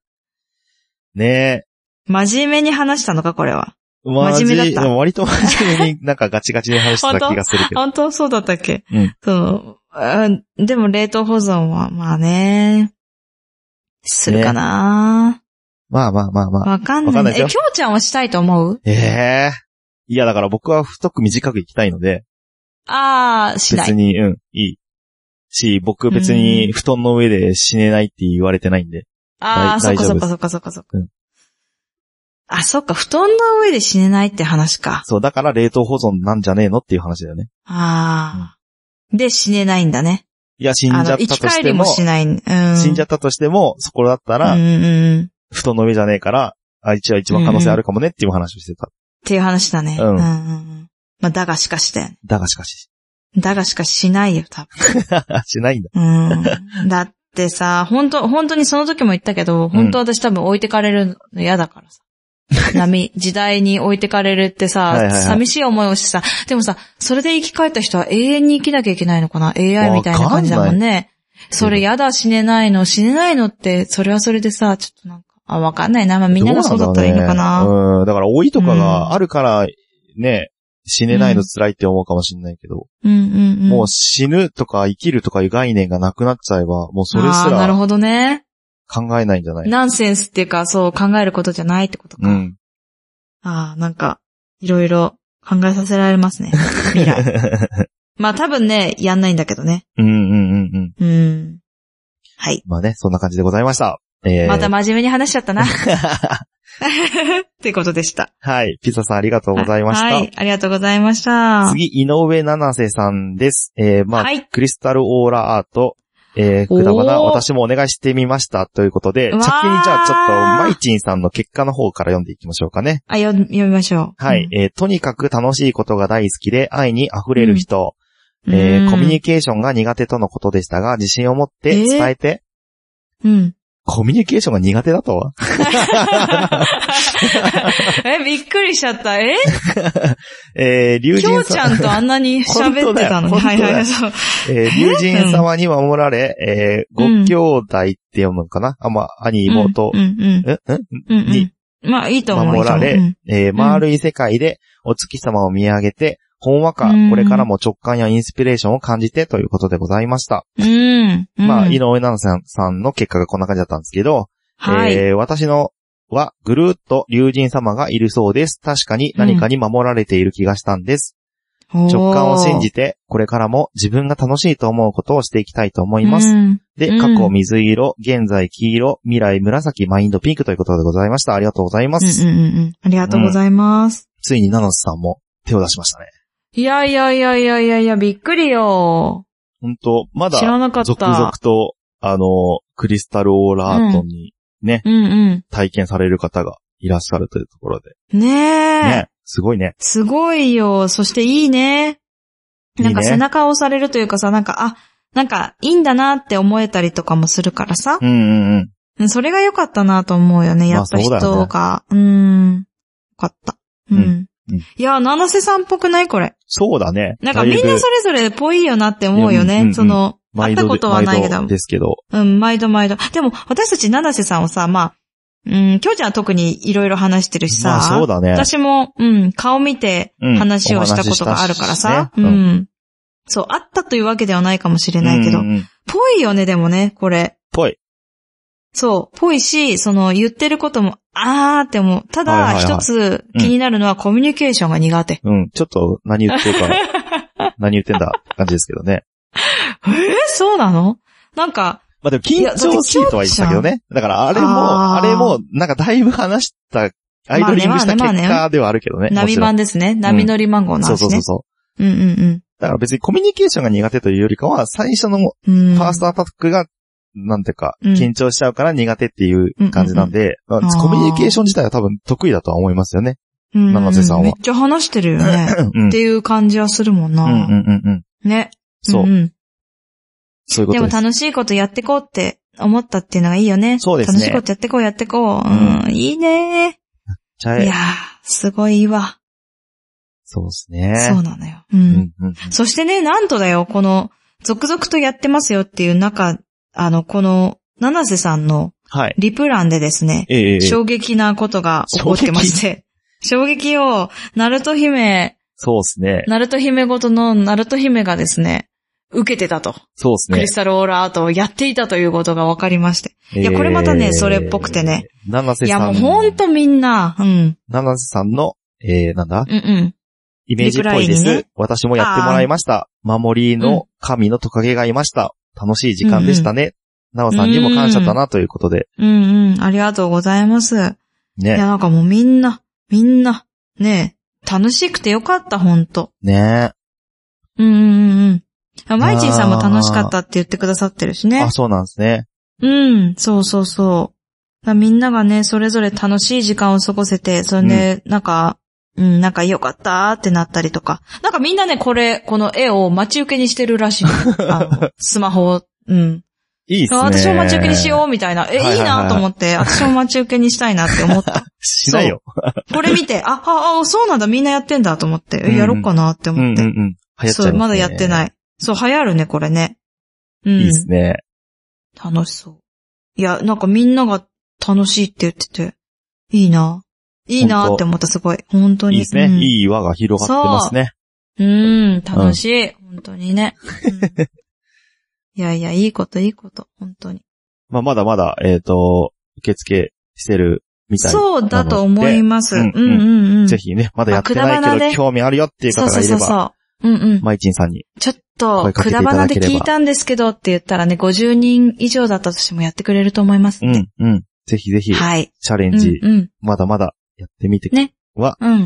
Speaker 1: ねえ。
Speaker 2: 真面目に話したのか、これは。
Speaker 1: 真
Speaker 2: 真面目
Speaker 1: 面
Speaker 2: だ
Speaker 1: 目
Speaker 2: った
Speaker 1: 割と真面目になんかガチガチに話してた気がするけど。
Speaker 2: 本当そうだったっけ
Speaker 1: うん。
Speaker 2: そのあでも冷凍保存は、まあね、するかな、
Speaker 1: まあまあまあまあ。
Speaker 2: わかん
Speaker 1: わかんな
Speaker 2: ないい。
Speaker 1: です
Speaker 2: え、
Speaker 1: よ
Speaker 2: きょうちゃんはしたいと思う
Speaker 1: ええいやだから僕は太く短く行きたいので、
Speaker 2: ああ、しな
Speaker 1: 別
Speaker 2: い。
Speaker 1: に、うん、いい。し、僕別に布団の上で死ねないって言われてないんで。
Speaker 2: ああ、そっ
Speaker 1: 大
Speaker 2: か
Speaker 1: 大丈
Speaker 2: そ
Speaker 1: 夫
Speaker 2: っ
Speaker 1: で
Speaker 2: か
Speaker 1: す
Speaker 2: そっかそっかそっか。
Speaker 1: うん
Speaker 2: あ、そっか、布団の上で死ねないって話か。
Speaker 1: そう、だから冷凍保存なんじゃねえのっていう話だよね。
Speaker 2: ああ、で、死ねないんだね。
Speaker 1: いや、死んじゃ
Speaker 2: あ
Speaker 1: った
Speaker 2: の、
Speaker 1: と
Speaker 2: 生き
Speaker 1: し
Speaker 2: 返
Speaker 1: て
Speaker 2: り
Speaker 1: も、
Speaker 2: もしない。うん。
Speaker 1: 死んじゃ
Speaker 2: っ
Speaker 1: ったとしても、そこだった
Speaker 2: た
Speaker 1: ら
Speaker 2: うん、うんうん。っ
Speaker 1: 布団の上じゃねえから、あ、一応一番可能性あるかもねっていう話をしてた。
Speaker 2: ていう話だね。
Speaker 1: うん
Speaker 2: うんうんまあ、だがしかして。
Speaker 1: だがしかし、
Speaker 2: だがしかしないよ、多
Speaker 1: しないんだ。
Speaker 2: 分。うん。だってさ、本当本当にその時も言ったけど、本当私多分置いてかれるの嫌だからさ。波、時代に置いてかれるってさ、
Speaker 1: はいはいはい
Speaker 2: 寂しい思いをしてさ、でもさ、それで生き返った人は永遠に生きなきゃいけないのかな ?AI みたいな感じだもんね。それやだ、死ねないの、死ねないのって、それはそれでさ、ちょっとなんか、あ、わかんないな。まあみんながそうだったらいいのかな。
Speaker 1: どうなんだろうねうん、だから老いとか
Speaker 2: う
Speaker 1: が
Speaker 2: ん
Speaker 1: あるから、ね、死ねないの辛いって思うかもしれないけど、
Speaker 2: うんうんうん。
Speaker 1: もう死ぬとか生きるとかいう概念がなくなっちゃえば、もうそれ
Speaker 2: あ
Speaker 1: す
Speaker 2: ーなる
Speaker 1: ら
Speaker 2: ほどね。
Speaker 1: 考えないんじゃない
Speaker 2: ナンセンスっていうか、そう考えることじゃないってことか。
Speaker 1: うん。
Speaker 2: ああ、なんか、いろいろ考えさせられま すね。未来。まあ多分ね、やんないんだけどね。
Speaker 1: うんうんうんうん。
Speaker 2: うん。はい。
Speaker 1: まあね、そんな感じでございました。えー、
Speaker 2: また真面目に話しち ゃったな。ってことでした。
Speaker 1: はい。ピザさんありがとうございました。
Speaker 2: はい、ありがとうございました。
Speaker 1: 次、井上七瀬さんです。えー、まあ、
Speaker 2: はい。
Speaker 1: クリスタルオーラアート、えー、くだばな、
Speaker 2: おー
Speaker 1: 私もお願いしてみました。ということで、
Speaker 2: う
Speaker 1: 先
Speaker 2: わー
Speaker 1: にじゃあちょっと、マイチンさんの結果の方から読んでいきましょうかね。
Speaker 2: あ、読み読みましょう。
Speaker 1: はい。えー、とにかく楽しいことが大好きで、愛に溢れる人、
Speaker 2: うん。
Speaker 1: えー、コミュニ
Speaker 2: ケ
Speaker 1: ケーションが苦手とのことでしたが、自信を持って
Speaker 2: えー
Speaker 1: 伝えて、
Speaker 2: うん。
Speaker 1: コミュニケーションが苦手だとは
Speaker 2: え、びっくりしちゃった。え
Speaker 1: えー、竜
Speaker 2: きょ
Speaker 1: 神
Speaker 2: うち
Speaker 1: さ
Speaker 2: ゃ
Speaker 1: ん、
Speaker 2: んとあんなに喋ってたのに。
Speaker 1: 本当だ
Speaker 2: は
Speaker 1: よ
Speaker 2: いは
Speaker 1: 本当
Speaker 2: いは
Speaker 1: だよ
Speaker 2: い。そう。
Speaker 1: えー、竜神様に守られ、えー、
Speaker 2: うん
Speaker 1: ご兄弟って読むのかな、あ、まあ、兄、妹、
Speaker 2: うんうん
Speaker 1: え、ん
Speaker 2: うんうん
Speaker 1: に
Speaker 2: まあいいと思う。
Speaker 1: 守られ
Speaker 2: いいと思う
Speaker 1: えー丸い世界でお月様を見上げて、ほんわか
Speaker 2: うん、
Speaker 1: これからも直感やインスピレーションを感じてということでございました。
Speaker 2: うん。うん
Speaker 1: まあ、井上奈々さんさんの結果がこんな感じだったんですけど、
Speaker 2: はい。
Speaker 1: えー私のはぐるーっと竜神様がいるそうです。確かに何かに守られている気がしたんです。直感を信じて、これからも自分が楽しいと思うことをしていきたいと思います。
Speaker 2: うん
Speaker 1: で、
Speaker 2: うん
Speaker 1: 過去水色、現在黄色、未来紫、マインドピンクということでございました。ありがとうございます。
Speaker 2: うんうんうんうん。ありがとうございます。
Speaker 1: ついにナナスさんも手を出しましたね。
Speaker 2: いやいやいやいやいやいや、びっくりよ。
Speaker 1: 本当まだ
Speaker 2: 知、らなかった。
Speaker 1: 続々と、あの、クリスタルオーラアートにね、
Speaker 2: うん
Speaker 1: 体験される方がいらっしゃるというところで。
Speaker 2: うん。ねえ。
Speaker 1: ね、すごいね。
Speaker 2: すごいよ。そしていいね。なん
Speaker 1: い
Speaker 2: か
Speaker 1: いね
Speaker 2: 背中を押されるというかさ、なんか、あ、なんかいいんだなって思えたりとかもするからさ
Speaker 1: う。んうんうん。
Speaker 2: うんそれが良かったなと思うよね。
Speaker 1: まあ
Speaker 2: やっぱ
Speaker 1: そうだよね
Speaker 2: 人が。うん。良かった。うん。
Speaker 1: うんうん
Speaker 2: いや、七瀬さんっぽくないこれ。
Speaker 1: そうだね。
Speaker 2: なんかみん
Speaker 1: だい
Speaker 2: な
Speaker 1: ぶ
Speaker 2: それぞれぽいよなって思うよ
Speaker 1: いやうんうんう
Speaker 2: ね。
Speaker 1: ん
Speaker 2: その、
Speaker 1: 毎
Speaker 2: 会った
Speaker 1: 度
Speaker 2: ことはないけ
Speaker 1: 毎
Speaker 2: ど
Speaker 1: 度。ですけど。
Speaker 2: うん、毎度毎度。でも、私たち七瀬さんをさ、まあ、うん、今日ちゃんは特にいろいろ話してるしさ。
Speaker 1: まあそうだね。
Speaker 2: 私も、うん、顔見て
Speaker 1: うん
Speaker 2: 話をしたことがあるからさ。
Speaker 1: お話ししたしね
Speaker 2: うんそう、あったというわけではないかもしれないけど
Speaker 1: う。ん
Speaker 2: ぽいよね、でもね、これ。
Speaker 1: ぽい。
Speaker 2: そう、ぽいし、その言ってることも、あーって思う。た
Speaker 1: はい
Speaker 2: だ、
Speaker 1: はいはい
Speaker 2: 一つ気になるのはコミュニケーションが苦手。
Speaker 1: うん。ちょっと何言ってるか、 何言ってんだ感じですけどね。
Speaker 2: えー、そうなのなんか、
Speaker 1: まあでも緊張しいとは言ってたけどね。だからあれも、
Speaker 2: あ
Speaker 1: あ
Speaker 2: ー
Speaker 1: れも、なんかだいぶ話した、アイドリングした
Speaker 2: まあねまあね
Speaker 1: 結果ではあるけどね。も
Speaker 2: 波
Speaker 1: ちろん
Speaker 2: 版ですね。波乗りマンゴーの
Speaker 1: そう
Speaker 2: 話
Speaker 1: そう
Speaker 2: ね。
Speaker 1: そうそう。
Speaker 2: うんうん
Speaker 1: だから別にコミュニケーションが苦手というよりかは、最初の
Speaker 2: うん。うん。
Speaker 1: ファーストアタックが、なんていうか、
Speaker 2: うん
Speaker 1: 緊張しちゃうから苦手っていう感じなんで、まあ
Speaker 2: あー
Speaker 1: コミュニケーション自体は多分得意だとは思いますよね。
Speaker 2: うん
Speaker 1: 七瀬さんは
Speaker 2: めっちゃ話してるよね。
Speaker 1: うん。うん
Speaker 2: っていう感じはするもんな。
Speaker 1: うんうんうんうん。
Speaker 2: ね。
Speaker 1: そう、
Speaker 2: んん
Speaker 1: そういうこ
Speaker 2: で
Speaker 1: と
Speaker 2: も
Speaker 1: です。
Speaker 2: 楽しいことやってこうって思ったっていうのがいいよね。
Speaker 1: そうですね
Speaker 2: 楽しいことやってこうやってこう。うん、いいね
Speaker 1: ちゃ
Speaker 2: ー。い
Speaker 1: え
Speaker 2: やー、すごいいいわ。
Speaker 1: そうですね。
Speaker 2: そうなのよ。う。
Speaker 1: うんんうんうん。
Speaker 2: そしてね、なんとだよ、この、続々とやってますよっていう中、あの、この、七瀬さんの
Speaker 1: はい。
Speaker 2: リプ欄でですね、
Speaker 1: ええええ
Speaker 2: 衝撃なことが起こってまして、衝撃を、ナルト姫、
Speaker 1: そうですね。
Speaker 2: ナルト姫ごとのナルト姫がですね、受けてたと。
Speaker 1: そうです
Speaker 2: ク
Speaker 1: ね
Speaker 2: リス。タルオーラアートをやっていたということが分かりまして。いやこれまたねそれっぽくてね。
Speaker 1: 七瀬
Speaker 2: いや、
Speaker 1: さ。
Speaker 2: もうんほんとみんな、うん、
Speaker 1: 七瀬さんの、えー、なんだ
Speaker 2: うんうん。
Speaker 1: イメージっぽいで
Speaker 2: リプライン
Speaker 1: す
Speaker 2: ね。
Speaker 1: 私もやってもらいました。守りの神のトカゲがいました。楽しい時間でしたね。なおさんにも感謝だなということで。
Speaker 2: うんうん、ありがとうございます。いや、
Speaker 1: ね。
Speaker 2: なんかもうみんな、みんな、ねえ楽しくてよかった、ほんと。
Speaker 1: ね
Speaker 2: うんうんうんうん。マイチンさんも楽しかったって言ってくださってるしね
Speaker 1: あ、。そうなんですね。
Speaker 2: うん、そうそうそう。だからみんながね、それぞれ楽しい時間を過ごせて、それで、なんか、うん、なんかよかったーってなったりとか。なんかみんなね、これ、この絵を待ち受けにしてる らしいの。あのスマホを、うん。
Speaker 1: いいっすね。
Speaker 2: あ私も待ち受けにしようみたいな。え、
Speaker 1: はいはいい
Speaker 2: い
Speaker 1: はい
Speaker 2: なと 思って、私も待ち受けにしたいなって思った。
Speaker 1: う。しないよ。
Speaker 2: これ見て、あ、あ、あ、そうなんだ、みんなやってんだと思って、えやろうかなって
Speaker 1: うんうんう
Speaker 2: 思
Speaker 1: ん。流行
Speaker 2: って。
Speaker 1: っちゃいます
Speaker 2: そう、まだやって
Speaker 1: い。
Speaker 2: ない。そう、流行るね、これね。うん。
Speaker 1: いいっすね。
Speaker 2: 楽しそう。いや、なんかみんなが楽しいって言ってて、いいな。いいなって思った、すごい。本当に。
Speaker 1: いいっすね。
Speaker 2: うん、
Speaker 1: いい輪が広がってますね。
Speaker 2: うん、楽しい。本当にね。 うんいやいや、いいこと、いいこと。本当に。
Speaker 1: まあ、まだまだ、えっと、受付してるみたいなので。
Speaker 2: そうだと思います。う
Speaker 1: うんんう
Speaker 2: う
Speaker 1: んん
Speaker 2: うん。
Speaker 1: ぜひね、まだやってな
Speaker 2: まあくだばない
Speaker 1: け
Speaker 2: で
Speaker 1: ど、興味あるよっていう
Speaker 2: そう
Speaker 1: 方
Speaker 2: そ
Speaker 1: が
Speaker 2: う
Speaker 1: い
Speaker 2: そ
Speaker 1: れ
Speaker 2: う
Speaker 1: ば、
Speaker 2: そう。うんうん。
Speaker 1: マイチンさんに。
Speaker 2: ちょっと、
Speaker 1: 声か
Speaker 2: く
Speaker 1: けてい
Speaker 2: だ
Speaker 1: ただければ
Speaker 2: ばなで聞いたんですけどって言ったらね、50人以上だったとしてもやってくれると思います
Speaker 1: う。ん、うん。ぜひぜひ、
Speaker 2: はい。
Speaker 1: チャレ
Speaker 2: う
Speaker 1: ン
Speaker 2: ん
Speaker 1: ジ、
Speaker 2: うん。
Speaker 1: まだまだやってみて
Speaker 2: うん。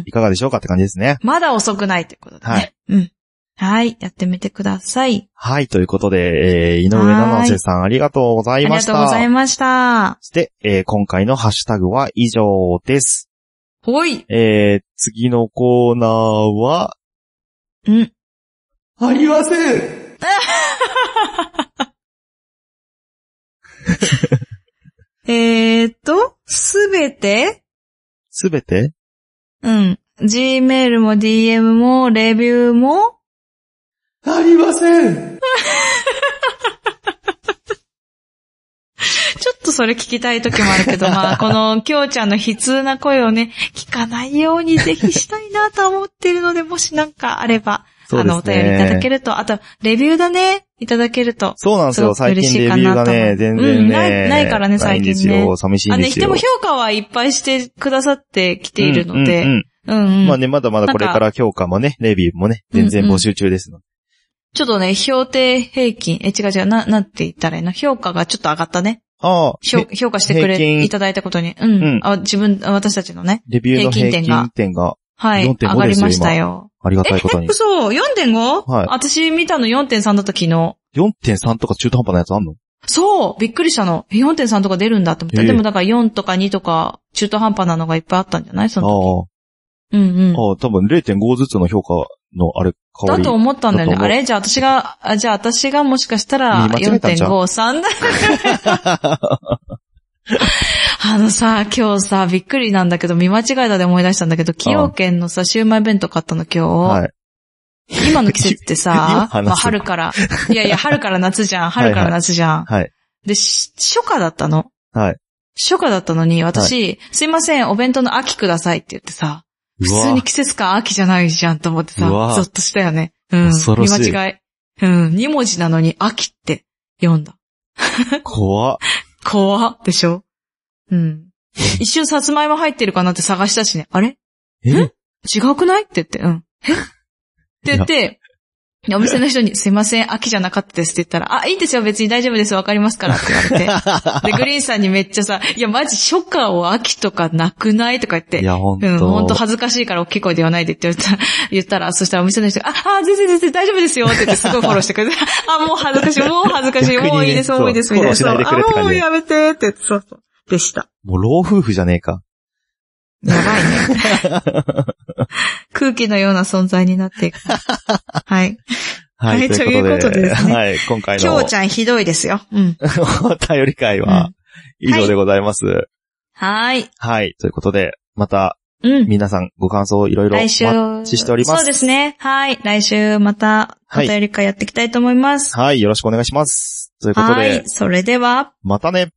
Speaker 1: いかがでしょうかって感じですね。
Speaker 2: まだ遅くないってことだね。
Speaker 1: はい。
Speaker 2: うん。はい。やってみてください。
Speaker 1: はい、ということで、えー、井上七瀬さんありがとうござ
Speaker 2: あ
Speaker 1: い
Speaker 2: り
Speaker 1: ま
Speaker 2: が
Speaker 1: した。
Speaker 2: とうございました。
Speaker 1: そして、えー、今回のハッシュタグは以上です。
Speaker 2: ほい。
Speaker 1: えー、次のコーナーは、
Speaker 2: うん。
Speaker 1: ありません
Speaker 2: えーっと、すべて、
Speaker 1: すべて
Speaker 2: うん。Gmail も DM も、レビューも、
Speaker 1: ありません
Speaker 2: ちょっとそれ聞きたい時もある けど、まあ、この、きょうちゃんの悲痛な声をね、聞かないようにぜひしたいなと思ってるので、もしなんかあれば、
Speaker 1: そう
Speaker 2: あ
Speaker 1: で
Speaker 2: の、お
Speaker 1: す
Speaker 2: 便りいただけ
Speaker 1: ね。
Speaker 2: ると、あと、レビューだね、いただけると。
Speaker 1: そうなんですよ。
Speaker 2: すごく
Speaker 1: 最
Speaker 2: 嬉し
Speaker 1: 近
Speaker 2: い
Speaker 1: レ
Speaker 2: か
Speaker 1: ビュ
Speaker 2: な
Speaker 1: ーが
Speaker 2: と
Speaker 1: ね、全然ね。
Speaker 2: うんないないからね
Speaker 1: ない
Speaker 2: 最近ね
Speaker 1: んですよ。寂しい
Speaker 2: あ
Speaker 1: ん
Speaker 2: の
Speaker 1: で
Speaker 2: ね、
Speaker 1: す
Speaker 2: で
Speaker 1: よ。
Speaker 2: も評価はいっぱいしてくださってきているの
Speaker 1: うんう
Speaker 2: で、
Speaker 1: ん
Speaker 2: うん
Speaker 1: う
Speaker 2: うんん
Speaker 1: まあね、まだまだこれから評価もね、レビューもね、全然募集中ですので。
Speaker 2: ちょっとね、評定平均、え、違う違う、な、なんて言ったらいいの評価がちょっと上がったね。
Speaker 1: ああ、
Speaker 2: 評評価してく
Speaker 1: 平均
Speaker 2: れ、いただいたことに。うん。
Speaker 1: うん
Speaker 2: あ自分、あ私たちのね。
Speaker 1: レビューの平
Speaker 2: 平均点が
Speaker 1: 均点が
Speaker 2: はい。上
Speaker 1: 4.5
Speaker 2: がりましたよ。
Speaker 1: ありがたいことに。
Speaker 2: 嘘 ?4.5?
Speaker 1: はい
Speaker 2: 私見たの4.3だった昨日。
Speaker 1: 4.3とか中途半端なやつあんの
Speaker 2: そうびっくりしたの。え4.3とか出るんだって思った。
Speaker 1: へえ
Speaker 2: でもだから4とか2とか中途半端なのがいっぱいあったんじゃないそ
Speaker 1: あ
Speaker 2: の
Speaker 1: あ。
Speaker 2: 時。うんうん。
Speaker 1: ああ、多分0.5ずつの評価のあれ、変わ
Speaker 2: だ
Speaker 1: り。
Speaker 2: と思ったんだよね。
Speaker 1: だと思
Speaker 2: あ
Speaker 1: う
Speaker 2: れじゃあ私が、あじゃあ私がもしかしたら
Speaker 1: 見間違えたんちゃう
Speaker 2: 4.53だ。あのさ、今日さ、びっくりなんだけど、見間違えたで思い出したんだけど、崎陽軒のさ、シウマイ弁当買ったの今日。
Speaker 1: はい。
Speaker 2: 今の季節って
Speaker 1: 今
Speaker 2: さ、
Speaker 1: 話す
Speaker 2: まあ、春から、いやいや、春から夏じゃん、
Speaker 1: いは
Speaker 2: 春
Speaker 1: い
Speaker 2: から夏じゃん。
Speaker 1: はい。
Speaker 2: で、し初夏だったの。
Speaker 1: はい。
Speaker 2: 初夏だったのに、私、すいません、お弁当の秋くださいって言ってさ、普
Speaker 1: うわ
Speaker 2: 通に季節感秋じゃないじゃんと思ってさ、
Speaker 1: うわ
Speaker 2: ゾッとしたよね。うん。
Speaker 1: 恐ろしい
Speaker 2: 見間違い。うん、二文字なのに秋って読んだ。
Speaker 1: 怖っ。
Speaker 2: 怖っでしょうん。 一瞬さつまいも入ってるかなって探したしね、あれ
Speaker 1: え
Speaker 2: 違くないって言って、うん。えって言って、お店の人に、すいません、秋じゃなかったですって言ったら、あ、いいんですよ、別に大丈夫です、わかりますからって言わ れて。で、グリーンさんにめっちゃさ、いや、マジ初夏を秋とかなくないとか言って
Speaker 1: い、や、ほん
Speaker 2: うん、
Speaker 1: と。
Speaker 2: 本当恥ずかしいから大きい声で言わないでって言ったら、言ったら、そしたらお店の人が、あ、あ、全然全然大丈夫ですよって言ってすごいフォローしてく れて、あ、もう恥ずかしい、もう恥ずかしい、
Speaker 1: 逆にね
Speaker 2: もういいです、
Speaker 1: そう
Speaker 2: もういいです、みたいな。
Speaker 1: フォローしないでくれって感
Speaker 2: あ、
Speaker 1: じ
Speaker 2: もうやめてって言って、そうそう。でした。
Speaker 1: もう老夫婦じゃねえか。
Speaker 2: やばいね。 空気のような存在になっていく。はい。
Speaker 1: はい、
Speaker 2: はい
Speaker 1: ということ
Speaker 2: と
Speaker 1: で。
Speaker 2: いうことです ね
Speaker 1: はい、今回
Speaker 2: き
Speaker 1: の
Speaker 2: ょうちゃんひどいですよ。うん。
Speaker 1: お便り会
Speaker 2: う
Speaker 1: は
Speaker 2: ん
Speaker 1: 以上でございます。
Speaker 2: はーい。
Speaker 1: はい、ということで、また
Speaker 2: うん。
Speaker 1: 皆さんご感想をいろいろ
Speaker 2: 来週。
Speaker 1: 待ちしております
Speaker 2: そうですね。はい。来週また、お
Speaker 1: はい
Speaker 2: 便り会やっていきたいと思います。
Speaker 1: はい、よろしくお願いします。ということ
Speaker 2: は
Speaker 1: で
Speaker 2: い。、それでは、
Speaker 1: またね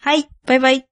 Speaker 2: はい。バイバイ。